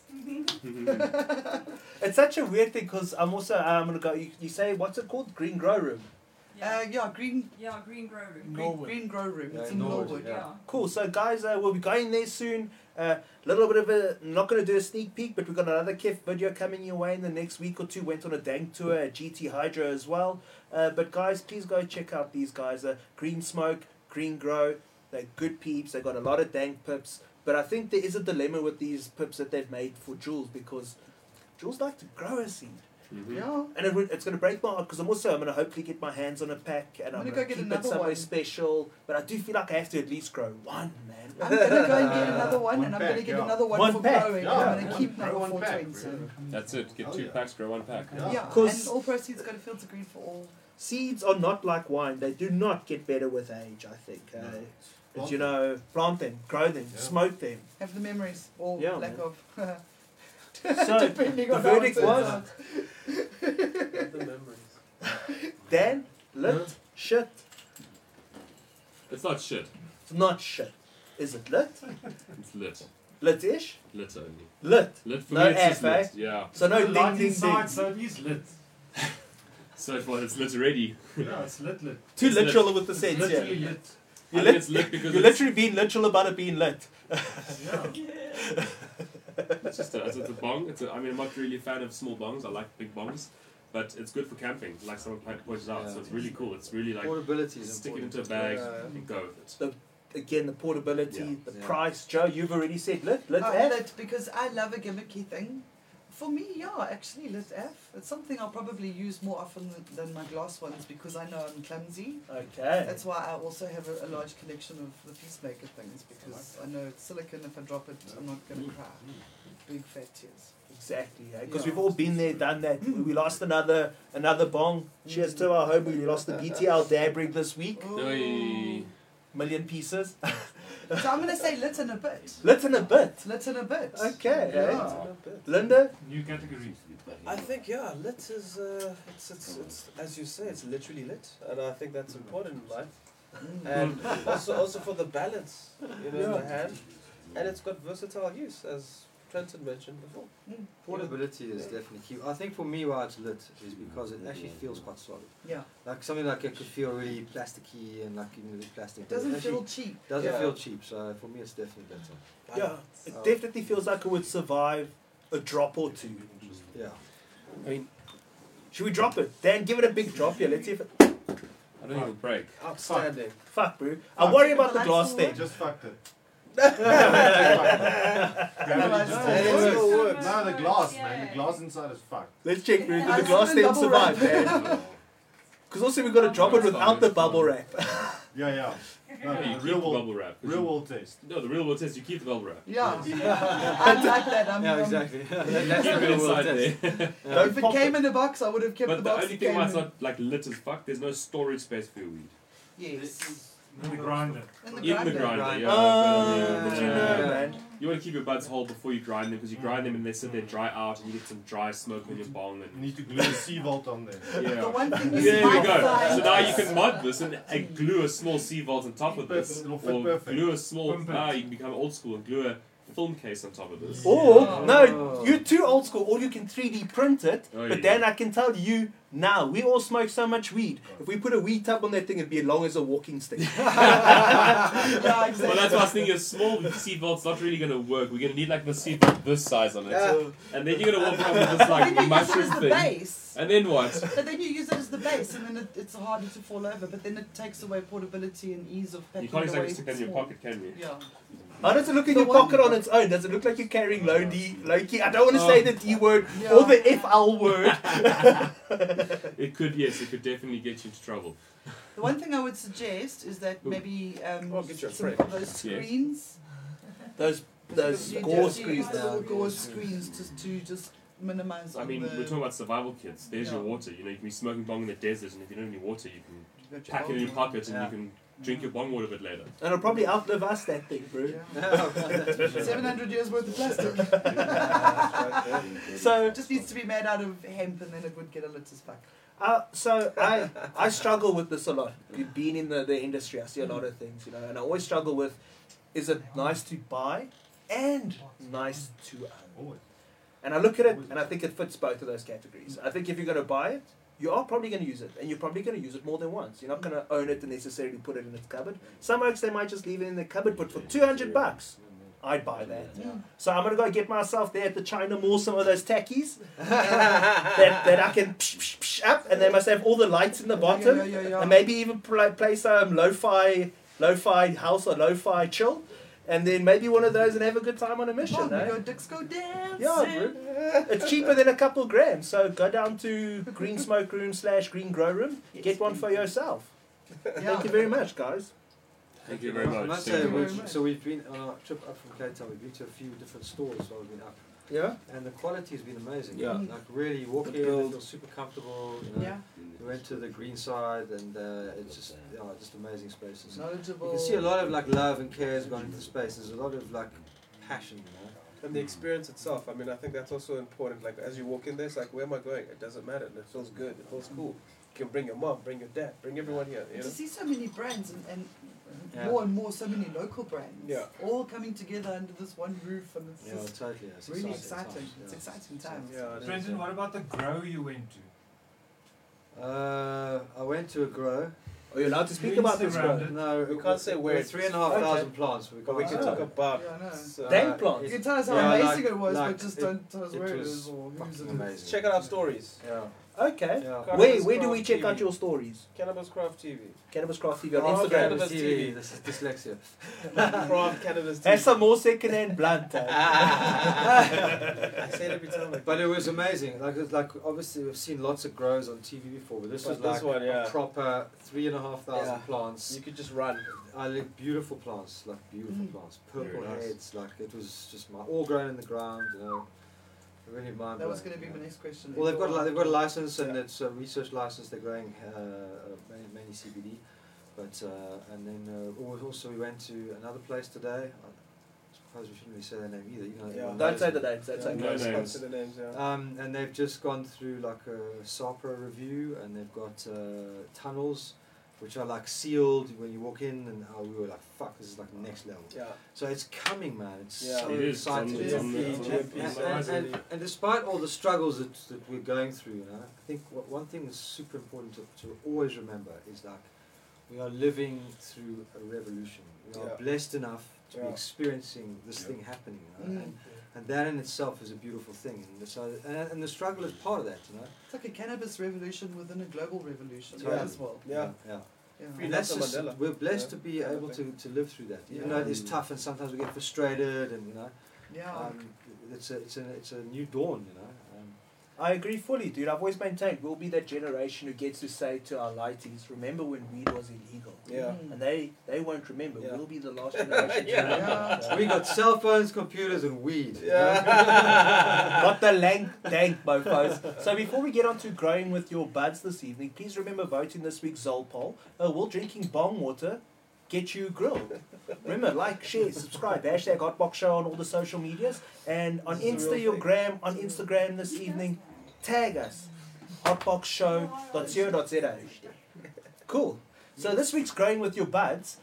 [SPEAKER 2] Mm-hmm.
[SPEAKER 1] It's such a weird thing because I'm also I'm gonna go. You, you say what's it called? Green grow room.
[SPEAKER 3] Uh,
[SPEAKER 10] Yeah,
[SPEAKER 3] yeah, green
[SPEAKER 10] yeah, green grow room.
[SPEAKER 3] green,
[SPEAKER 7] Norwood.
[SPEAKER 3] green grow room.
[SPEAKER 4] Yeah,
[SPEAKER 3] It's in
[SPEAKER 4] Norwood,
[SPEAKER 3] Norwood.
[SPEAKER 10] Yeah.
[SPEAKER 1] Cool. So guys, uh, we'll be going there soon. A uh, little bit of a not gonna do a sneak peek, but we've got another Kef video coming your way in the next week or two. Went on a dank tour at GT Hydro as well. Uh, but guys, please go check out these guys. Uh, Green Smoke, Green Grow. They're good peeps. They got a lot of dank pips. But I think there is a dilemma with these pips that they've made for Jules because Jules like to grow a seed.
[SPEAKER 2] Mhm.
[SPEAKER 3] Yeah.
[SPEAKER 1] And it, would- it's going to break my heart because I'm also I'm going to hopefully get my hands on a pack and I'm,
[SPEAKER 3] I'm
[SPEAKER 1] going
[SPEAKER 3] gonna go
[SPEAKER 1] to
[SPEAKER 3] get
[SPEAKER 1] keep it
[SPEAKER 3] another
[SPEAKER 1] somewhere
[SPEAKER 3] one.
[SPEAKER 1] special. But I do feel like I have to at least grow one,
[SPEAKER 3] I'm
[SPEAKER 1] man.
[SPEAKER 3] gonna go and get another one,
[SPEAKER 6] One
[SPEAKER 3] and I'm
[SPEAKER 6] pack,
[SPEAKER 3] gonna get
[SPEAKER 6] yeah.
[SPEAKER 3] another one,
[SPEAKER 1] One
[SPEAKER 3] for
[SPEAKER 1] pack,
[SPEAKER 3] growing.
[SPEAKER 6] yeah.
[SPEAKER 3] I'm gonna
[SPEAKER 6] One-
[SPEAKER 3] keep
[SPEAKER 6] grow
[SPEAKER 3] number
[SPEAKER 6] one
[SPEAKER 3] four
[SPEAKER 6] pack,
[SPEAKER 3] twenty.
[SPEAKER 6] really.
[SPEAKER 2] That's it. Get
[SPEAKER 6] Oh,
[SPEAKER 2] two
[SPEAKER 6] yeah.
[SPEAKER 2] packs, grow one pack.
[SPEAKER 6] Yeah.
[SPEAKER 3] Yeah, and
[SPEAKER 1] Cause-
[SPEAKER 3] all proceeds go to Fields of Green for all.
[SPEAKER 1] Seeds are not like wine; they do not get better with age. I think. Uh,
[SPEAKER 6] No.
[SPEAKER 1] But you know, plant them, grow them,
[SPEAKER 6] Yeah.
[SPEAKER 1] smoke them.
[SPEAKER 3] Have the memories or
[SPEAKER 1] Yeah,
[SPEAKER 3] lack
[SPEAKER 1] man.
[SPEAKER 3] of.
[SPEAKER 1] So
[SPEAKER 3] Depending
[SPEAKER 1] the
[SPEAKER 3] on how it
[SPEAKER 1] verdict
[SPEAKER 3] turns
[SPEAKER 1] was
[SPEAKER 3] out.
[SPEAKER 5] the memories.
[SPEAKER 1] Dan lit shit.
[SPEAKER 2] It's not shit.
[SPEAKER 1] It's not shit. Is it lit?
[SPEAKER 2] It's lit.
[SPEAKER 1] Lit-ish?
[SPEAKER 2] Lit only.
[SPEAKER 1] Lit.
[SPEAKER 2] Lit for
[SPEAKER 1] No
[SPEAKER 2] me, it's just
[SPEAKER 1] F, eh?
[SPEAKER 2] lit. Yeah.
[SPEAKER 1] So no
[SPEAKER 7] light
[SPEAKER 1] ding ding
[SPEAKER 7] inside,
[SPEAKER 1] ding.
[SPEAKER 7] so it is lit.
[SPEAKER 2] So far, it's lit already.
[SPEAKER 7] Yeah, it's lit lit.
[SPEAKER 1] Too
[SPEAKER 2] It's lit.
[SPEAKER 1] literal with the sense. Yeah.
[SPEAKER 7] Literally lit.
[SPEAKER 2] I think
[SPEAKER 1] You're lit.
[SPEAKER 2] it's lit because
[SPEAKER 1] You're
[SPEAKER 2] it's,
[SPEAKER 1] literally being literal about it being lit.
[SPEAKER 7] Yeah.
[SPEAKER 2] it's just a, it's a bong. It's a, I mean, I'm not really a fan of small bongs. I like big bongs, but it's good for camping, like someone point- pointed out. So it's really cool. It's really like
[SPEAKER 4] Portability is
[SPEAKER 2] stick it
[SPEAKER 4] important.
[SPEAKER 2] into a bag
[SPEAKER 5] Yeah.
[SPEAKER 2] and go with it.
[SPEAKER 1] again the portability,
[SPEAKER 2] Yeah.
[SPEAKER 1] the
[SPEAKER 4] Yeah.
[SPEAKER 1] price. Joe, you've already said lit, lit
[SPEAKER 3] I
[SPEAKER 1] ad.
[SPEAKER 3] Uh, lit because I love a gimmicky thing. For me, yeah, actually, lit F. It's something I'll probably use more often than, than my glass ones because I know I'm clumsy.
[SPEAKER 1] Okay.
[SPEAKER 3] That's why I also have a, a large collection of the peacemaker things because I know it's silicon. If I drop it, I'm not gonna
[SPEAKER 2] Mm.
[SPEAKER 3] cry. Big fat tears.
[SPEAKER 1] Exactly. Because
[SPEAKER 3] Yeah. Hmm.
[SPEAKER 1] we've all been there, done that. We lost another another bong. Cheers to our homie. We lost the BTL dab rig this week.
[SPEAKER 2] Oi.
[SPEAKER 1] Million pieces.
[SPEAKER 3] So I'm gonna say lit in a bit.
[SPEAKER 1] lit in a bit.
[SPEAKER 3] Lit in a bit.
[SPEAKER 1] Okay.
[SPEAKER 3] Yeah.
[SPEAKER 1] eh? Linda?
[SPEAKER 7] New category.
[SPEAKER 5] I think yeah, lit is uh, it's, it's it's as you say, it's literally lit, and I think that's important in life,
[SPEAKER 3] Mm.
[SPEAKER 5] and
[SPEAKER 1] Hmm.
[SPEAKER 5] also also for the balance, you know, in the hand, and it's got versatile use as Clinton mentioned before.
[SPEAKER 3] Mm.
[SPEAKER 4] Portability is definitely key. I think for me why it's lit is
[SPEAKER 1] Mm-hmm.
[SPEAKER 4] because it actually feels quite solid.
[SPEAKER 3] Yeah.
[SPEAKER 4] Like something like it could feel really plasticky and like even a bit plastic.
[SPEAKER 3] It
[SPEAKER 4] but it
[SPEAKER 3] doesn't
[SPEAKER 4] actually
[SPEAKER 3] feel cheap.
[SPEAKER 4] doesn't
[SPEAKER 5] Yeah.
[SPEAKER 4] feel cheap, so for me it's definitely better.
[SPEAKER 1] Yeah. It
[SPEAKER 4] Oh.
[SPEAKER 1] definitely feels like it would survive a drop or two.
[SPEAKER 4] Yeah.
[SPEAKER 2] I mean,
[SPEAKER 1] Should we drop it? Dan, give it a big drop here. Let's see if it.
[SPEAKER 2] I don't even break.
[SPEAKER 5] Outstanding.
[SPEAKER 1] Fuck, bro. I worry about the
[SPEAKER 3] Nice
[SPEAKER 1] glass
[SPEAKER 3] one.
[SPEAKER 1] thing.
[SPEAKER 6] Just fucked it.
[SPEAKER 3] Analyze
[SPEAKER 6] Gravity just
[SPEAKER 3] that.
[SPEAKER 6] takes
[SPEAKER 5] It's
[SPEAKER 6] it.
[SPEAKER 5] still works.
[SPEAKER 6] No, the glass, man.
[SPEAKER 10] Yeah.
[SPEAKER 6] The glass inside is fucked.
[SPEAKER 1] Let's check, bro. Did
[SPEAKER 3] I
[SPEAKER 1] the glass
[SPEAKER 3] haven't
[SPEAKER 1] thing
[SPEAKER 3] double
[SPEAKER 1] survive?
[SPEAKER 3] wrapped.
[SPEAKER 1] Because also we've got to drop it without the bubble wrap.
[SPEAKER 6] Yeah, yeah. No,
[SPEAKER 2] No, you
[SPEAKER 6] the
[SPEAKER 2] keep the
[SPEAKER 6] real world,
[SPEAKER 2] bubble wrap.
[SPEAKER 6] real world taste.
[SPEAKER 2] No, the real world test. You keep the bubble wrap.
[SPEAKER 3] Yeah. I like that. I'm,
[SPEAKER 4] yeah,
[SPEAKER 3] I'm-
[SPEAKER 4] exactly.
[SPEAKER 2] Keep
[SPEAKER 4] That's
[SPEAKER 2] it
[SPEAKER 4] the world
[SPEAKER 2] inside
[SPEAKER 4] test.
[SPEAKER 2] there.
[SPEAKER 1] Don't
[SPEAKER 3] If it
[SPEAKER 1] pop
[SPEAKER 3] came in a box, I would have kept
[SPEAKER 2] But
[SPEAKER 3] the
[SPEAKER 2] the
[SPEAKER 3] box.
[SPEAKER 2] only
[SPEAKER 3] it
[SPEAKER 2] thing
[SPEAKER 3] came
[SPEAKER 2] why it's
[SPEAKER 3] in.
[SPEAKER 2] not like lit as fuck, there's no storage space for your weed.
[SPEAKER 3] Yes.
[SPEAKER 7] In the grinder.
[SPEAKER 3] In the
[SPEAKER 2] In the
[SPEAKER 3] grinder.
[SPEAKER 2] grinder,
[SPEAKER 4] Grinder.
[SPEAKER 2] yeah.
[SPEAKER 1] Oh,
[SPEAKER 2] but, um,
[SPEAKER 1] but you
[SPEAKER 2] yeah.
[SPEAKER 1] know, man.
[SPEAKER 2] You want to keep your buds whole before you grind them because you grind them and they sit there dry out and you get some dry smoke on your bong
[SPEAKER 6] You
[SPEAKER 2] and
[SPEAKER 6] need to glue a sea vault on there. Oh,
[SPEAKER 3] The
[SPEAKER 2] yeah.
[SPEAKER 3] one thing is
[SPEAKER 2] There we
[SPEAKER 3] my
[SPEAKER 2] go.
[SPEAKER 3] side
[SPEAKER 2] So now you
[SPEAKER 3] is-
[SPEAKER 2] can mod this and uh, glue a small sea vault on top of this,
[SPEAKER 6] It'll
[SPEAKER 2] or
[SPEAKER 6] fit perfect.
[SPEAKER 2] glue a small.
[SPEAKER 7] Perfect.
[SPEAKER 2] Ah, you can become old school and glue a film case on top of this.
[SPEAKER 1] Or,
[SPEAKER 3] Yeah.
[SPEAKER 1] no, you're too old school, or you can 3D print it,
[SPEAKER 2] Oh,
[SPEAKER 1] but
[SPEAKER 2] yeah.
[SPEAKER 1] then I can tell you now, we all smoke so much weed. If we put a weed tub on that thing, it'd be as long as a walking stick.
[SPEAKER 3] Yeah, exactly.
[SPEAKER 2] Well, that's why I was thinking a small seed vault's not really going to work. We're going to need like the seed vault this size on it, and then you're going to walk around with this
[SPEAKER 3] Then
[SPEAKER 2] like
[SPEAKER 3] you use it
[SPEAKER 2] mushroom
[SPEAKER 3] as the
[SPEAKER 2] thing.
[SPEAKER 3] base.
[SPEAKER 2] And then what?
[SPEAKER 3] But then you use it as the base, and then it, it's harder to fall over. But then it takes away portability and ease of
[SPEAKER 2] You
[SPEAKER 3] packing
[SPEAKER 2] can't
[SPEAKER 3] away
[SPEAKER 2] exactly stick that in your
[SPEAKER 3] small-
[SPEAKER 2] pocket, can you?
[SPEAKER 3] Yeah.
[SPEAKER 1] How does it look in
[SPEAKER 3] The
[SPEAKER 1] your
[SPEAKER 3] one-
[SPEAKER 1] pocket on its own? Does it look like you're carrying low D, low key? I don't
[SPEAKER 2] Oh.
[SPEAKER 1] want to say the D word
[SPEAKER 3] Yeah.
[SPEAKER 1] or the FL word.
[SPEAKER 2] It could, yes, it could definitely get you into trouble.
[SPEAKER 3] The one thing I would suggest is that maybe um,
[SPEAKER 5] Or get your
[SPEAKER 3] some
[SPEAKER 5] friend.
[SPEAKER 3] of those screens,
[SPEAKER 1] Those, those
[SPEAKER 3] you
[SPEAKER 1] gore
[SPEAKER 3] just use
[SPEAKER 1] screens.
[SPEAKER 3] the little
[SPEAKER 4] Yeah.
[SPEAKER 3] gauze screens just to just minimize.
[SPEAKER 2] I
[SPEAKER 3] on
[SPEAKER 2] mean,
[SPEAKER 3] the,
[SPEAKER 2] we're talking about survival kits. There's your
[SPEAKER 3] Yeah.
[SPEAKER 2] water. You know, you can be smoking bong in the desert, and if you don't have any water, you can
[SPEAKER 3] you've got
[SPEAKER 2] pack it in your
[SPEAKER 3] old-
[SPEAKER 2] pocket and
[SPEAKER 4] Yeah.
[SPEAKER 2] you can drink your bong water a bit later.
[SPEAKER 1] And it'll probably outlive us, that thing, bro.
[SPEAKER 3] Yeah. Seven hundred years worth of plastic.
[SPEAKER 1] So,
[SPEAKER 3] It just needs to be made out of hemp, and then it would get a lit as fuck.
[SPEAKER 1] Uh, so I I struggle with this a lot. We've been in the, the industry, I see a lot of things, you know, and I always struggle with is it nice to buy and nice to own?
[SPEAKER 6] Always.
[SPEAKER 1] And I look at it and I think it fits both of those categories. I think if you're going to buy it, you are probably going to use it and you're probably going to use it more than once. You're not going to own it and necessarily put it in its cupboard. Some oaks, they might just leave it in the cupboard, but for 200 bucks, I'd buy that. So I'm gonna go get myself there at the China Mall some of those tackies uh, that, that I can psh, psh, psh up, and they must have all the lights in the bottom,
[SPEAKER 4] Yeah, yeah, yeah, yeah.
[SPEAKER 1] and maybe even play, play some lo-fi, lo-fi house or lo-fi chill, and then maybe one of those and have a good time on a mission.
[SPEAKER 3] Oh,
[SPEAKER 1] eh?
[SPEAKER 3] we go dicks go dancing.
[SPEAKER 1] Yeah, bro. it's cheaper than a couple grams. So go down to Green Smoke Room slash Green Grow Room, get one for yourself. Thank you very much, guys.
[SPEAKER 2] Thank you very
[SPEAKER 4] I
[SPEAKER 2] much.
[SPEAKER 4] must
[SPEAKER 2] Thank
[SPEAKER 4] say,
[SPEAKER 2] you
[SPEAKER 3] very
[SPEAKER 4] we've-
[SPEAKER 3] much.
[SPEAKER 4] so we've been on our trip up from Cape Town. We've been to a few different stores while we've been up,
[SPEAKER 1] Yeah.
[SPEAKER 4] and the quality has been amazing.
[SPEAKER 1] Yeah.
[SPEAKER 4] like really you walk
[SPEAKER 1] The
[SPEAKER 4] in,
[SPEAKER 1] build.
[SPEAKER 4] you feel super comfortable. You know.
[SPEAKER 3] Yeah.
[SPEAKER 4] We went to the green side, and uh, it's just yeah, just amazing spaces. You
[SPEAKER 3] Knowledgeable.
[SPEAKER 4] can see a lot of like love and care has gone into the space. There's a lot of like passion, you know.
[SPEAKER 5] And the experience itself, I mean, I think that's also important. Like, as you walk in there, it's like, where am I going? It doesn't matter. It feels good. It feels cool. You can bring your mom, bring your dad, bring everyone here. You
[SPEAKER 3] to
[SPEAKER 5] know?
[SPEAKER 3] see so many brands and, and
[SPEAKER 4] Yeah.
[SPEAKER 3] more and more so many local brands
[SPEAKER 5] Yeah.
[SPEAKER 3] all coming together under this one roof and it's
[SPEAKER 4] Yeah,
[SPEAKER 3] just
[SPEAKER 4] totally. It's
[SPEAKER 3] really
[SPEAKER 4] exciting.
[SPEAKER 3] exciting.
[SPEAKER 4] times,
[SPEAKER 3] It's
[SPEAKER 4] yeah.
[SPEAKER 3] exciting times.
[SPEAKER 5] Yeah, it is.
[SPEAKER 7] Brendan, what about the grow you went to?
[SPEAKER 4] Uh, I went to a grow.
[SPEAKER 1] Are you allowed to speak about this, bro?
[SPEAKER 4] No,
[SPEAKER 5] We can't say where
[SPEAKER 4] we're
[SPEAKER 5] it
[SPEAKER 4] Three
[SPEAKER 5] is.
[SPEAKER 4] and a half
[SPEAKER 5] Okay.
[SPEAKER 4] thousand plants. We
[SPEAKER 5] But
[SPEAKER 4] can't
[SPEAKER 5] we can
[SPEAKER 1] Oh.
[SPEAKER 5] talk about. uh,
[SPEAKER 3] Yeah, I know.
[SPEAKER 5] so-
[SPEAKER 1] Dang plants.
[SPEAKER 3] You
[SPEAKER 4] Uh, it's-
[SPEAKER 3] can tell us how
[SPEAKER 4] yeah,
[SPEAKER 3] amazing
[SPEAKER 4] like-
[SPEAKER 3] it was,
[SPEAKER 4] like
[SPEAKER 3] but just
[SPEAKER 4] it-
[SPEAKER 3] don't tell us
[SPEAKER 4] it
[SPEAKER 3] where it
[SPEAKER 4] was
[SPEAKER 3] is or who's
[SPEAKER 4] fucking
[SPEAKER 3] it is.
[SPEAKER 4] amazing.
[SPEAKER 5] Check out our stories.
[SPEAKER 4] Yeah.
[SPEAKER 1] Okay.
[SPEAKER 4] yeah.
[SPEAKER 5] Can't
[SPEAKER 1] Where
[SPEAKER 5] just
[SPEAKER 1] where do
[SPEAKER 5] scroll
[SPEAKER 1] we check
[SPEAKER 5] TV.
[SPEAKER 1] out your stories?
[SPEAKER 5] Cannabis Craft TV?
[SPEAKER 1] Cannabis Craft TV on
[SPEAKER 5] Oh,
[SPEAKER 1] Instagram.
[SPEAKER 5] Cannabis TV.
[SPEAKER 4] This is dyslexia.
[SPEAKER 5] Craft Cannabis TV.
[SPEAKER 1] Have some more second-hand blunt. eh?
[SPEAKER 5] I say it every time. Like,
[SPEAKER 4] But it was amazing. Like, it's like obviously we've seen lots of grows on TV before, but this
[SPEAKER 5] But
[SPEAKER 4] was
[SPEAKER 5] this
[SPEAKER 4] like
[SPEAKER 5] one, yeah.
[SPEAKER 4] a proper three and a half thousand
[SPEAKER 5] Yeah.
[SPEAKER 4] plants.
[SPEAKER 5] you could just run.
[SPEAKER 4] I like beautiful plants, like beautiful
[SPEAKER 3] Mm.
[SPEAKER 4] plants, purple
[SPEAKER 2] Very nice.
[SPEAKER 4] heads. Like it was just my all grown in the ground. You know, really mind.
[SPEAKER 3] That was
[SPEAKER 4] blowing,
[SPEAKER 3] going to be
[SPEAKER 4] you know.
[SPEAKER 3] my next question.
[SPEAKER 4] Well, they've got a, li- they've got a license and
[SPEAKER 5] Yeah.
[SPEAKER 4] it's a research license. They're growing uh, uh, many, many CBD, but uh, and then uh, al- also we went to another place today. I suppose we shouldn't really say their name either. You know,
[SPEAKER 5] Yeah.
[SPEAKER 4] everyone
[SPEAKER 1] Don't
[SPEAKER 4] knows
[SPEAKER 1] say
[SPEAKER 4] it.
[SPEAKER 1] the names. That's
[SPEAKER 5] yeah,
[SPEAKER 1] okay. Uh,
[SPEAKER 2] No
[SPEAKER 5] can't
[SPEAKER 2] names.
[SPEAKER 5] say the names, yeah.
[SPEAKER 4] Um, and they've just gone through like a SAPRA review, and they've got uh, tunnels, which are like sealed when you walk in. And uh, we were like, "Fuck, this is like next level."
[SPEAKER 5] yeah.
[SPEAKER 4] So it's coming, man. It's
[SPEAKER 5] Yeah.
[SPEAKER 4] so
[SPEAKER 5] It
[SPEAKER 2] is.
[SPEAKER 4] exciting.
[SPEAKER 2] It's on-
[SPEAKER 5] it's on the-
[SPEAKER 4] and,
[SPEAKER 5] it's on
[SPEAKER 4] and-
[SPEAKER 5] the-
[SPEAKER 4] and- and despite all the struggles that, that we're going through, you know, I think what, one thing that's super important to, to always remember is like we are living through a revolution. We are
[SPEAKER 5] Yeah.
[SPEAKER 4] blessed enough to be
[SPEAKER 5] Yeah.
[SPEAKER 4] experiencing this thing happening, you know,
[SPEAKER 3] Mm.
[SPEAKER 4] and, and that in itself is a beautiful thing. And, so, and, and the struggle is part of that, you know.
[SPEAKER 3] It's like a cannabis revolution within a global revolution
[SPEAKER 4] Totally.
[SPEAKER 3] as well.
[SPEAKER 5] Yeah.
[SPEAKER 4] yeah.
[SPEAKER 3] Yeah.
[SPEAKER 5] Free
[SPEAKER 4] And that's
[SPEAKER 5] Nelson
[SPEAKER 4] just,
[SPEAKER 5] Mandela.
[SPEAKER 4] we're blessed
[SPEAKER 5] Yeah.
[SPEAKER 4] to be
[SPEAKER 5] Kind of
[SPEAKER 4] able to,
[SPEAKER 5] thing.
[SPEAKER 4] to live through that, even
[SPEAKER 5] Yeah.
[SPEAKER 4] though it is tough and sometimes we get frustrated and you know.
[SPEAKER 2] Oh.
[SPEAKER 3] Yeah.
[SPEAKER 4] Um, it's a it's a it's a new dawn, you know. Um,
[SPEAKER 1] I agree fully, dude. I've always maintained we'll be that generation who gets to say to our lighties, remember when weed was illegal.
[SPEAKER 5] Yeah.
[SPEAKER 3] Mm.
[SPEAKER 1] And they, they won't remember.
[SPEAKER 5] Yeah.
[SPEAKER 1] We'll be the last generation
[SPEAKER 5] Yeah.
[SPEAKER 1] to remember.
[SPEAKER 3] Yeah.
[SPEAKER 4] we got cell phones, computers, and weed. you know?
[SPEAKER 1] Not the lank dank mofos. So before we get on to growing with your buds this evening, please remember voting this week's Zol poll. Uh, will drinking bong water get you grilled? Remember, like, share, subscribe, hashtag Hotbox Show on all the social medias. And on
[SPEAKER 5] This is the real
[SPEAKER 1] Instagram, on Instagram this evening, tag us. Hotboxshow.co.za. Cool. So this week's growing with your buds,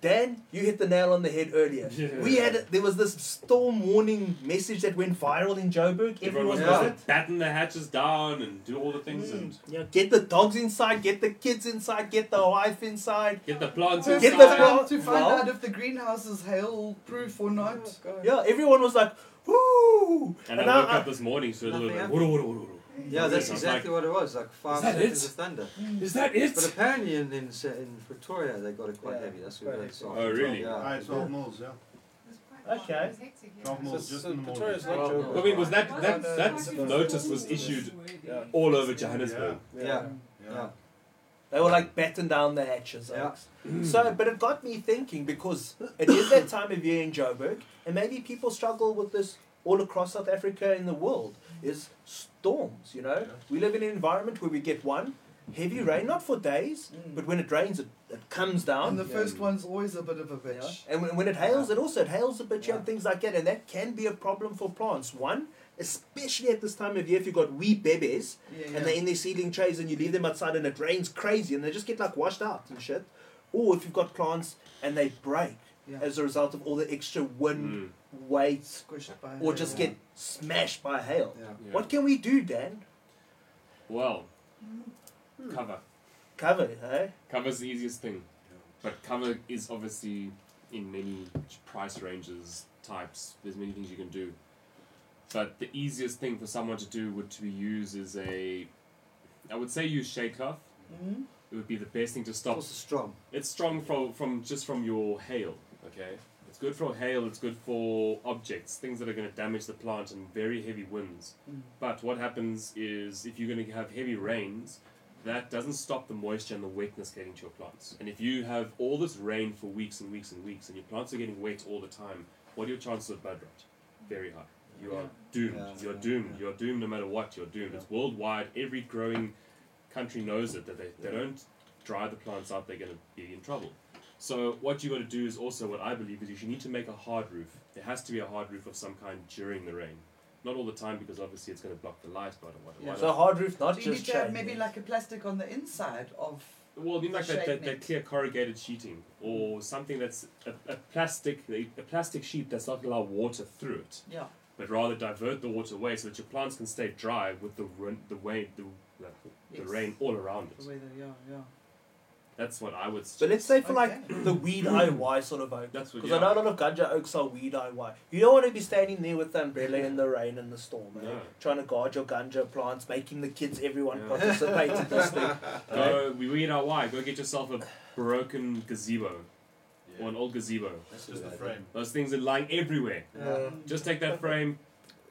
[SPEAKER 1] Dan, you hit the nail on the head earlier.
[SPEAKER 2] Yeah.
[SPEAKER 1] We had there was this storm warning message that went viral in Joburg.
[SPEAKER 2] Everyone was
[SPEAKER 1] Everyone
[SPEAKER 4] Yeah.
[SPEAKER 1] was
[SPEAKER 2] supposed to batten the hatches down and do all the things and
[SPEAKER 1] you know, get the dogs inside, get the kids inside, get the wife inside.
[SPEAKER 2] get the plants
[SPEAKER 3] to,
[SPEAKER 1] Get
[SPEAKER 2] inside.
[SPEAKER 1] the
[SPEAKER 3] find,
[SPEAKER 1] plant-
[SPEAKER 3] to find
[SPEAKER 1] well-
[SPEAKER 3] out if the greenhouse is hail proof or not.
[SPEAKER 1] Yeah, everyone was like, "Whoo!"
[SPEAKER 2] and I
[SPEAKER 1] now
[SPEAKER 2] woke up this morning, so it was
[SPEAKER 4] Nothing
[SPEAKER 2] like,
[SPEAKER 4] happened.
[SPEAKER 2] whoa, whoa, whoa, whoa.
[SPEAKER 4] yeah,
[SPEAKER 2] It's
[SPEAKER 4] that's
[SPEAKER 2] like-
[SPEAKER 4] exactly what it was. Like five
[SPEAKER 2] Is that
[SPEAKER 4] seconds
[SPEAKER 2] it?
[SPEAKER 4] of thunder.
[SPEAKER 2] Is that it?
[SPEAKER 4] But apparently in in, Se- in Pretoria they got it quite
[SPEAKER 5] Yeah,
[SPEAKER 4] heavy. That's
[SPEAKER 5] quite
[SPEAKER 4] what they
[SPEAKER 5] heavy.
[SPEAKER 4] saw.
[SPEAKER 2] Oh, really?
[SPEAKER 4] Yeah.
[SPEAKER 6] I had 12 mils, yeah.
[SPEAKER 1] Okay.
[SPEAKER 6] Twelve
[SPEAKER 5] So,
[SPEAKER 6] Mills, just
[SPEAKER 5] so
[SPEAKER 6] in the morning.
[SPEAKER 5] Pretoria's not
[SPEAKER 4] Well,
[SPEAKER 5] Joburg.
[SPEAKER 2] I mean, was that that
[SPEAKER 3] No, no,
[SPEAKER 2] that
[SPEAKER 3] no.
[SPEAKER 2] notice was issued
[SPEAKER 5] Yeah.
[SPEAKER 2] all over Johannesburg?
[SPEAKER 4] Yeah.
[SPEAKER 6] Yeah.
[SPEAKER 4] Yeah.
[SPEAKER 1] They were like batting down the hatches.
[SPEAKER 4] Yeah.
[SPEAKER 1] eh? So, but it got me thinking because it is that time of year in Joburg, and maybe people struggle with this all across South Africa and the world is storms. You know,
[SPEAKER 6] Yeah.
[SPEAKER 1] we live in an environment where we get one, heavy rain, not for days,
[SPEAKER 3] Mm.
[SPEAKER 1] but when it rains, it, it comes down.
[SPEAKER 3] and the first one's always a bit of a bitch.
[SPEAKER 1] And when, when it hails, it also it hails a bit yeah.
[SPEAKER 3] Yeah.
[SPEAKER 1] and things like that, and that can be a problem for plants. One, especially at this time of year, if you've got wee bebes
[SPEAKER 3] Yeah, yeah.
[SPEAKER 1] and they're in their seedling trays and you leave them outside and it rains crazy and they just get like washed out and shit. Or if you've got plants and they break
[SPEAKER 3] yeah.
[SPEAKER 1] as a result of all the extra wind,
[SPEAKER 2] Hmm.
[SPEAKER 1] weight,
[SPEAKER 3] squished by
[SPEAKER 1] or
[SPEAKER 3] hail.
[SPEAKER 1] just get smashed by hail.
[SPEAKER 4] Yeah.
[SPEAKER 2] Yeah.
[SPEAKER 1] What can we do, Dan?
[SPEAKER 2] Well, cover.
[SPEAKER 1] Cover, eh?
[SPEAKER 2] Cover's the easiest thing. But cover is obviously in many price ranges, types. There's many things you can do. But the easiest thing for someone to do would to be used is a. I would say use shade cloth.
[SPEAKER 3] Mm?
[SPEAKER 2] It would be the best thing to
[SPEAKER 4] It's
[SPEAKER 2] stop.
[SPEAKER 4] also strong.
[SPEAKER 2] It's strong from from just from your hail. Okay. It's good for hail. It's good for objects, things that are going to damage the plant in very heavy winds.
[SPEAKER 3] Mm.
[SPEAKER 2] But what happens is if you're going to have heavy rains, that doesn't stop the moisture and the wetness getting to your plants. And if you have all this rain for weeks and weeks and weeks, and your plants are getting wet all the time, what are your chances of bud rot? Very high. You are doomed.
[SPEAKER 4] Yeah.
[SPEAKER 2] You're doomed.
[SPEAKER 4] Yeah.
[SPEAKER 2] You're doomed no matter what. You're doomed. It's worldwide. Every growing country knows it that they, they don't dry the plants out, they're going to be in trouble. So what you got to do is also what I believe is you should need to make a hard roof. There has to be a hard roof of some kind during the rain, not all the time because obviously it's going to block the light. But what?
[SPEAKER 3] Yeah.
[SPEAKER 2] why
[SPEAKER 1] So
[SPEAKER 2] not?
[SPEAKER 1] hard roof, not
[SPEAKER 3] So you need
[SPEAKER 1] just
[SPEAKER 3] to have
[SPEAKER 1] shade.
[SPEAKER 3] maybe like a plastic on the inside of.
[SPEAKER 2] Well, you like that,
[SPEAKER 3] Shade
[SPEAKER 2] that, that
[SPEAKER 3] net.
[SPEAKER 2] clear corrugated sheeting or something that's a, a plastic a plastic sheet that's not allow water through it,
[SPEAKER 3] Yeah.
[SPEAKER 2] but rather divert the water away so that your plants can stay dry with the run, the way the the, the
[SPEAKER 3] Yes.
[SPEAKER 2] rain all around
[SPEAKER 3] The
[SPEAKER 2] it.
[SPEAKER 3] weather, yeah, yeah.
[SPEAKER 2] That's what I would.
[SPEAKER 1] But
[SPEAKER 2] suggest.
[SPEAKER 1] let's say for
[SPEAKER 3] Okay.
[SPEAKER 1] like the weed IY sort of oak.
[SPEAKER 2] That's what-
[SPEAKER 1] Because I
[SPEAKER 2] yeah.
[SPEAKER 1] know a lot of ganja oaks are weed IY. You don't want to be standing there with the umbrella in the rain and the storm, eh?
[SPEAKER 2] No.
[SPEAKER 1] Trying to guard your ganja plants, making the kids, everyone participate in this thing. eh?
[SPEAKER 2] Go, we read our why. Go get yourself a broken gazebo or an old gazebo.
[SPEAKER 8] That's
[SPEAKER 6] Just the frame.
[SPEAKER 2] Those things are lying everywhere.
[SPEAKER 4] Yeah.
[SPEAKER 2] Just take that frame,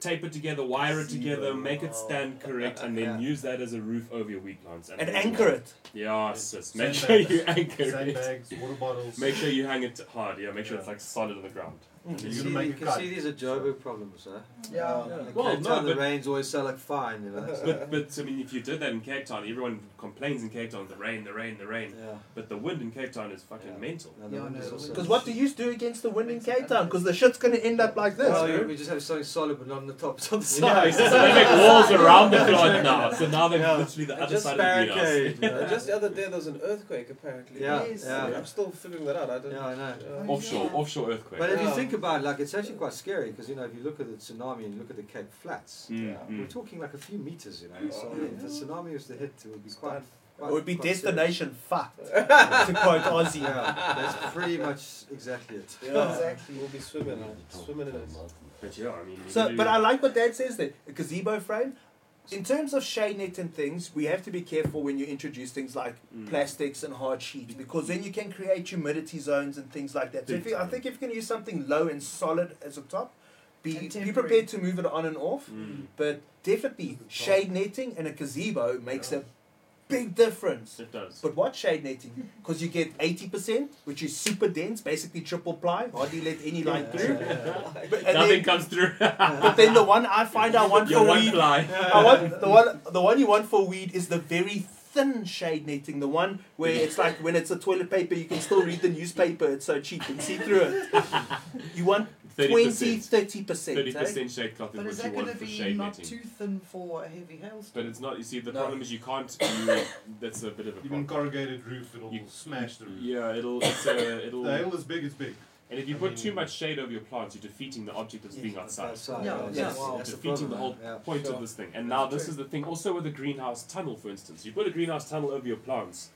[SPEAKER 2] tape it together, wire it together,
[SPEAKER 4] Gazebo.
[SPEAKER 2] make it stand correct, and then
[SPEAKER 4] Yeah.
[SPEAKER 2] use that as a roof over your wheat plants.
[SPEAKER 1] And anchor it.
[SPEAKER 2] Yeah, sis. Make sure
[SPEAKER 6] Sandbags.
[SPEAKER 2] you anchor it.
[SPEAKER 6] Sandbags, water bottles.
[SPEAKER 2] Make sure you hang it hard. Yeah, make sure
[SPEAKER 6] Yeah.
[SPEAKER 2] it's like solid on the ground.
[SPEAKER 4] You,
[SPEAKER 6] You
[SPEAKER 4] see,
[SPEAKER 6] can make
[SPEAKER 4] you
[SPEAKER 6] a
[SPEAKER 4] can
[SPEAKER 6] cut.
[SPEAKER 4] see these are Joburg problems, huh?
[SPEAKER 3] Yeah.
[SPEAKER 4] Like
[SPEAKER 2] Well,
[SPEAKER 4] Cape
[SPEAKER 2] no,
[SPEAKER 4] Town, the
[SPEAKER 2] but-
[SPEAKER 4] rains always sell like fine, you know. it's like-
[SPEAKER 2] But, but I mean, if you did that in Cape Town, everyone complains in Cape Town the rain, the rain, the rain.
[SPEAKER 4] yeah.
[SPEAKER 2] But the wind in Cape Town is fucking
[SPEAKER 4] Yeah.
[SPEAKER 2] mental.
[SPEAKER 4] No, the
[SPEAKER 3] Yeah, I
[SPEAKER 4] wind
[SPEAKER 3] know,
[SPEAKER 4] is
[SPEAKER 3] the
[SPEAKER 4] also-
[SPEAKER 3] wind.
[SPEAKER 1] Because what do you do against the wind in Cape Town? Because the shit's going to end up like this.
[SPEAKER 4] Well,
[SPEAKER 1] bro.
[SPEAKER 4] we just have something solid, but not on the top, it's on the
[SPEAKER 2] Yeah,
[SPEAKER 4] side.
[SPEAKER 2] it's just they make walls around the plant now. So now they're
[SPEAKER 4] Yeah.
[SPEAKER 2] literally the
[SPEAKER 4] And
[SPEAKER 2] other
[SPEAKER 4] just
[SPEAKER 2] side of the greenhouse.
[SPEAKER 4] barricade. you know.
[SPEAKER 5] Uh, just the other day, there was an earthquake apparently.
[SPEAKER 4] yeah,
[SPEAKER 3] Yes.
[SPEAKER 4] yeah,
[SPEAKER 5] I'm still figuring that out. I don't.
[SPEAKER 4] yeah, I
[SPEAKER 3] Oh,
[SPEAKER 4] know.
[SPEAKER 5] Uh,
[SPEAKER 2] Offshore,
[SPEAKER 10] Yeah.
[SPEAKER 2] offshore earthquake.
[SPEAKER 4] But if you
[SPEAKER 5] Yeah.
[SPEAKER 4] think about it, like it's actually quite scary because you know if you look at the tsunami and you look at the Cape Flats,
[SPEAKER 2] Mm,
[SPEAKER 5] Yeah.
[SPEAKER 2] mm.
[SPEAKER 4] we're talking like a few meters, you know. So if the tsunami was to hit, it would be quite. quite
[SPEAKER 1] It would be
[SPEAKER 4] quite serious.
[SPEAKER 1] destination fucked, to quote Ozzy.
[SPEAKER 4] Yeah, that's pretty much exactly it.
[SPEAKER 1] Yeah.
[SPEAKER 3] Exactly.
[SPEAKER 5] We'll be swimming, uh, swimming in it.
[SPEAKER 2] But yeah, I mean. you
[SPEAKER 1] So,
[SPEAKER 2] do-
[SPEAKER 1] but I like what Dad says there. A gazebo frame. In terms of shade net and things, we have to be careful when you introduce things like
[SPEAKER 4] Hmm.
[SPEAKER 2] Mm.
[SPEAKER 1] plastics and hard sheets because then you can create humidity zones and things like that. So if you, I think if you can use something low and solid as a top, be
[SPEAKER 3] And
[SPEAKER 1] be
[SPEAKER 3] temporary.
[SPEAKER 1] prepared to move it on and off.
[SPEAKER 2] Mm.
[SPEAKER 1] But definitely shade netting and a gazebo makes a big difference.
[SPEAKER 2] It does.
[SPEAKER 1] But what shade netting? Because you get 80%, which is super dense, basically triple ply, hardly let any light through. But, and
[SPEAKER 2] Nothing
[SPEAKER 1] then,
[SPEAKER 2] comes through.
[SPEAKER 1] but then the one I find I want
[SPEAKER 2] Your
[SPEAKER 1] for
[SPEAKER 2] one
[SPEAKER 1] weed,
[SPEAKER 2] fly.
[SPEAKER 1] I want the one the one you want for weed is the very thin shade netting, the one where it's like when it's a toilet paper you can still read the newspaper, it's so cheap and see through it. You want 20,
[SPEAKER 2] 30%.
[SPEAKER 1] 30%.
[SPEAKER 2] 30% shade cloth
[SPEAKER 3] But is
[SPEAKER 2] is what you
[SPEAKER 3] that going to
[SPEAKER 2] want for
[SPEAKER 3] be
[SPEAKER 2] shade
[SPEAKER 3] not
[SPEAKER 2] netting.
[SPEAKER 3] too thin for a heavy
[SPEAKER 2] But
[SPEAKER 3] hailstorm?
[SPEAKER 2] it's not, you see, the
[SPEAKER 1] No.
[SPEAKER 2] problem is you can't. You, that's a bit of a
[SPEAKER 6] Even
[SPEAKER 2] problem.
[SPEAKER 6] corrugated roof, it'll
[SPEAKER 2] You-
[SPEAKER 6] smash the roof.
[SPEAKER 2] Yeah, it'll. It's a, it'll
[SPEAKER 6] The
[SPEAKER 2] and
[SPEAKER 6] hill is big, it's big.
[SPEAKER 2] if you
[SPEAKER 6] I
[SPEAKER 2] put
[SPEAKER 6] mean-
[SPEAKER 2] too much shade over your plants, you're defeating the object that's being outside.
[SPEAKER 4] Outside,
[SPEAKER 3] Yeah,
[SPEAKER 4] that's-
[SPEAKER 1] yeah.
[SPEAKER 4] that's
[SPEAKER 1] Wow.
[SPEAKER 4] the
[SPEAKER 2] defeating the
[SPEAKER 4] problem,
[SPEAKER 2] whole
[SPEAKER 4] yeah.
[SPEAKER 2] point
[SPEAKER 5] Sure.
[SPEAKER 2] of this thing. And now this
[SPEAKER 3] true.
[SPEAKER 2] is the thing. Also with the greenhouse tunnel, for instance, you put a greenhouse tunnel over your plants,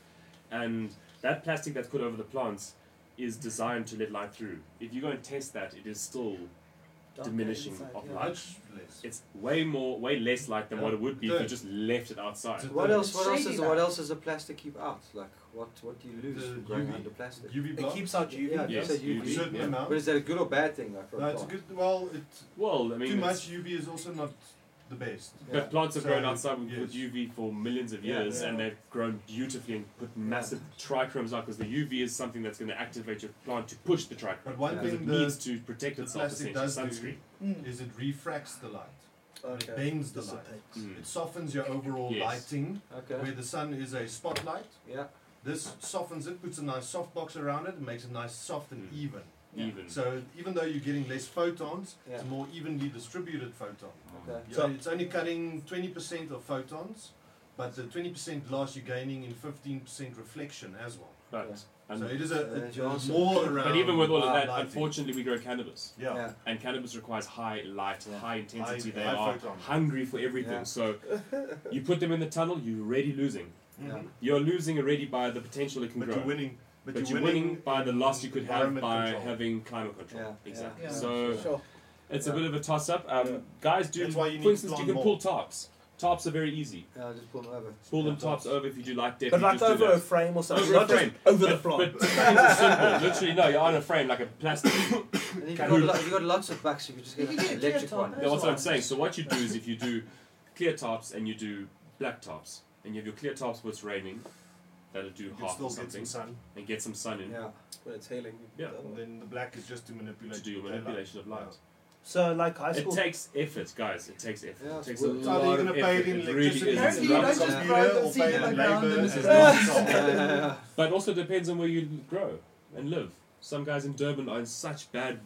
[SPEAKER 2] and that plastic that's put over the plants is designed to let light through. If you go and test that, it is still
[SPEAKER 3] Darker
[SPEAKER 2] diminishing
[SPEAKER 3] inside,
[SPEAKER 2] of
[SPEAKER 3] yeah.
[SPEAKER 2] light.
[SPEAKER 6] Much less.
[SPEAKER 2] it's way more, way less light than what it would be if you
[SPEAKER 6] Good.
[SPEAKER 2] just left it outside.
[SPEAKER 6] It's
[SPEAKER 4] What else? What else
[SPEAKER 3] Shady
[SPEAKER 4] is
[SPEAKER 3] though.
[SPEAKER 4] what else does the plastic keep out? Like what? What do you lose
[SPEAKER 6] The
[SPEAKER 4] from growing
[SPEAKER 6] UV.
[SPEAKER 4] under plastic?
[SPEAKER 6] UV
[SPEAKER 1] It
[SPEAKER 6] block.
[SPEAKER 1] keeps out UV.
[SPEAKER 4] Yeah,
[SPEAKER 2] Yes,
[SPEAKER 4] so
[SPEAKER 6] a
[SPEAKER 2] UV,
[SPEAKER 4] UV.
[SPEAKER 6] certain
[SPEAKER 2] yeah.
[SPEAKER 6] amount.
[SPEAKER 4] But is that a good or bad thing? Like for
[SPEAKER 6] no,
[SPEAKER 4] a
[SPEAKER 6] it's
[SPEAKER 4] plant?
[SPEAKER 6] good. Well, it,
[SPEAKER 2] Well, I mean,
[SPEAKER 6] too
[SPEAKER 2] it's-
[SPEAKER 6] much UV is also not the best.
[SPEAKER 2] But plants have
[SPEAKER 6] So,
[SPEAKER 2] grown outside with, with
[SPEAKER 6] yes.
[SPEAKER 2] UV for millions of
[SPEAKER 4] Yeah.
[SPEAKER 2] years,
[SPEAKER 3] Yeah.
[SPEAKER 2] and they've grown beautifully and put massive trichromes out because the UV is something that's going to activate your plant to push the trichrome.
[SPEAKER 6] But one
[SPEAKER 4] Yeah.
[SPEAKER 2] Because
[SPEAKER 6] thing
[SPEAKER 2] it
[SPEAKER 6] the-
[SPEAKER 2] needs to protect
[SPEAKER 6] the
[SPEAKER 2] itself
[SPEAKER 6] plastic
[SPEAKER 2] essentially
[SPEAKER 6] does do-
[SPEAKER 2] sunscreen.
[SPEAKER 3] Mm.
[SPEAKER 6] is it refracts the light. and
[SPEAKER 5] Okay.
[SPEAKER 6] it bends the light.
[SPEAKER 4] Dissipate.
[SPEAKER 2] Mm.
[SPEAKER 6] It softens your overall
[SPEAKER 2] Yes.
[SPEAKER 6] lighting. Where
[SPEAKER 4] Okay.
[SPEAKER 6] the sun is a spotlight,
[SPEAKER 4] Yeah.
[SPEAKER 6] this softens it, puts a nice soft box around it, and makes it nice, soft, and
[SPEAKER 2] Mm.
[SPEAKER 6] even.
[SPEAKER 2] Even.
[SPEAKER 6] So even though you're getting less photons,
[SPEAKER 4] Yeah.
[SPEAKER 6] it's more evenly distributed photon.
[SPEAKER 4] Okay.
[SPEAKER 6] You
[SPEAKER 1] So-
[SPEAKER 6] know, it's only cutting 20% of photons, but the 20% loss you're gaining in 15% reflection as well.
[SPEAKER 2] Right.
[SPEAKER 4] Yeah.
[SPEAKER 2] And
[SPEAKER 6] so it is a,
[SPEAKER 4] There's
[SPEAKER 6] it's
[SPEAKER 4] your answer.
[SPEAKER 6] more around.
[SPEAKER 2] but even with all of
[SPEAKER 4] Wow,
[SPEAKER 2] that,
[SPEAKER 6] lighting.
[SPEAKER 2] unfortunately, we grow cannabis,
[SPEAKER 6] yeah.
[SPEAKER 4] Yeah.
[SPEAKER 2] and cannabis requires high light,
[SPEAKER 4] Yeah.
[SPEAKER 2] high intensity.
[SPEAKER 6] High-
[SPEAKER 2] they
[SPEAKER 6] high
[SPEAKER 2] are
[SPEAKER 6] photon.
[SPEAKER 2] hungry for everything.
[SPEAKER 4] Yeah.
[SPEAKER 2] So you put them in the tunnel, you're already losing.
[SPEAKER 4] Yeah.
[SPEAKER 6] Mhm.
[SPEAKER 2] You're losing already by the potential it can
[SPEAKER 6] But
[SPEAKER 2] grow.
[SPEAKER 6] you're winning. But,
[SPEAKER 2] But, you're winning, by the loss you could have
[SPEAKER 6] environment
[SPEAKER 2] by
[SPEAKER 6] control.
[SPEAKER 2] having climate control.
[SPEAKER 4] Yeah.
[SPEAKER 2] Exactly.
[SPEAKER 3] Yeah.
[SPEAKER 2] So
[SPEAKER 5] Sure.
[SPEAKER 2] it's a
[SPEAKER 4] Yeah.
[SPEAKER 2] bit of a toss up. Um, Guys, do
[SPEAKER 6] That's why you need
[SPEAKER 2] for instance, you
[SPEAKER 6] blonde
[SPEAKER 2] can
[SPEAKER 6] more.
[SPEAKER 2] pull tops. Tops are very easy.
[SPEAKER 4] Yeah, I'll just pull them over.
[SPEAKER 2] Pull them tops over if you do like depth.
[SPEAKER 8] But
[SPEAKER 2] you
[SPEAKER 8] like
[SPEAKER 2] just do
[SPEAKER 8] over
[SPEAKER 2] that.
[SPEAKER 8] a frame or something.
[SPEAKER 2] Over a
[SPEAKER 8] not just-
[SPEAKER 2] frame.
[SPEAKER 1] Over the
[SPEAKER 2] But-
[SPEAKER 1] plant.
[SPEAKER 2] But things are simple. Literally, no, you're on a frame like a plastic.
[SPEAKER 4] And if you've
[SPEAKER 2] Can
[SPEAKER 4] got,
[SPEAKER 2] we-
[SPEAKER 4] lo- if you've got lots of bucks, you can just get
[SPEAKER 3] You
[SPEAKER 4] an
[SPEAKER 3] can get a
[SPEAKER 4] electric
[SPEAKER 3] top,
[SPEAKER 4] one.
[SPEAKER 3] eh?
[SPEAKER 2] That's what I'm saying. So what you do is if you do clear tops and you do black tops, and you have your clear tops when it's raining, that'll do
[SPEAKER 6] You can
[SPEAKER 2] half
[SPEAKER 6] still
[SPEAKER 2] or
[SPEAKER 6] get
[SPEAKER 2] something,
[SPEAKER 6] some sun.
[SPEAKER 2] and get some sun in
[SPEAKER 4] Yeah.
[SPEAKER 5] When it's hailing.
[SPEAKER 2] Yeah.
[SPEAKER 6] And then the black is just to manipulate.
[SPEAKER 2] to do your
[SPEAKER 6] the daylight.
[SPEAKER 2] manipulation of light.
[SPEAKER 8] So like high
[SPEAKER 2] It
[SPEAKER 8] school.
[SPEAKER 2] takes effort, guys. It takes effort.
[SPEAKER 4] Yeah,
[SPEAKER 2] it takes a
[SPEAKER 4] it's work.
[SPEAKER 6] So are
[SPEAKER 2] lot
[SPEAKER 6] they
[SPEAKER 2] of
[SPEAKER 6] going to pay it
[SPEAKER 2] effort.
[SPEAKER 6] in
[SPEAKER 2] It really
[SPEAKER 6] electricity?
[SPEAKER 2] is.
[SPEAKER 3] Apparently
[SPEAKER 2] It's
[SPEAKER 3] you
[SPEAKER 2] rough
[SPEAKER 3] don't
[SPEAKER 2] stuff.
[SPEAKER 3] just grow them,
[SPEAKER 6] or
[SPEAKER 3] see
[SPEAKER 6] pay
[SPEAKER 3] them
[SPEAKER 6] it in
[SPEAKER 3] on the ground,
[SPEAKER 6] labour,
[SPEAKER 3] and
[SPEAKER 6] it's
[SPEAKER 3] it's
[SPEAKER 6] not
[SPEAKER 4] Yeah, yeah, yeah.
[SPEAKER 2] But also depends on where you grow and live. Some guys in Durban are in such bad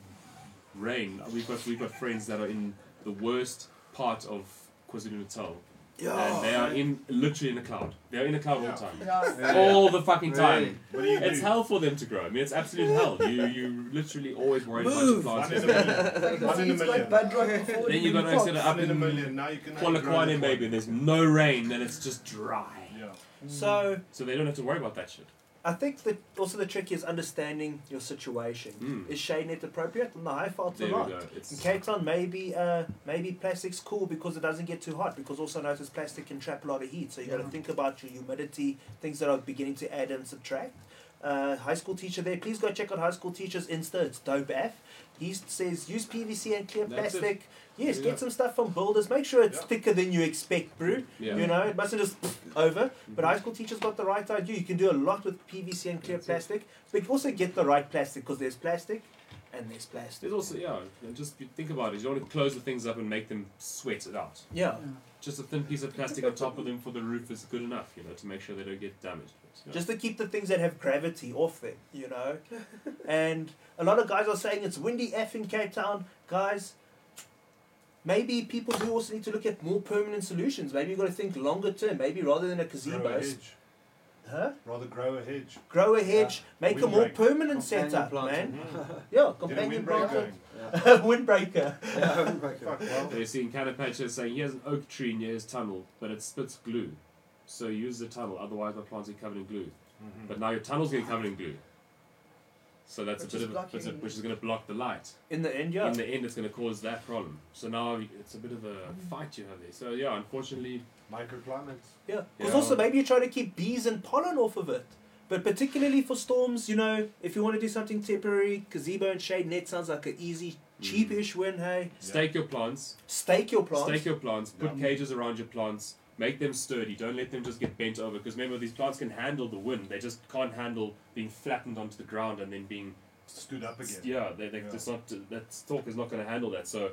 [SPEAKER 2] rain. We've got we've got friends that are in the worst part of KwaZulu Natal, and they are in literally in a cloud. They're in a cloud all the time,
[SPEAKER 3] Yeah.
[SPEAKER 4] Yeah.
[SPEAKER 2] all the fucking
[SPEAKER 4] Really?
[SPEAKER 2] time.
[SPEAKER 6] What do you
[SPEAKER 2] It's
[SPEAKER 6] do?
[SPEAKER 2] hell for them to grow. I mean, it's absolute hell. You you solely always worried
[SPEAKER 1] Move.
[SPEAKER 2] about
[SPEAKER 6] One
[SPEAKER 2] your
[SPEAKER 6] in a
[SPEAKER 2] plants.
[SPEAKER 6] million.
[SPEAKER 3] Like the
[SPEAKER 6] One in a
[SPEAKER 3] seeds like
[SPEAKER 6] million.
[SPEAKER 3] bud rocket forward
[SPEAKER 2] Then
[SPEAKER 3] and
[SPEAKER 2] you
[SPEAKER 3] then
[SPEAKER 2] gotta set it
[SPEAKER 3] fox.
[SPEAKER 2] up
[SPEAKER 6] One in a
[SPEAKER 2] in
[SPEAKER 6] million. Now you can only grow
[SPEAKER 2] Polokwane
[SPEAKER 6] the
[SPEAKER 2] maybe, and there's no rain, then it's just dry.
[SPEAKER 6] Yeah.
[SPEAKER 8] So
[SPEAKER 2] So they don't have to worry about that shit.
[SPEAKER 1] I think that also the trick is understanding your situation.
[SPEAKER 2] Mm.
[SPEAKER 1] Is shade net appropriate on the high faults
[SPEAKER 2] There
[SPEAKER 1] or
[SPEAKER 2] we
[SPEAKER 1] not?
[SPEAKER 2] go.
[SPEAKER 1] In
[SPEAKER 2] It's
[SPEAKER 1] Cape Town, maybe uh, maybe plastic's cool because it doesn't get too hot. Because also notice plastic can trap a lot of heat, so you got to
[SPEAKER 3] Yeah.
[SPEAKER 1] think about your humidity, things that are beginning to add and subtract. Uh, high school teacher there, please go check out high school teacher's Insta. It's dope af. He s- says use PVC and clear
[SPEAKER 2] That's it.
[SPEAKER 1] plastic. Yes,
[SPEAKER 2] Yeah.
[SPEAKER 1] get some stuff from builders. Make sure it's
[SPEAKER 6] Yeah.
[SPEAKER 1] thicker than you expect, brew.
[SPEAKER 2] yeah. Mm-hmm.
[SPEAKER 1] You know, it mustn't just over. But high school teachers got the right idea. You can do a lot with PVC and clear
[SPEAKER 2] That's it.
[SPEAKER 1] plastic, but you also get the right plastic because there's plastic and there's plastic.
[SPEAKER 2] There's also yeah, and just you think about it. You don't want to close the things up and make them sweat it out.
[SPEAKER 1] Yeah.
[SPEAKER 2] Just a thin piece of plastic on top of them for the roof is good enough, you know, to make sure they don't get damaged. Yeah.
[SPEAKER 1] Just to keep the things that have gravity off them, you know? and a lot of guys are saying it's windy F in Cape Town. Guys, maybe people do also need to look at more permanent solutions. Maybe you've got to think longer term. Maybe rather than a
[SPEAKER 6] Grow a
[SPEAKER 1] gazebo,
[SPEAKER 6] hedge.
[SPEAKER 1] huh?
[SPEAKER 6] Rather grow a hedge.
[SPEAKER 1] grow a hedge, make a more
[SPEAKER 6] Windbreak.
[SPEAKER 1] permanent
[SPEAKER 4] Companion
[SPEAKER 1] setup,
[SPEAKER 4] plant.
[SPEAKER 1] man.
[SPEAKER 6] Mhm.
[SPEAKER 1] Yeah,
[SPEAKER 6] Get a
[SPEAKER 1] companion
[SPEAKER 6] windbreak
[SPEAKER 1] planter.
[SPEAKER 6] going.
[SPEAKER 4] Yeah.
[SPEAKER 1] Windbreaker.
[SPEAKER 4] Yeah, windbreaker.
[SPEAKER 6] Fuck, well.
[SPEAKER 2] They're seeing Canapacha saying he has an oak tree near his tunnel, but it spits glue. So use the tunnel, otherwise my plants get covered in glue.
[SPEAKER 6] Mhm.
[SPEAKER 2] But now your tunnel's getting covered in glue. So that's
[SPEAKER 3] Which
[SPEAKER 2] a
[SPEAKER 3] is
[SPEAKER 2] bit of a, it's a-
[SPEAKER 3] blocking-
[SPEAKER 2] which is going to block the light.
[SPEAKER 1] In the end, yeah.
[SPEAKER 2] In the end, it's going to cause that problem. So now it's a bit of a
[SPEAKER 3] Mm-hmm.
[SPEAKER 2] fight you have there. So yeah, unfortunately,
[SPEAKER 6] Microclimates.
[SPEAKER 1] Yeah, because
[SPEAKER 2] Yeah.
[SPEAKER 1] also maybe you're trying to keep bees and pollen off of it. But particularly for storms, you know, if you want to do something temporary, gazebo and shade net sounds like an easy, cheapish win. Hey,
[SPEAKER 2] stake your plants,
[SPEAKER 1] stake your plants.
[SPEAKER 2] Mm-hmm. stake your plants, put
[SPEAKER 6] Yeah.
[SPEAKER 2] cages around your plants, make them sturdy. Don't let them just get bent over because remember these plants can handle the wind. They just can't handle being flattened onto the ground and then being
[SPEAKER 6] Stood up again.
[SPEAKER 2] yeah. They, they
[SPEAKER 6] Yeah.
[SPEAKER 2] just not that stalk is not going to handle that. So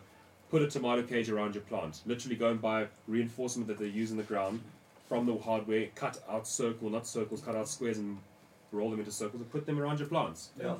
[SPEAKER 2] put a tomato cage around your plant. Literally go and buy reinforcement that they use in the ground from the hardware. Cut out circle, not circles. Cut out squares and roll them into circles and put them around your plants.
[SPEAKER 6] Yeah.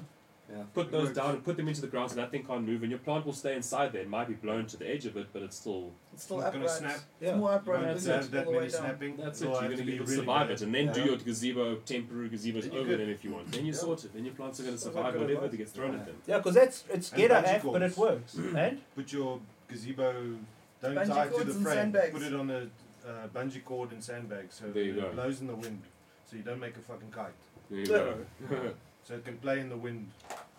[SPEAKER 4] Yeah.
[SPEAKER 2] Put
[SPEAKER 6] It
[SPEAKER 2] those
[SPEAKER 6] works.
[SPEAKER 2] down and put them into the ground so that thing can't move, and your plant will stay inside there. It might be blown to the edge of it, but it's still.
[SPEAKER 3] It's still
[SPEAKER 6] It's gonna
[SPEAKER 3] upright.
[SPEAKER 6] snap.
[SPEAKER 1] Yeah.
[SPEAKER 3] It's more
[SPEAKER 6] You
[SPEAKER 3] upright.
[SPEAKER 6] won't
[SPEAKER 2] That's
[SPEAKER 3] isn't
[SPEAKER 6] have
[SPEAKER 3] it,
[SPEAKER 6] that
[SPEAKER 3] all the
[SPEAKER 6] many
[SPEAKER 3] way down?
[SPEAKER 6] snapping.
[SPEAKER 2] That's it.
[SPEAKER 6] It'll
[SPEAKER 2] You're
[SPEAKER 6] have
[SPEAKER 2] going to
[SPEAKER 6] be
[SPEAKER 2] be able to
[SPEAKER 6] really
[SPEAKER 2] survive
[SPEAKER 6] bad.
[SPEAKER 2] it, and then do
[SPEAKER 4] Yeah.
[SPEAKER 2] your gazebo temporary gazebos
[SPEAKER 6] Then you're
[SPEAKER 2] over
[SPEAKER 6] good.
[SPEAKER 2] them if you want. Then you're
[SPEAKER 6] Yeah.
[SPEAKER 2] sorted. Then your plants are going to
[SPEAKER 6] Sounds like
[SPEAKER 2] survive
[SPEAKER 6] good
[SPEAKER 2] whatever
[SPEAKER 6] advice.
[SPEAKER 2] that gets thrown
[SPEAKER 4] Yeah.
[SPEAKER 2] at them.
[SPEAKER 1] Yeah, because that's it's
[SPEAKER 6] And
[SPEAKER 1] get
[SPEAKER 6] bungee
[SPEAKER 1] af, but it
[SPEAKER 6] cords.
[SPEAKER 1] works. and
[SPEAKER 6] Put your gazebo, don't
[SPEAKER 3] Bungee
[SPEAKER 6] tie it to
[SPEAKER 3] cords
[SPEAKER 6] the
[SPEAKER 3] and
[SPEAKER 6] frame.
[SPEAKER 3] sandbags.
[SPEAKER 6] Put it on a uh, bungee cord and sandbags so
[SPEAKER 2] There you
[SPEAKER 6] that
[SPEAKER 2] go.
[SPEAKER 6] it blows in the wind. So you don't make a fucking kite.
[SPEAKER 2] There you
[SPEAKER 1] Yeah.
[SPEAKER 2] go.
[SPEAKER 6] So it can play in the wind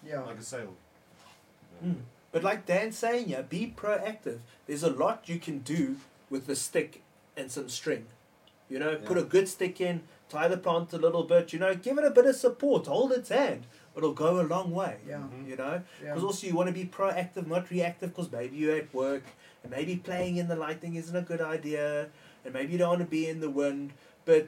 [SPEAKER 3] Yeah.
[SPEAKER 6] like a sail.
[SPEAKER 3] Oh.
[SPEAKER 1] Mm. But like Dan's saying, yeah, be proactive. There's a lot you can do with the stick and some string. You know, put a
[SPEAKER 4] Yeah.
[SPEAKER 1] good stick in, tie the plant a little bit, you know, give it a bit of support, hold its hand. It'll go a long way.
[SPEAKER 3] Yeah.
[SPEAKER 6] Mhm.
[SPEAKER 1] You know?
[SPEAKER 3] yeah.
[SPEAKER 1] Because also you want to be proactive, not reactive, because maybe you're at work and maybe playing in the lighting isn't a good idea and maybe you don't want to be in the wind. But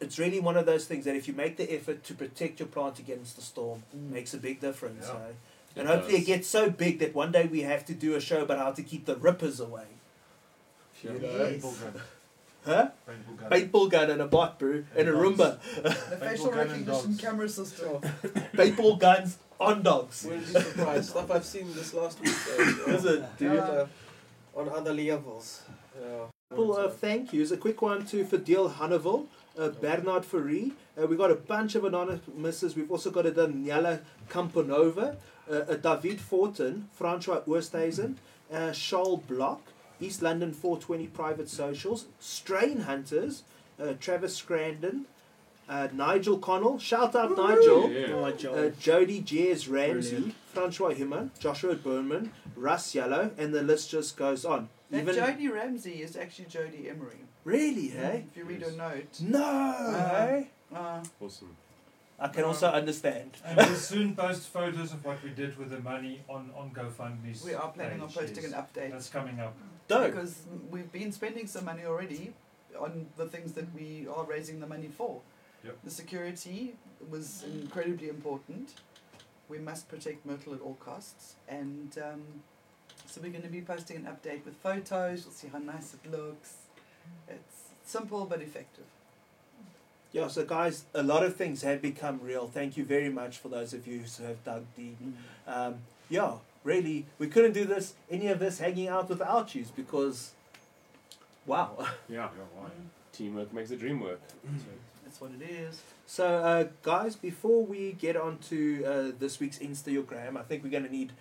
[SPEAKER 1] it's really one of those things that if you make the effort to protect your plant against the storm,
[SPEAKER 3] Mm.
[SPEAKER 1] makes a big difference.
[SPEAKER 6] Yeah.
[SPEAKER 1] eh?
[SPEAKER 2] It
[SPEAKER 1] And hopefully it
[SPEAKER 2] does.
[SPEAKER 1] gets so big that one day we have to do a show about how to keep the rippers away.
[SPEAKER 4] Yeah.
[SPEAKER 3] Yes.
[SPEAKER 6] Paintball gun.
[SPEAKER 1] Huh?
[SPEAKER 6] Paintball gun.
[SPEAKER 1] Paintball gun and a bot, bro. And a Roomba.
[SPEAKER 3] The facial
[SPEAKER 6] gun and
[SPEAKER 3] recognition
[SPEAKER 6] dogs.
[SPEAKER 3] camera system.
[SPEAKER 1] Paintball guns on dogs.
[SPEAKER 5] Wouldn't be surprised. Stuff I've seen this last week. uh,
[SPEAKER 1] Is it, dude?
[SPEAKER 5] uh, on other levels. Yeah.
[SPEAKER 1] couple of thank yous. A quick one to Fidel Hanneville, uh, Bernard Ferri. Uh, we got a bunch of anonymouses. We've also got a Daniela Campanova, uh, a David Fortin, Francois Oosthuizen, uh, Charles Block, East London 420 Private Socials, Strain Hunters, uh, Travis Scrandon, uh, Nigel Connell. Shout out, Nigel.
[SPEAKER 2] Yeah.
[SPEAKER 1] Uh, Jody Jez Ramsey,
[SPEAKER 4] Brilliant.
[SPEAKER 1] Francois Human, Joshua Berman, Russ Yellow, and the list just goes on.
[SPEAKER 3] That Jodie Ramsey is actually Jodie Emery.
[SPEAKER 1] Really, hey?
[SPEAKER 3] If you read
[SPEAKER 2] Yes.
[SPEAKER 3] her note.
[SPEAKER 1] No!
[SPEAKER 3] Uh, Uh,
[SPEAKER 2] Awesome.
[SPEAKER 1] I can also understand.
[SPEAKER 7] And we'll soon post photos of what we did with the money on, on GoFundMe's
[SPEAKER 3] we are planning on
[SPEAKER 7] page,
[SPEAKER 3] posting an
[SPEAKER 7] yes.
[SPEAKER 3] update.
[SPEAKER 7] That's coming up.
[SPEAKER 1] Dope.
[SPEAKER 3] Because we've been spending some money already on the things that we are raising the money for.
[SPEAKER 6] Yep.
[SPEAKER 3] The security was incredibly important. We must protect Myrtle at all costs. And um, so we're going to be posting an update with photos. You'll see how nice it looks. It's simple but effective.
[SPEAKER 1] Yeah, so guys, a lot of things have become real. Thank you very much for those of you who have dug deep. Um, yeah, really, we couldn't do this, any of this hanging out without you because, wow.
[SPEAKER 2] Yeah.
[SPEAKER 6] Yeah, why?
[SPEAKER 2] Teamwork makes the dream work.
[SPEAKER 3] That's what it is.
[SPEAKER 1] So, uh, guys, before we get on to uh, this week's Instagram, I think we're going to need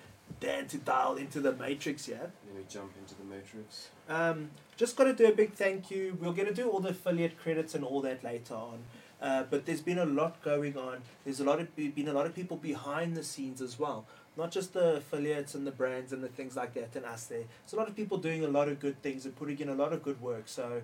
[SPEAKER 1] Dan to dial into the matrix here.
[SPEAKER 2] Let me jump into the matrix.
[SPEAKER 1] Um, just got to do a big thank you. We're going to do all the affiliate credits and all that later on. Uh, but there's been a lot going on. There's a lot of been a lot of people behind the scenes as well, not just the affiliates and the brands and the things like that and us there. There's a lot of people doing a lot of good things and putting in a lot of good work. So,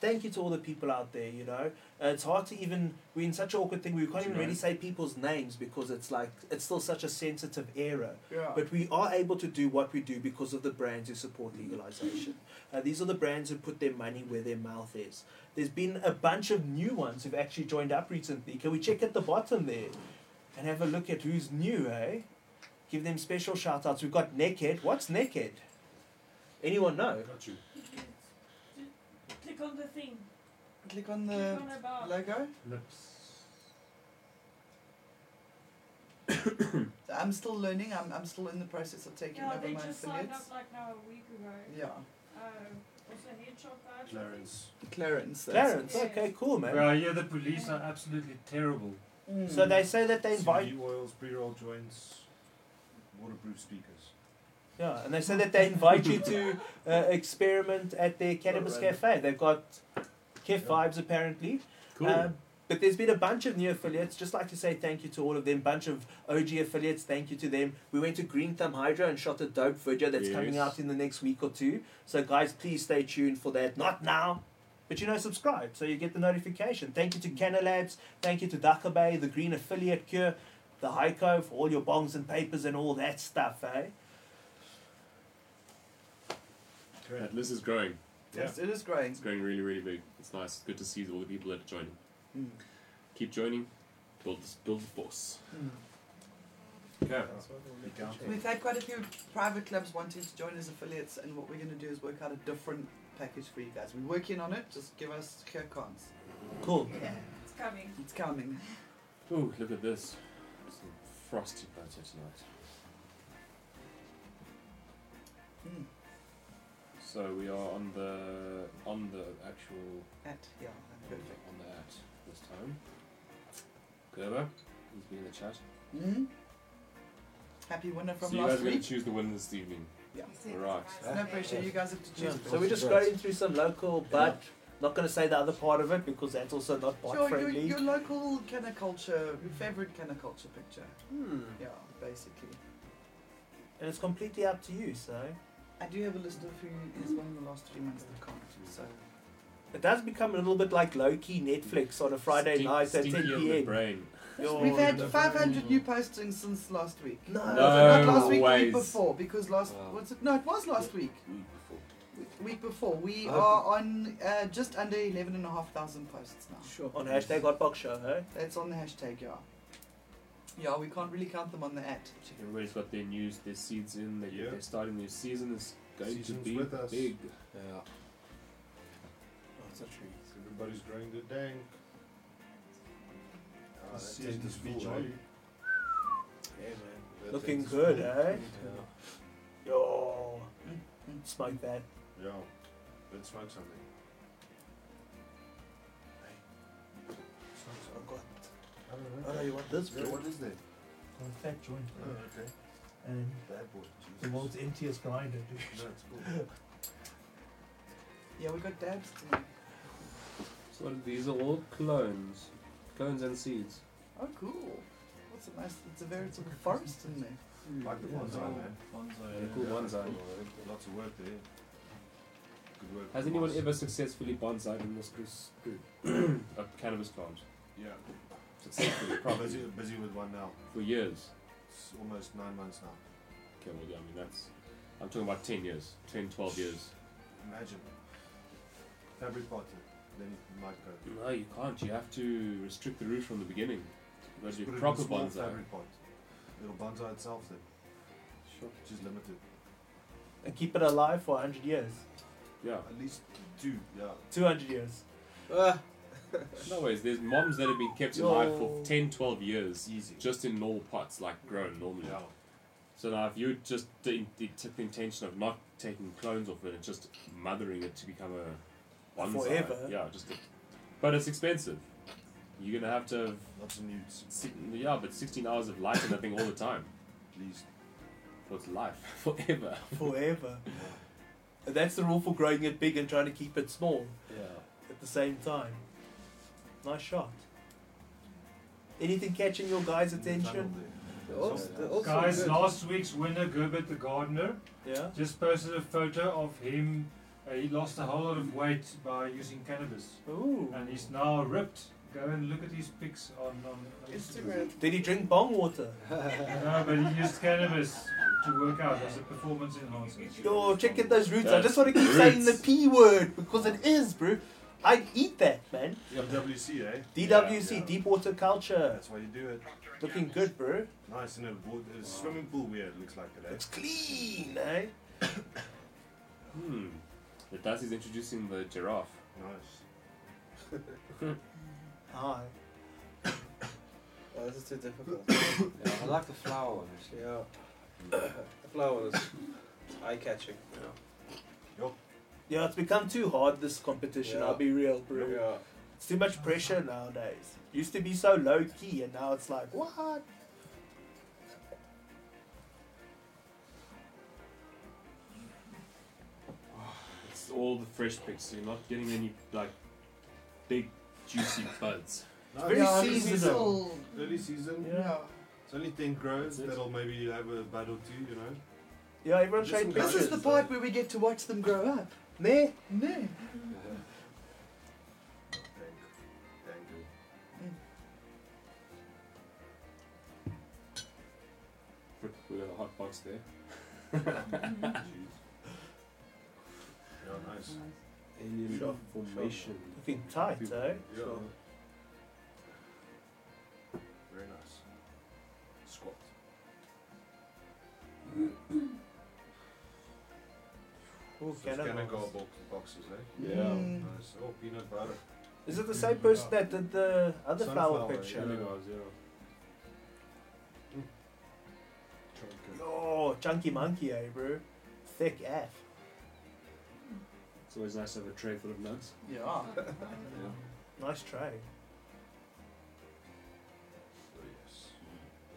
[SPEAKER 1] thank you to all the people out there. You know, uh, it's hard to even we're in such an awkward thing. We can't even really say people's names because it's like it's still such a sensitive era.
[SPEAKER 3] Yeah.
[SPEAKER 1] But we are able to do what we do because of the brands who support legalization. Uh, these are the brands who put their money where their mouth is. There's been a bunch of new ones who've actually joined up recently. Can we check at the bottom there and have a look at who's new, eh? Give them special shout outs. We've got Naked. What's Naked? Anyone know?
[SPEAKER 6] Got you.
[SPEAKER 10] Click on the thing.
[SPEAKER 3] Click on the
[SPEAKER 10] Click on about.
[SPEAKER 3] logo.
[SPEAKER 6] Lips.
[SPEAKER 3] I'm still learning. I'm, I'm still in the process of taking
[SPEAKER 10] yeah,
[SPEAKER 3] over
[SPEAKER 10] they
[SPEAKER 3] my
[SPEAKER 10] just signed
[SPEAKER 3] affiliates.
[SPEAKER 10] up like now a week ago.
[SPEAKER 3] Yeah,
[SPEAKER 10] Uh, also headshot vibes. I think.
[SPEAKER 3] Clarence.
[SPEAKER 6] Clarence.
[SPEAKER 3] that's
[SPEAKER 1] Clarence.
[SPEAKER 10] it.
[SPEAKER 1] Okay, cool, man.
[SPEAKER 7] Well, I hear the police are absolutely terrible.
[SPEAKER 3] it. Mm.
[SPEAKER 1] So they say that they invite,
[SPEAKER 6] CBD oils, pre-roll joints, waterproof speakers.
[SPEAKER 1] yeah, and they say that they invite you to uh, experiment at their cannabis
[SPEAKER 5] random.
[SPEAKER 1] cafe. They've got Kef vibes apparently.
[SPEAKER 2] Cool.
[SPEAKER 1] Um, but there's been a bunch of new affiliates. Just like to say thank you to all of them. Bunch of OG affiliates. Thank you to them. We went to Green Thumb Hydro and shot a dope video that's coming
[SPEAKER 2] Yes.
[SPEAKER 1] out in the next week or two. So guys, please stay tuned for that. Not now, but you know, subscribe so you get the notification. Thank you to Canna Labs. Thank you to Dhaka Bay, the Green Affiliate Cure, the Heiko for all your bongs and papers and all that stuff, eh?
[SPEAKER 2] that list is growing.
[SPEAKER 3] Yes, it is growing.
[SPEAKER 2] It's growing really, really big. It's nice. It's good to see all the people that are joining.
[SPEAKER 3] Mm.
[SPEAKER 2] Keep joining. Build this. Build the force. Okay.
[SPEAKER 5] That's what we'll make
[SPEAKER 6] Down.
[SPEAKER 5] a change.
[SPEAKER 3] We've had quite a few private clubs wanting to join as affiliates, and what we're going to do is work out a different package for you guys. We're working on it. Just give us your cons.
[SPEAKER 1] Cool.
[SPEAKER 10] Yeah, it's coming.
[SPEAKER 3] It's coming.
[SPEAKER 2] Ooh, look at this. Some frosty butter tonight.
[SPEAKER 3] Mm.
[SPEAKER 2] So we are on the on the actual
[SPEAKER 3] At yeah, perfect.
[SPEAKER 2] on the at this time. Gerber, he's been in the chat.
[SPEAKER 3] Mm. Happy winner from
[SPEAKER 2] so you guys
[SPEAKER 3] last
[SPEAKER 2] are going
[SPEAKER 3] week.
[SPEAKER 2] to choose the winner this evening. Right.
[SPEAKER 3] no pressure. You guys have to choose.
[SPEAKER 1] So we're just going through some local, but not going to say the other part of it because that's also not bot
[SPEAKER 3] Sure, your,
[SPEAKER 1] friendly.
[SPEAKER 3] your local canna culture, your favorite canna culture picture.
[SPEAKER 1] Hmm.
[SPEAKER 3] Yeah, basically.
[SPEAKER 1] And it's completely up to you, so
[SPEAKER 3] I do have a list of who is one of the last three months that can't. So
[SPEAKER 1] it does become a little bit like low key Netflix on a Friday
[SPEAKER 2] Stink-
[SPEAKER 1] night at
[SPEAKER 2] stinky
[SPEAKER 1] 10
[SPEAKER 2] on the
[SPEAKER 1] p.m.
[SPEAKER 2] brain.
[SPEAKER 1] Yo,
[SPEAKER 3] We've had
[SPEAKER 1] the-
[SPEAKER 3] 500 new postings since last week.
[SPEAKER 1] No.
[SPEAKER 3] Was it not
[SPEAKER 2] No
[SPEAKER 3] last week,
[SPEAKER 2] ways.
[SPEAKER 3] week before, because last
[SPEAKER 2] Wow.
[SPEAKER 3] was it? No, it was last week.
[SPEAKER 2] Week before.
[SPEAKER 3] Week- Week before, we
[SPEAKER 4] Oh.
[SPEAKER 3] are on uh, just under 11 and a half thousand posts now.
[SPEAKER 5] Sure.
[SPEAKER 1] on hashtag Hotbox Show, hey?
[SPEAKER 3] That's on the hashtag, yeah. Yeah, we can't really count them on the at.
[SPEAKER 2] Everybody's got their news, their seeds in. They,
[SPEAKER 6] Yeah.
[SPEAKER 2] They're starting their season. It's going
[SPEAKER 6] Season's
[SPEAKER 2] to be
[SPEAKER 6] with us.
[SPEAKER 2] big.
[SPEAKER 4] Yeah.
[SPEAKER 2] a tree.
[SPEAKER 6] Everybody's growing their dank.
[SPEAKER 5] Ah,
[SPEAKER 6] This
[SPEAKER 5] that
[SPEAKER 6] season's
[SPEAKER 5] tastes
[SPEAKER 6] be
[SPEAKER 5] full,
[SPEAKER 6] jolly.
[SPEAKER 5] eh? Yeah, man. That
[SPEAKER 1] Looking
[SPEAKER 5] tastes
[SPEAKER 1] good,
[SPEAKER 5] full.
[SPEAKER 1] eh?
[SPEAKER 5] Yeah.
[SPEAKER 1] Yo, smoke that.
[SPEAKER 6] Yeah, let's smoke something.
[SPEAKER 1] Oh God.
[SPEAKER 6] I don't know.
[SPEAKER 1] Oh no, you want this?
[SPEAKER 6] Yeah, what is that?
[SPEAKER 1] Want that joint?
[SPEAKER 6] Oh, okay.
[SPEAKER 1] And
[SPEAKER 6] Bad boy.
[SPEAKER 1] the
[SPEAKER 6] Jesus.
[SPEAKER 1] world's emptiest grinder, dude.
[SPEAKER 6] No, it's cool.
[SPEAKER 3] Yeah, we got dabs tonight.
[SPEAKER 2] So what are these are all clones. Clones and seeds.
[SPEAKER 3] Oh, cool. What's a nice? It's a veritable forest in there.
[SPEAKER 6] Like the ones I man.
[SPEAKER 2] They're cool bonsai.
[SPEAKER 6] Lots of work there. Good work.
[SPEAKER 2] Has anyone ever successfully bonsaied in this group? a Uh, cannabis plant.
[SPEAKER 6] Yeah,
[SPEAKER 2] Successfully,
[SPEAKER 6] probably
[SPEAKER 2] probably
[SPEAKER 6] busy, busy with one now.
[SPEAKER 2] for years.
[SPEAKER 6] It's almost nine months now.
[SPEAKER 2] Okay, well, yeah, I mean, that's. I'm talking about 10 years, 10, 12 years.
[SPEAKER 6] Imagine. Fabric party. Then it might go.
[SPEAKER 2] No, you can't. You have to restrict the root from the beginning. You got to
[SPEAKER 6] Put it
[SPEAKER 2] do
[SPEAKER 6] in a
[SPEAKER 2] proper
[SPEAKER 6] small
[SPEAKER 2] bonsai.
[SPEAKER 6] Fabric pot. It'll bonsai itself then.
[SPEAKER 2] Sure.
[SPEAKER 6] Which is limited.
[SPEAKER 1] And keep it alive for 100 years.
[SPEAKER 2] Yeah.
[SPEAKER 6] At least two, yeah.
[SPEAKER 1] 200 years.
[SPEAKER 5] Ah,
[SPEAKER 2] No ways. There's moms that have been kept alive for
[SPEAKER 1] Yo.
[SPEAKER 2] 10, 12 years,
[SPEAKER 6] Easy.
[SPEAKER 2] just in normal pots, like grown normally.
[SPEAKER 6] yeah.
[SPEAKER 2] So now, if you just the, the, took the intention of not taking clones off it and just mothering it to become a bonsai,
[SPEAKER 1] Forever.
[SPEAKER 2] yeah, just. A, but it's expensive. You're gonna have to have
[SPEAKER 6] Lots of nudes.
[SPEAKER 2] si- yeah, but 16 hours of light in that thing all the time
[SPEAKER 6] At least.
[SPEAKER 2] for its life, forever.
[SPEAKER 1] Forever. And that's the rule for growing it big and trying to keep it small
[SPEAKER 2] Yeah.
[SPEAKER 1] at the same time. Nice shot. Anything catching your guys' attention?
[SPEAKER 5] they're all- they're all so
[SPEAKER 7] Guys,
[SPEAKER 5] good.
[SPEAKER 7] last week's winner, Gerbert the gardener,
[SPEAKER 1] Yeah?
[SPEAKER 7] just posted a photo of him. Uh, he lost a whole lot of weight by using cannabis,
[SPEAKER 1] Ooh.
[SPEAKER 7] and he's now ripped. Go and look at his pics on, on Instagram.
[SPEAKER 3] Instagram.
[SPEAKER 1] Did he drink bong water?
[SPEAKER 7] no, but he used cannabis to work out as a performance enhancer.
[SPEAKER 1] Yo, check out those roots. I
[SPEAKER 2] That's
[SPEAKER 1] just want to keep
[SPEAKER 2] roots.
[SPEAKER 1] saying the P word because it is, bro. I'd eat that, man.
[SPEAKER 6] WC, eh?
[SPEAKER 1] DWC,
[SPEAKER 6] Yeah, yeah.
[SPEAKER 1] deep water culture.
[SPEAKER 6] That's why you do it.
[SPEAKER 1] Looking good, bro.
[SPEAKER 6] Nice in a board, a swimming pool where it looks like it, eh?
[SPEAKER 1] It's clean, eh?
[SPEAKER 2] Hmm. The Daz is introducing the giraffe.
[SPEAKER 6] Nice.
[SPEAKER 1] Hi.
[SPEAKER 5] Oh, this is too difficult.
[SPEAKER 4] Yeah, I like the flower one actually.
[SPEAKER 5] Yeah. the flower is eye catching.
[SPEAKER 1] Yeah, it's become too hard this competition,
[SPEAKER 5] Yeah.
[SPEAKER 1] I'll be real, bro.
[SPEAKER 5] Yeah.
[SPEAKER 1] It's too much pressure nowadays. Used to be so low key and now it's like, what?
[SPEAKER 2] It's all the fresh pics. So you're not getting any like big juicy buds.
[SPEAKER 6] No,
[SPEAKER 1] very
[SPEAKER 6] yeah, early
[SPEAKER 1] seasonal.
[SPEAKER 6] season. Early season.
[SPEAKER 1] Yeah.
[SPEAKER 6] It's only 10 grows
[SPEAKER 2] That's it.
[SPEAKER 6] that'll maybe have a bud or two, you know?
[SPEAKER 1] Yeah, everyone
[SPEAKER 6] Just
[SPEAKER 1] showing
[SPEAKER 6] some
[SPEAKER 3] This
[SPEAKER 1] pictures.
[SPEAKER 3] is the part where we get to watch them grow up.
[SPEAKER 1] Meh.
[SPEAKER 3] No.
[SPEAKER 6] Dank. Dank.
[SPEAKER 2] We got a hot box there.
[SPEAKER 6] Yeah, nice.
[SPEAKER 2] Alien
[SPEAKER 6] Sure.
[SPEAKER 2] formation.
[SPEAKER 1] Looking tight, eh?
[SPEAKER 6] Yeah. Very nice. Squat.
[SPEAKER 1] Ooh,
[SPEAKER 6] So it's gonna
[SPEAKER 1] cannibals.
[SPEAKER 6] go bo- boxes, eh?
[SPEAKER 2] Yeah.
[SPEAKER 3] Mm.
[SPEAKER 6] Nice. Oh, peanut butter.
[SPEAKER 1] Is it the same person that did the other flower
[SPEAKER 6] Sunflower,
[SPEAKER 1] picture?
[SPEAKER 2] Chili guys, yeah.
[SPEAKER 6] Chocolate.
[SPEAKER 1] Yo, Oh, chunky monkey, eh, bro? Thick F.
[SPEAKER 2] It's always nice to have a tray full of nuts.
[SPEAKER 3] Yeah.
[SPEAKER 1] Nice tray.
[SPEAKER 6] Oh, yes.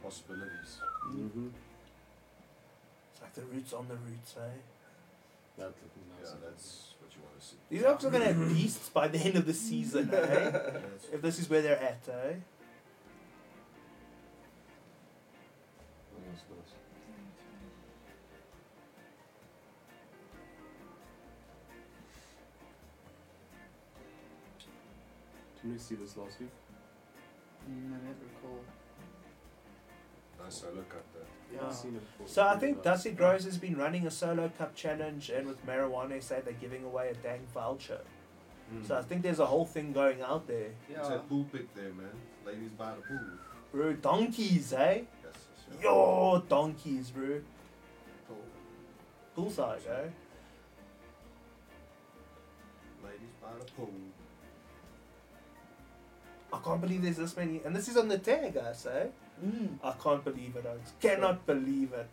[SPEAKER 6] Possibilities.
[SPEAKER 2] Mm-hmm.
[SPEAKER 1] It's like the roots on the roots, eh?
[SPEAKER 2] That's looking
[SPEAKER 6] Yeah,
[SPEAKER 2] nice.
[SPEAKER 6] that's what you want to see.
[SPEAKER 1] These folks are gonna have beasts by the end of the season, eh?
[SPEAKER 6] That's
[SPEAKER 1] If this is where they're at, eh?
[SPEAKER 4] That's nice.
[SPEAKER 2] Didn't we see this last week?
[SPEAKER 3] Mm, I don't recall.
[SPEAKER 6] nice solo cut there.
[SPEAKER 1] Yeah.
[SPEAKER 2] I've seen it before.
[SPEAKER 1] So I
[SPEAKER 2] Really
[SPEAKER 1] think
[SPEAKER 2] nice.
[SPEAKER 1] Dusty Groves has been running a solo cup challenge, and with marijuana, say they're giving away a dang voucher.
[SPEAKER 6] Hmm.
[SPEAKER 1] So I think there's a whole thing going out there.
[SPEAKER 6] It's
[SPEAKER 4] Yeah.
[SPEAKER 6] a pool pick there, man. Ladies by the pool.
[SPEAKER 1] Bro, donkeys, eh?
[SPEAKER 6] Yes, yes, yeah.
[SPEAKER 1] Yo, donkeys, bro.
[SPEAKER 6] Pool.
[SPEAKER 1] Poolside, eh?
[SPEAKER 6] Ladies Barapum.
[SPEAKER 1] I can't believe there's this many. And this is on the tag, I say.
[SPEAKER 3] Mm.
[SPEAKER 1] I can't believe it. I just cannot believe it.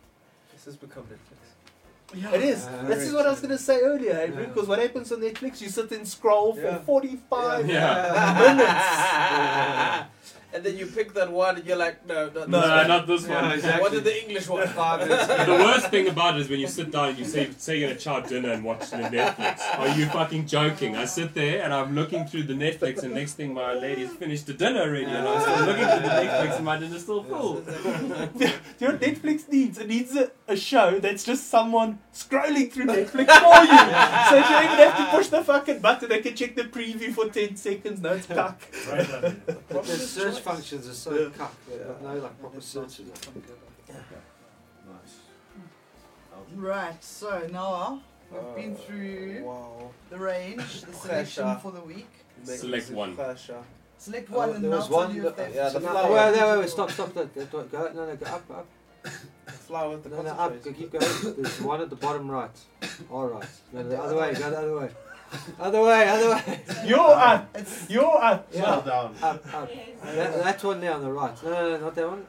[SPEAKER 5] This has become Netflix.
[SPEAKER 3] Yeah.
[SPEAKER 1] It is.
[SPEAKER 4] Ah,
[SPEAKER 1] this is what I was
[SPEAKER 4] right.
[SPEAKER 1] going to say earlier, Avery,
[SPEAKER 4] Yeah.
[SPEAKER 1] because what happens on Netflix, you sit and scroll
[SPEAKER 5] Yeah.
[SPEAKER 1] for 45
[SPEAKER 2] Yeah.
[SPEAKER 1] Yeah.
[SPEAKER 5] and then you pick that one and you're like, no, not
[SPEAKER 2] No,
[SPEAKER 5] this one.
[SPEAKER 2] not this one.
[SPEAKER 4] Yeah, exactly.
[SPEAKER 5] What did the English one?
[SPEAKER 4] Five minutes.
[SPEAKER 2] the worst thing about it is when you sit down and you say, say you're gonna chow dinner and watch the Netflix. Are you fucking joking? I sit there and I'm looking through the Netflix and next thing my lady's finished the dinner already and I'm still looking through the Netflix and my dinner's still full.
[SPEAKER 1] Do you know what Netflix needs? It needs a, a show that's just someone scrolling through Netflix for you. So you don't even have to push the fucking button. They can check the preview for 10 seconds. No, it's cuck.
[SPEAKER 7] Right then.
[SPEAKER 4] But the search functions are so
[SPEAKER 1] Yeah.
[SPEAKER 4] cuck. They've got no like proper searches.
[SPEAKER 6] Nice.
[SPEAKER 3] Right, so now we've
[SPEAKER 1] Uh,
[SPEAKER 3] been through
[SPEAKER 5] Wow.
[SPEAKER 3] the range, the selection for the week.
[SPEAKER 2] Select one.
[SPEAKER 5] Pleasure.
[SPEAKER 3] Select
[SPEAKER 4] Oh,
[SPEAKER 3] one and
[SPEAKER 4] there
[SPEAKER 3] now
[SPEAKER 4] was
[SPEAKER 3] tell
[SPEAKER 4] one
[SPEAKER 3] you
[SPEAKER 4] that-
[SPEAKER 3] if they've
[SPEAKER 5] yeah, the
[SPEAKER 4] No,
[SPEAKER 5] flower.
[SPEAKER 4] wait, wait, wait, wait, stop, stop, don't- don't- don't go, no, no, go up, up,
[SPEAKER 5] Flower with the
[SPEAKER 4] no, no, up, go,
[SPEAKER 5] concentrate.
[SPEAKER 4] keep going. There's one at the bottom right. All right, no, no, the other way, go the other way, other way, other way,
[SPEAKER 1] You're up.
[SPEAKER 3] It's
[SPEAKER 1] You're up.
[SPEAKER 6] Settle
[SPEAKER 4] yeah,
[SPEAKER 6] down.
[SPEAKER 4] up, up.
[SPEAKER 10] Yes.
[SPEAKER 4] That, that one there on the right. No, no, no, not that one.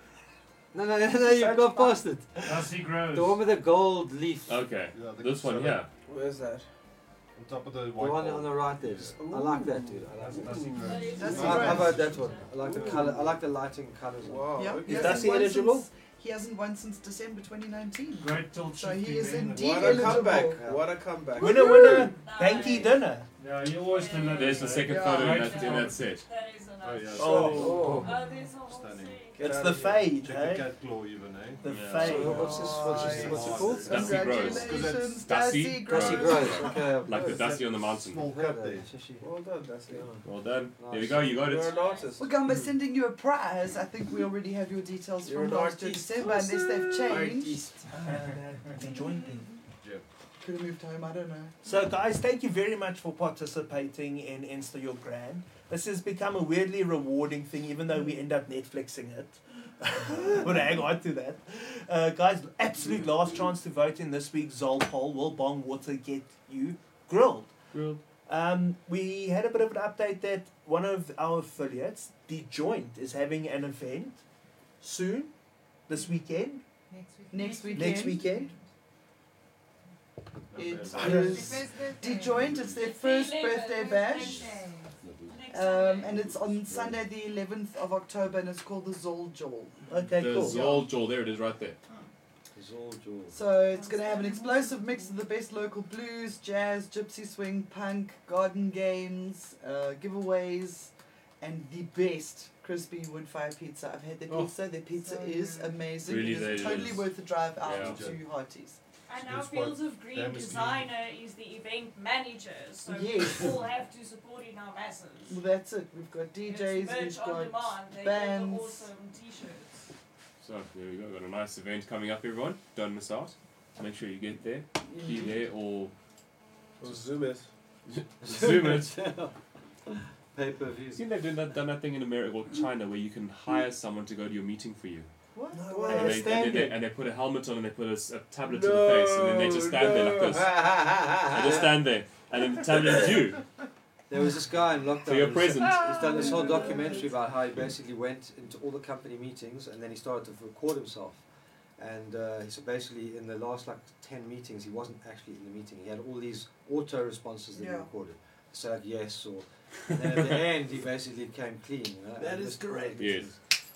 [SPEAKER 4] No, no, no, no, you've gone past it.
[SPEAKER 7] Thus he grows.
[SPEAKER 4] The one with the gold leaf. The
[SPEAKER 2] Okay.
[SPEAKER 6] Yeah, I think
[SPEAKER 2] This one,
[SPEAKER 6] seven.
[SPEAKER 2] yeah.
[SPEAKER 5] Where's that?
[SPEAKER 6] On top of the white
[SPEAKER 4] one
[SPEAKER 6] ball.
[SPEAKER 4] on the right there. I like that, dude. I like
[SPEAKER 6] That's
[SPEAKER 4] that.
[SPEAKER 6] that's
[SPEAKER 5] Mm.
[SPEAKER 6] great.
[SPEAKER 3] That's
[SPEAKER 4] How how
[SPEAKER 3] great.
[SPEAKER 4] about that one? I like the color. I like the lighting colors.
[SPEAKER 5] Wow.
[SPEAKER 3] yeah,
[SPEAKER 5] okay.
[SPEAKER 3] he
[SPEAKER 1] Is
[SPEAKER 3] hasn't
[SPEAKER 1] Darcy
[SPEAKER 3] won
[SPEAKER 1] eligible?
[SPEAKER 3] Since, he hasn't won since December 2019.
[SPEAKER 7] Great till
[SPEAKER 3] So he
[SPEAKER 7] chicken
[SPEAKER 3] is
[SPEAKER 7] wing.
[SPEAKER 3] indeed-
[SPEAKER 5] What a
[SPEAKER 3] Eligible.
[SPEAKER 5] comeback. What a comeback.
[SPEAKER 1] Winner, winner.
[SPEAKER 10] Nice.
[SPEAKER 1] Banky dinner.
[SPEAKER 7] Yeah, you always eh? can let
[SPEAKER 2] There's the second photo in that, in that set.
[SPEAKER 10] That is a nice.
[SPEAKER 6] Oh, yeah.
[SPEAKER 1] Oh.
[SPEAKER 10] Oh, there's a whole
[SPEAKER 6] Stunning.
[SPEAKER 10] thing.
[SPEAKER 5] Get
[SPEAKER 1] it's
[SPEAKER 5] out
[SPEAKER 1] the
[SPEAKER 5] of here.
[SPEAKER 1] fade,
[SPEAKER 6] Check the
[SPEAKER 1] eh?
[SPEAKER 6] cat claw even, eh?
[SPEAKER 1] The
[SPEAKER 2] Yeah.
[SPEAKER 4] So
[SPEAKER 1] fade.
[SPEAKER 4] what's this? What's this? What's it called?
[SPEAKER 2] That's Dusty Grows.
[SPEAKER 3] Congratulations,
[SPEAKER 2] Dusty
[SPEAKER 3] Dusty
[SPEAKER 2] Grows.
[SPEAKER 4] Grassy
[SPEAKER 3] Grows.
[SPEAKER 4] grows. Okay. I've
[SPEAKER 2] Like the
[SPEAKER 4] heard
[SPEAKER 6] That's
[SPEAKER 2] Dusty on the Mountain.
[SPEAKER 6] Small
[SPEAKER 4] that.
[SPEAKER 6] cup there.
[SPEAKER 4] Shishi.
[SPEAKER 5] Well done, Dusty.
[SPEAKER 2] Well done. There we go, you got
[SPEAKER 5] You're
[SPEAKER 2] it.
[SPEAKER 5] an artist.
[SPEAKER 3] Well, Gamba, sending you a prize. I think we already have your details
[SPEAKER 5] You're
[SPEAKER 3] from
[SPEAKER 5] an
[SPEAKER 3] last year
[SPEAKER 5] artist.
[SPEAKER 3] December, unless they've changed.
[SPEAKER 6] Yeah.
[SPEAKER 3] Could have moved home. I don't know.
[SPEAKER 1] So, guys, thank you very much for participating in Insta Your Grand. This has become a weirdly rewarding thing, even though we end up Netflixing it. but hang on to that. Uh, guys, absolute last chance to vote in this week's Zol poll. Will Bong Water get you grilled?
[SPEAKER 2] Grilled.
[SPEAKER 1] Um, we had a bit of an update that one of our affiliates, The Joint, is having an event soon, this weekend.
[SPEAKER 3] Next weekend.
[SPEAKER 1] Next weekend?
[SPEAKER 6] Not
[SPEAKER 3] It
[SPEAKER 6] bad.
[SPEAKER 3] is
[SPEAKER 11] The
[SPEAKER 3] DeJoint. It's their first birthday bash. Um, and it's on Sunday the 11th of October and it's called the Zol Jol.
[SPEAKER 1] Okay, cool.
[SPEAKER 2] There's old Joel, there it is right there.
[SPEAKER 4] It's all jewels.
[SPEAKER 3] So it's going to have an explosive mix of the best local blues, jazz, gypsy swing, punk, garden games, uh, giveaways, and the best crispy wood fire pizza. I've had their
[SPEAKER 2] Oh.
[SPEAKER 3] pizza. Their pizza
[SPEAKER 11] So
[SPEAKER 3] is
[SPEAKER 11] good.
[SPEAKER 3] amazing.
[SPEAKER 2] Really,
[SPEAKER 3] it is
[SPEAKER 2] they-
[SPEAKER 3] totally
[SPEAKER 2] it's-
[SPEAKER 3] worth the drive out
[SPEAKER 2] Yeah.
[SPEAKER 3] to Hearties.
[SPEAKER 10] And now
[SPEAKER 6] That's why
[SPEAKER 10] Fields of Green
[SPEAKER 6] them is
[SPEAKER 10] designer is the event manager, so
[SPEAKER 3] Yes.
[SPEAKER 10] we all have to support in our masses.
[SPEAKER 3] Well, that's it. We've got
[SPEAKER 10] It's
[SPEAKER 3] DJs,
[SPEAKER 10] merch
[SPEAKER 3] we've
[SPEAKER 10] on
[SPEAKER 3] got
[SPEAKER 10] demand. They
[SPEAKER 3] bands.
[SPEAKER 10] deliver awesome t-shirts.
[SPEAKER 2] So there we go, got a nice event coming up everyone. Don't miss out. Make sure you get there. Be
[SPEAKER 3] Mm-hmm.
[SPEAKER 2] there or
[SPEAKER 5] Just zoom it.
[SPEAKER 2] zoom it.
[SPEAKER 4] Pay per
[SPEAKER 2] You
[SPEAKER 4] views.
[SPEAKER 2] seen they've done that, done that thing in America or China where you can hire someone to go to your meeting for you.
[SPEAKER 3] What?
[SPEAKER 1] No
[SPEAKER 3] Well,
[SPEAKER 2] and,
[SPEAKER 1] way.
[SPEAKER 2] they, and, they,
[SPEAKER 4] standing.
[SPEAKER 2] they- and they put a helmet on and they put a, s- a tablet to the face and then they just stand there like this. They just stand there and then the tablet is you.
[SPEAKER 4] There was this guy in lockdown.
[SPEAKER 2] So you're
[SPEAKER 4] who's-
[SPEAKER 2] present.
[SPEAKER 4] He's done this whole documentary about how he basically went into all the company meetings and then he started to record himself. And uh, so basically, in the last like 10 meetings, he wasn't actually in the meeting. He had all these auto responses that he
[SPEAKER 3] Yeah.
[SPEAKER 4] recorded. So, like, yes, or. And then at the end, he basically came clean. You know,
[SPEAKER 3] That
[SPEAKER 4] and
[SPEAKER 3] is
[SPEAKER 4] this-
[SPEAKER 3] correct.
[SPEAKER 2] Yes.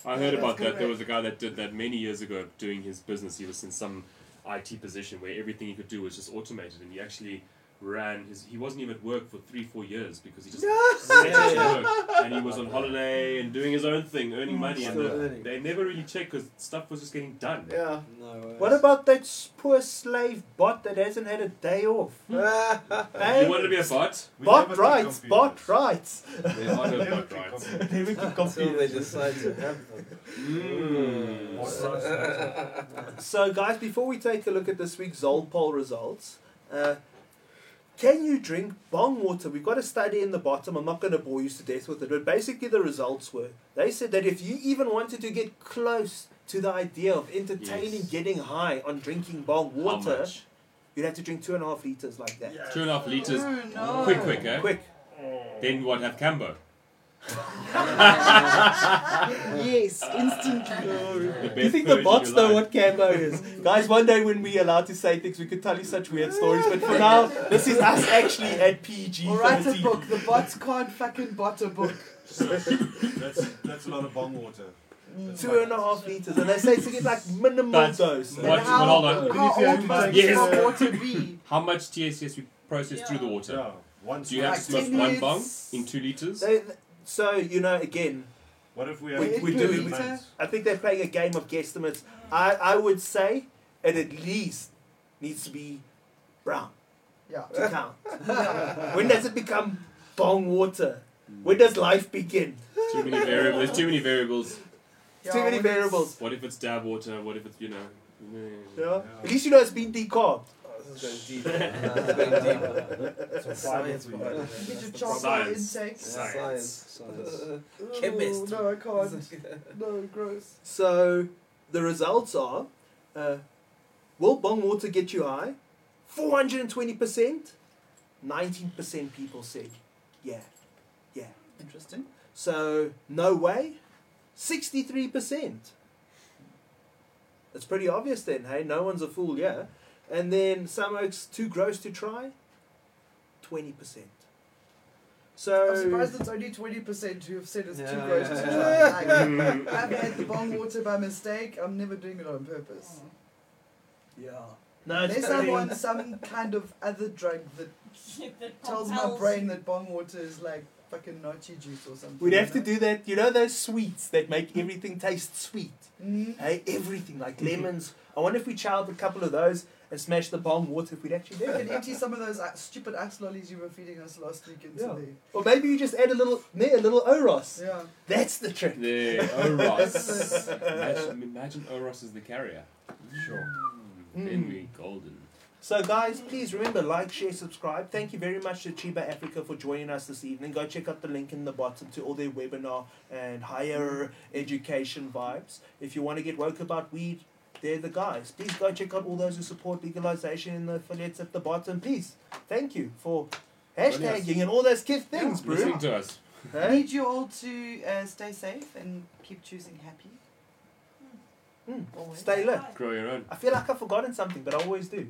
[SPEAKER 2] I heard about that. There was a guy that did that many years ago doing his business. He was in some IT position where everything he could do was just automated and he actually ran his he wasn't even at work for three, four years because he just set it to work and he was on holiday and doing his own thing, earning money and
[SPEAKER 4] Mm, Still
[SPEAKER 2] the-
[SPEAKER 4] earning.
[SPEAKER 2] they never really checked because stuff was just getting done.
[SPEAKER 5] Yeah.
[SPEAKER 4] No uh,
[SPEAKER 1] What about that s- poor slave bot that hasn't had a day off?
[SPEAKER 4] Hmm.
[SPEAKER 2] You
[SPEAKER 1] Hey,
[SPEAKER 2] wanted to be a bot?
[SPEAKER 6] We never
[SPEAKER 1] bot
[SPEAKER 6] took
[SPEAKER 1] rights, bot
[SPEAKER 6] computers.
[SPEAKER 1] rights.
[SPEAKER 2] There are no
[SPEAKER 6] Never
[SPEAKER 2] bot
[SPEAKER 6] took
[SPEAKER 2] rights.
[SPEAKER 6] computers.
[SPEAKER 1] Then we can
[SPEAKER 5] Until
[SPEAKER 1] compete.
[SPEAKER 5] they decide to have them.
[SPEAKER 2] Mm.
[SPEAKER 1] So, guys, before we take a look at this week's Zold poll results, uh, can you drink bong water? We've got a study in the bottom. I'm not going to bore you to death with it, but basically the results were they said that if you even wanted to get close to the idea of entertaining
[SPEAKER 2] Yes.
[SPEAKER 1] getting high on drinking bong
[SPEAKER 2] How
[SPEAKER 1] water,
[SPEAKER 2] much?
[SPEAKER 1] you'd have to drink two and a half liters like that.
[SPEAKER 2] Two and a half liters.
[SPEAKER 3] Oh, no.
[SPEAKER 2] Quick, quick, eh?
[SPEAKER 1] Quick.
[SPEAKER 2] Then what have Cambo?
[SPEAKER 3] yes, instantly.
[SPEAKER 2] best
[SPEAKER 1] You think
[SPEAKER 2] purge
[SPEAKER 1] the
[SPEAKER 2] in
[SPEAKER 1] bots
[SPEAKER 2] your
[SPEAKER 1] know
[SPEAKER 2] life.
[SPEAKER 1] what Cambo is? Guys, one day when we're allowed to say things, we could tell you such weird stories, but for now, this is us actually at PG
[SPEAKER 3] Or write a
[SPEAKER 1] 13.
[SPEAKER 3] book. The bots can't fucking bot a book.
[SPEAKER 6] That's that's a lot of bong water. That's
[SPEAKER 1] Two
[SPEAKER 6] like-
[SPEAKER 1] and a half liters, and they say to get like minimal
[SPEAKER 2] But
[SPEAKER 1] dose.
[SPEAKER 2] what- Watch-
[SPEAKER 3] how,
[SPEAKER 2] hold on.
[SPEAKER 3] how
[SPEAKER 6] If you
[SPEAKER 3] old
[SPEAKER 6] have
[SPEAKER 3] must
[SPEAKER 2] to take-
[SPEAKER 3] this
[SPEAKER 6] Yes.
[SPEAKER 3] water be?
[SPEAKER 2] How much TSS we process through the
[SPEAKER 12] Yeah.
[SPEAKER 2] water?
[SPEAKER 6] Yeah, once.
[SPEAKER 2] Do you have
[SPEAKER 3] Like
[SPEAKER 2] to smoke
[SPEAKER 3] 10
[SPEAKER 2] one bong
[SPEAKER 3] minutes.
[SPEAKER 2] in two liters?
[SPEAKER 1] They, so, you know, again,
[SPEAKER 6] What if we have
[SPEAKER 1] We-
[SPEAKER 6] two
[SPEAKER 1] we do
[SPEAKER 6] different
[SPEAKER 1] it.
[SPEAKER 6] bands?
[SPEAKER 1] I think they're playing a game of guesstimates. I, I would say it at least needs to be brown
[SPEAKER 3] Yeah.
[SPEAKER 1] to count. when does it become bong water? When does life begin?
[SPEAKER 2] Too many variables. There's too many variables.
[SPEAKER 3] Yeah,
[SPEAKER 1] Too many
[SPEAKER 3] when it's-
[SPEAKER 1] variables.
[SPEAKER 2] What if it's dab water? What if it's you know?
[SPEAKER 1] Yeah.
[SPEAKER 6] Yeah.
[SPEAKER 1] At least you know it's been decarbed.
[SPEAKER 13] Oh, this is going deep. this is going deep. Science behind it.
[SPEAKER 3] Get your
[SPEAKER 13] That's the
[SPEAKER 3] charcoal
[SPEAKER 2] Science.
[SPEAKER 3] intake.
[SPEAKER 13] Science.
[SPEAKER 4] Science.
[SPEAKER 3] Oh,
[SPEAKER 13] Chemist.
[SPEAKER 3] No, I can't. No, gross.
[SPEAKER 1] So the results are uh, will bong water get you high? 420%? 19% people said yeah.
[SPEAKER 3] Interesting.
[SPEAKER 1] So no way? 63%. It's pretty obvious then, hey? No one's a fool, yeah? And then some oaks too gross to try? 20%. So.
[SPEAKER 3] I'm surprised it's only 20% who have said it's too
[SPEAKER 4] Yeah,
[SPEAKER 3] gross
[SPEAKER 4] yeah,
[SPEAKER 3] to try.
[SPEAKER 4] yeah.
[SPEAKER 3] Like, I've had the bong water by mistake. I'm never doing it on purpose.
[SPEAKER 1] Yeah. No, it's
[SPEAKER 3] Unless I'm
[SPEAKER 1] pretty-
[SPEAKER 3] on some kind of other drug that
[SPEAKER 12] That
[SPEAKER 3] Oh. tells my
[SPEAKER 12] compels
[SPEAKER 3] brain
[SPEAKER 12] you.
[SPEAKER 3] that bong water is like fucking nachi juice or something.
[SPEAKER 1] We'd
[SPEAKER 3] you
[SPEAKER 1] have to
[SPEAKER 3] know?
[SPEAKER 1] do that. You know those sweets that make everything taste sweet?
[SPEAKER 3] Mm.
[SPEAKER 1] Hey, everything, like lemons. I wonder if we chowed a couple of those and smashed the bong water if we'd actually do
[SPEAKER 3] We
[SPEAKER 1] it.
[SPEAKER 3] can empty some of those uh, stupid ice lollies you were feeding us last week into
[SPEAKER 1] Yeah. Or maybe you just add a little, meh, a little Oros.
[SPEAKER 3] there. Yeah.
[SPEAKER 1] That's the trick.
[SPEAKER 2] There, Oros. imagine, imagine Oros is the carrier.
[SPEAKER 6] Sure.
[SPEAKER 2] Then we golden.
[SPEAKER 1] So, guys, please remember like, share, subscribe. Thank you very much to Chiba Africa for joining us this evening. Go check out the link in the bottom to all their webinar and higher education vibes. If you want to get woke about weed, they're the guys. Please go check out all those who support legalization in the affiliates at the bottom. Please, thank you for hashtagging and all those kid things, bro.
[SPEAKER 2] Listening to us.
[SPEAKER 3] I
[SPEAKER 1] Hey?
[SPEAKER 3] need you all to uh, stay safe and keep choosing happy.
[SPEAKER 1] Mm.
[SPEAKER 3] Always.
[SPEAKER 1] Stay lit.
[SPEAKER 2] Grow your own.
[SPEAKER 1] I feel like I've forgotten something, but I always do.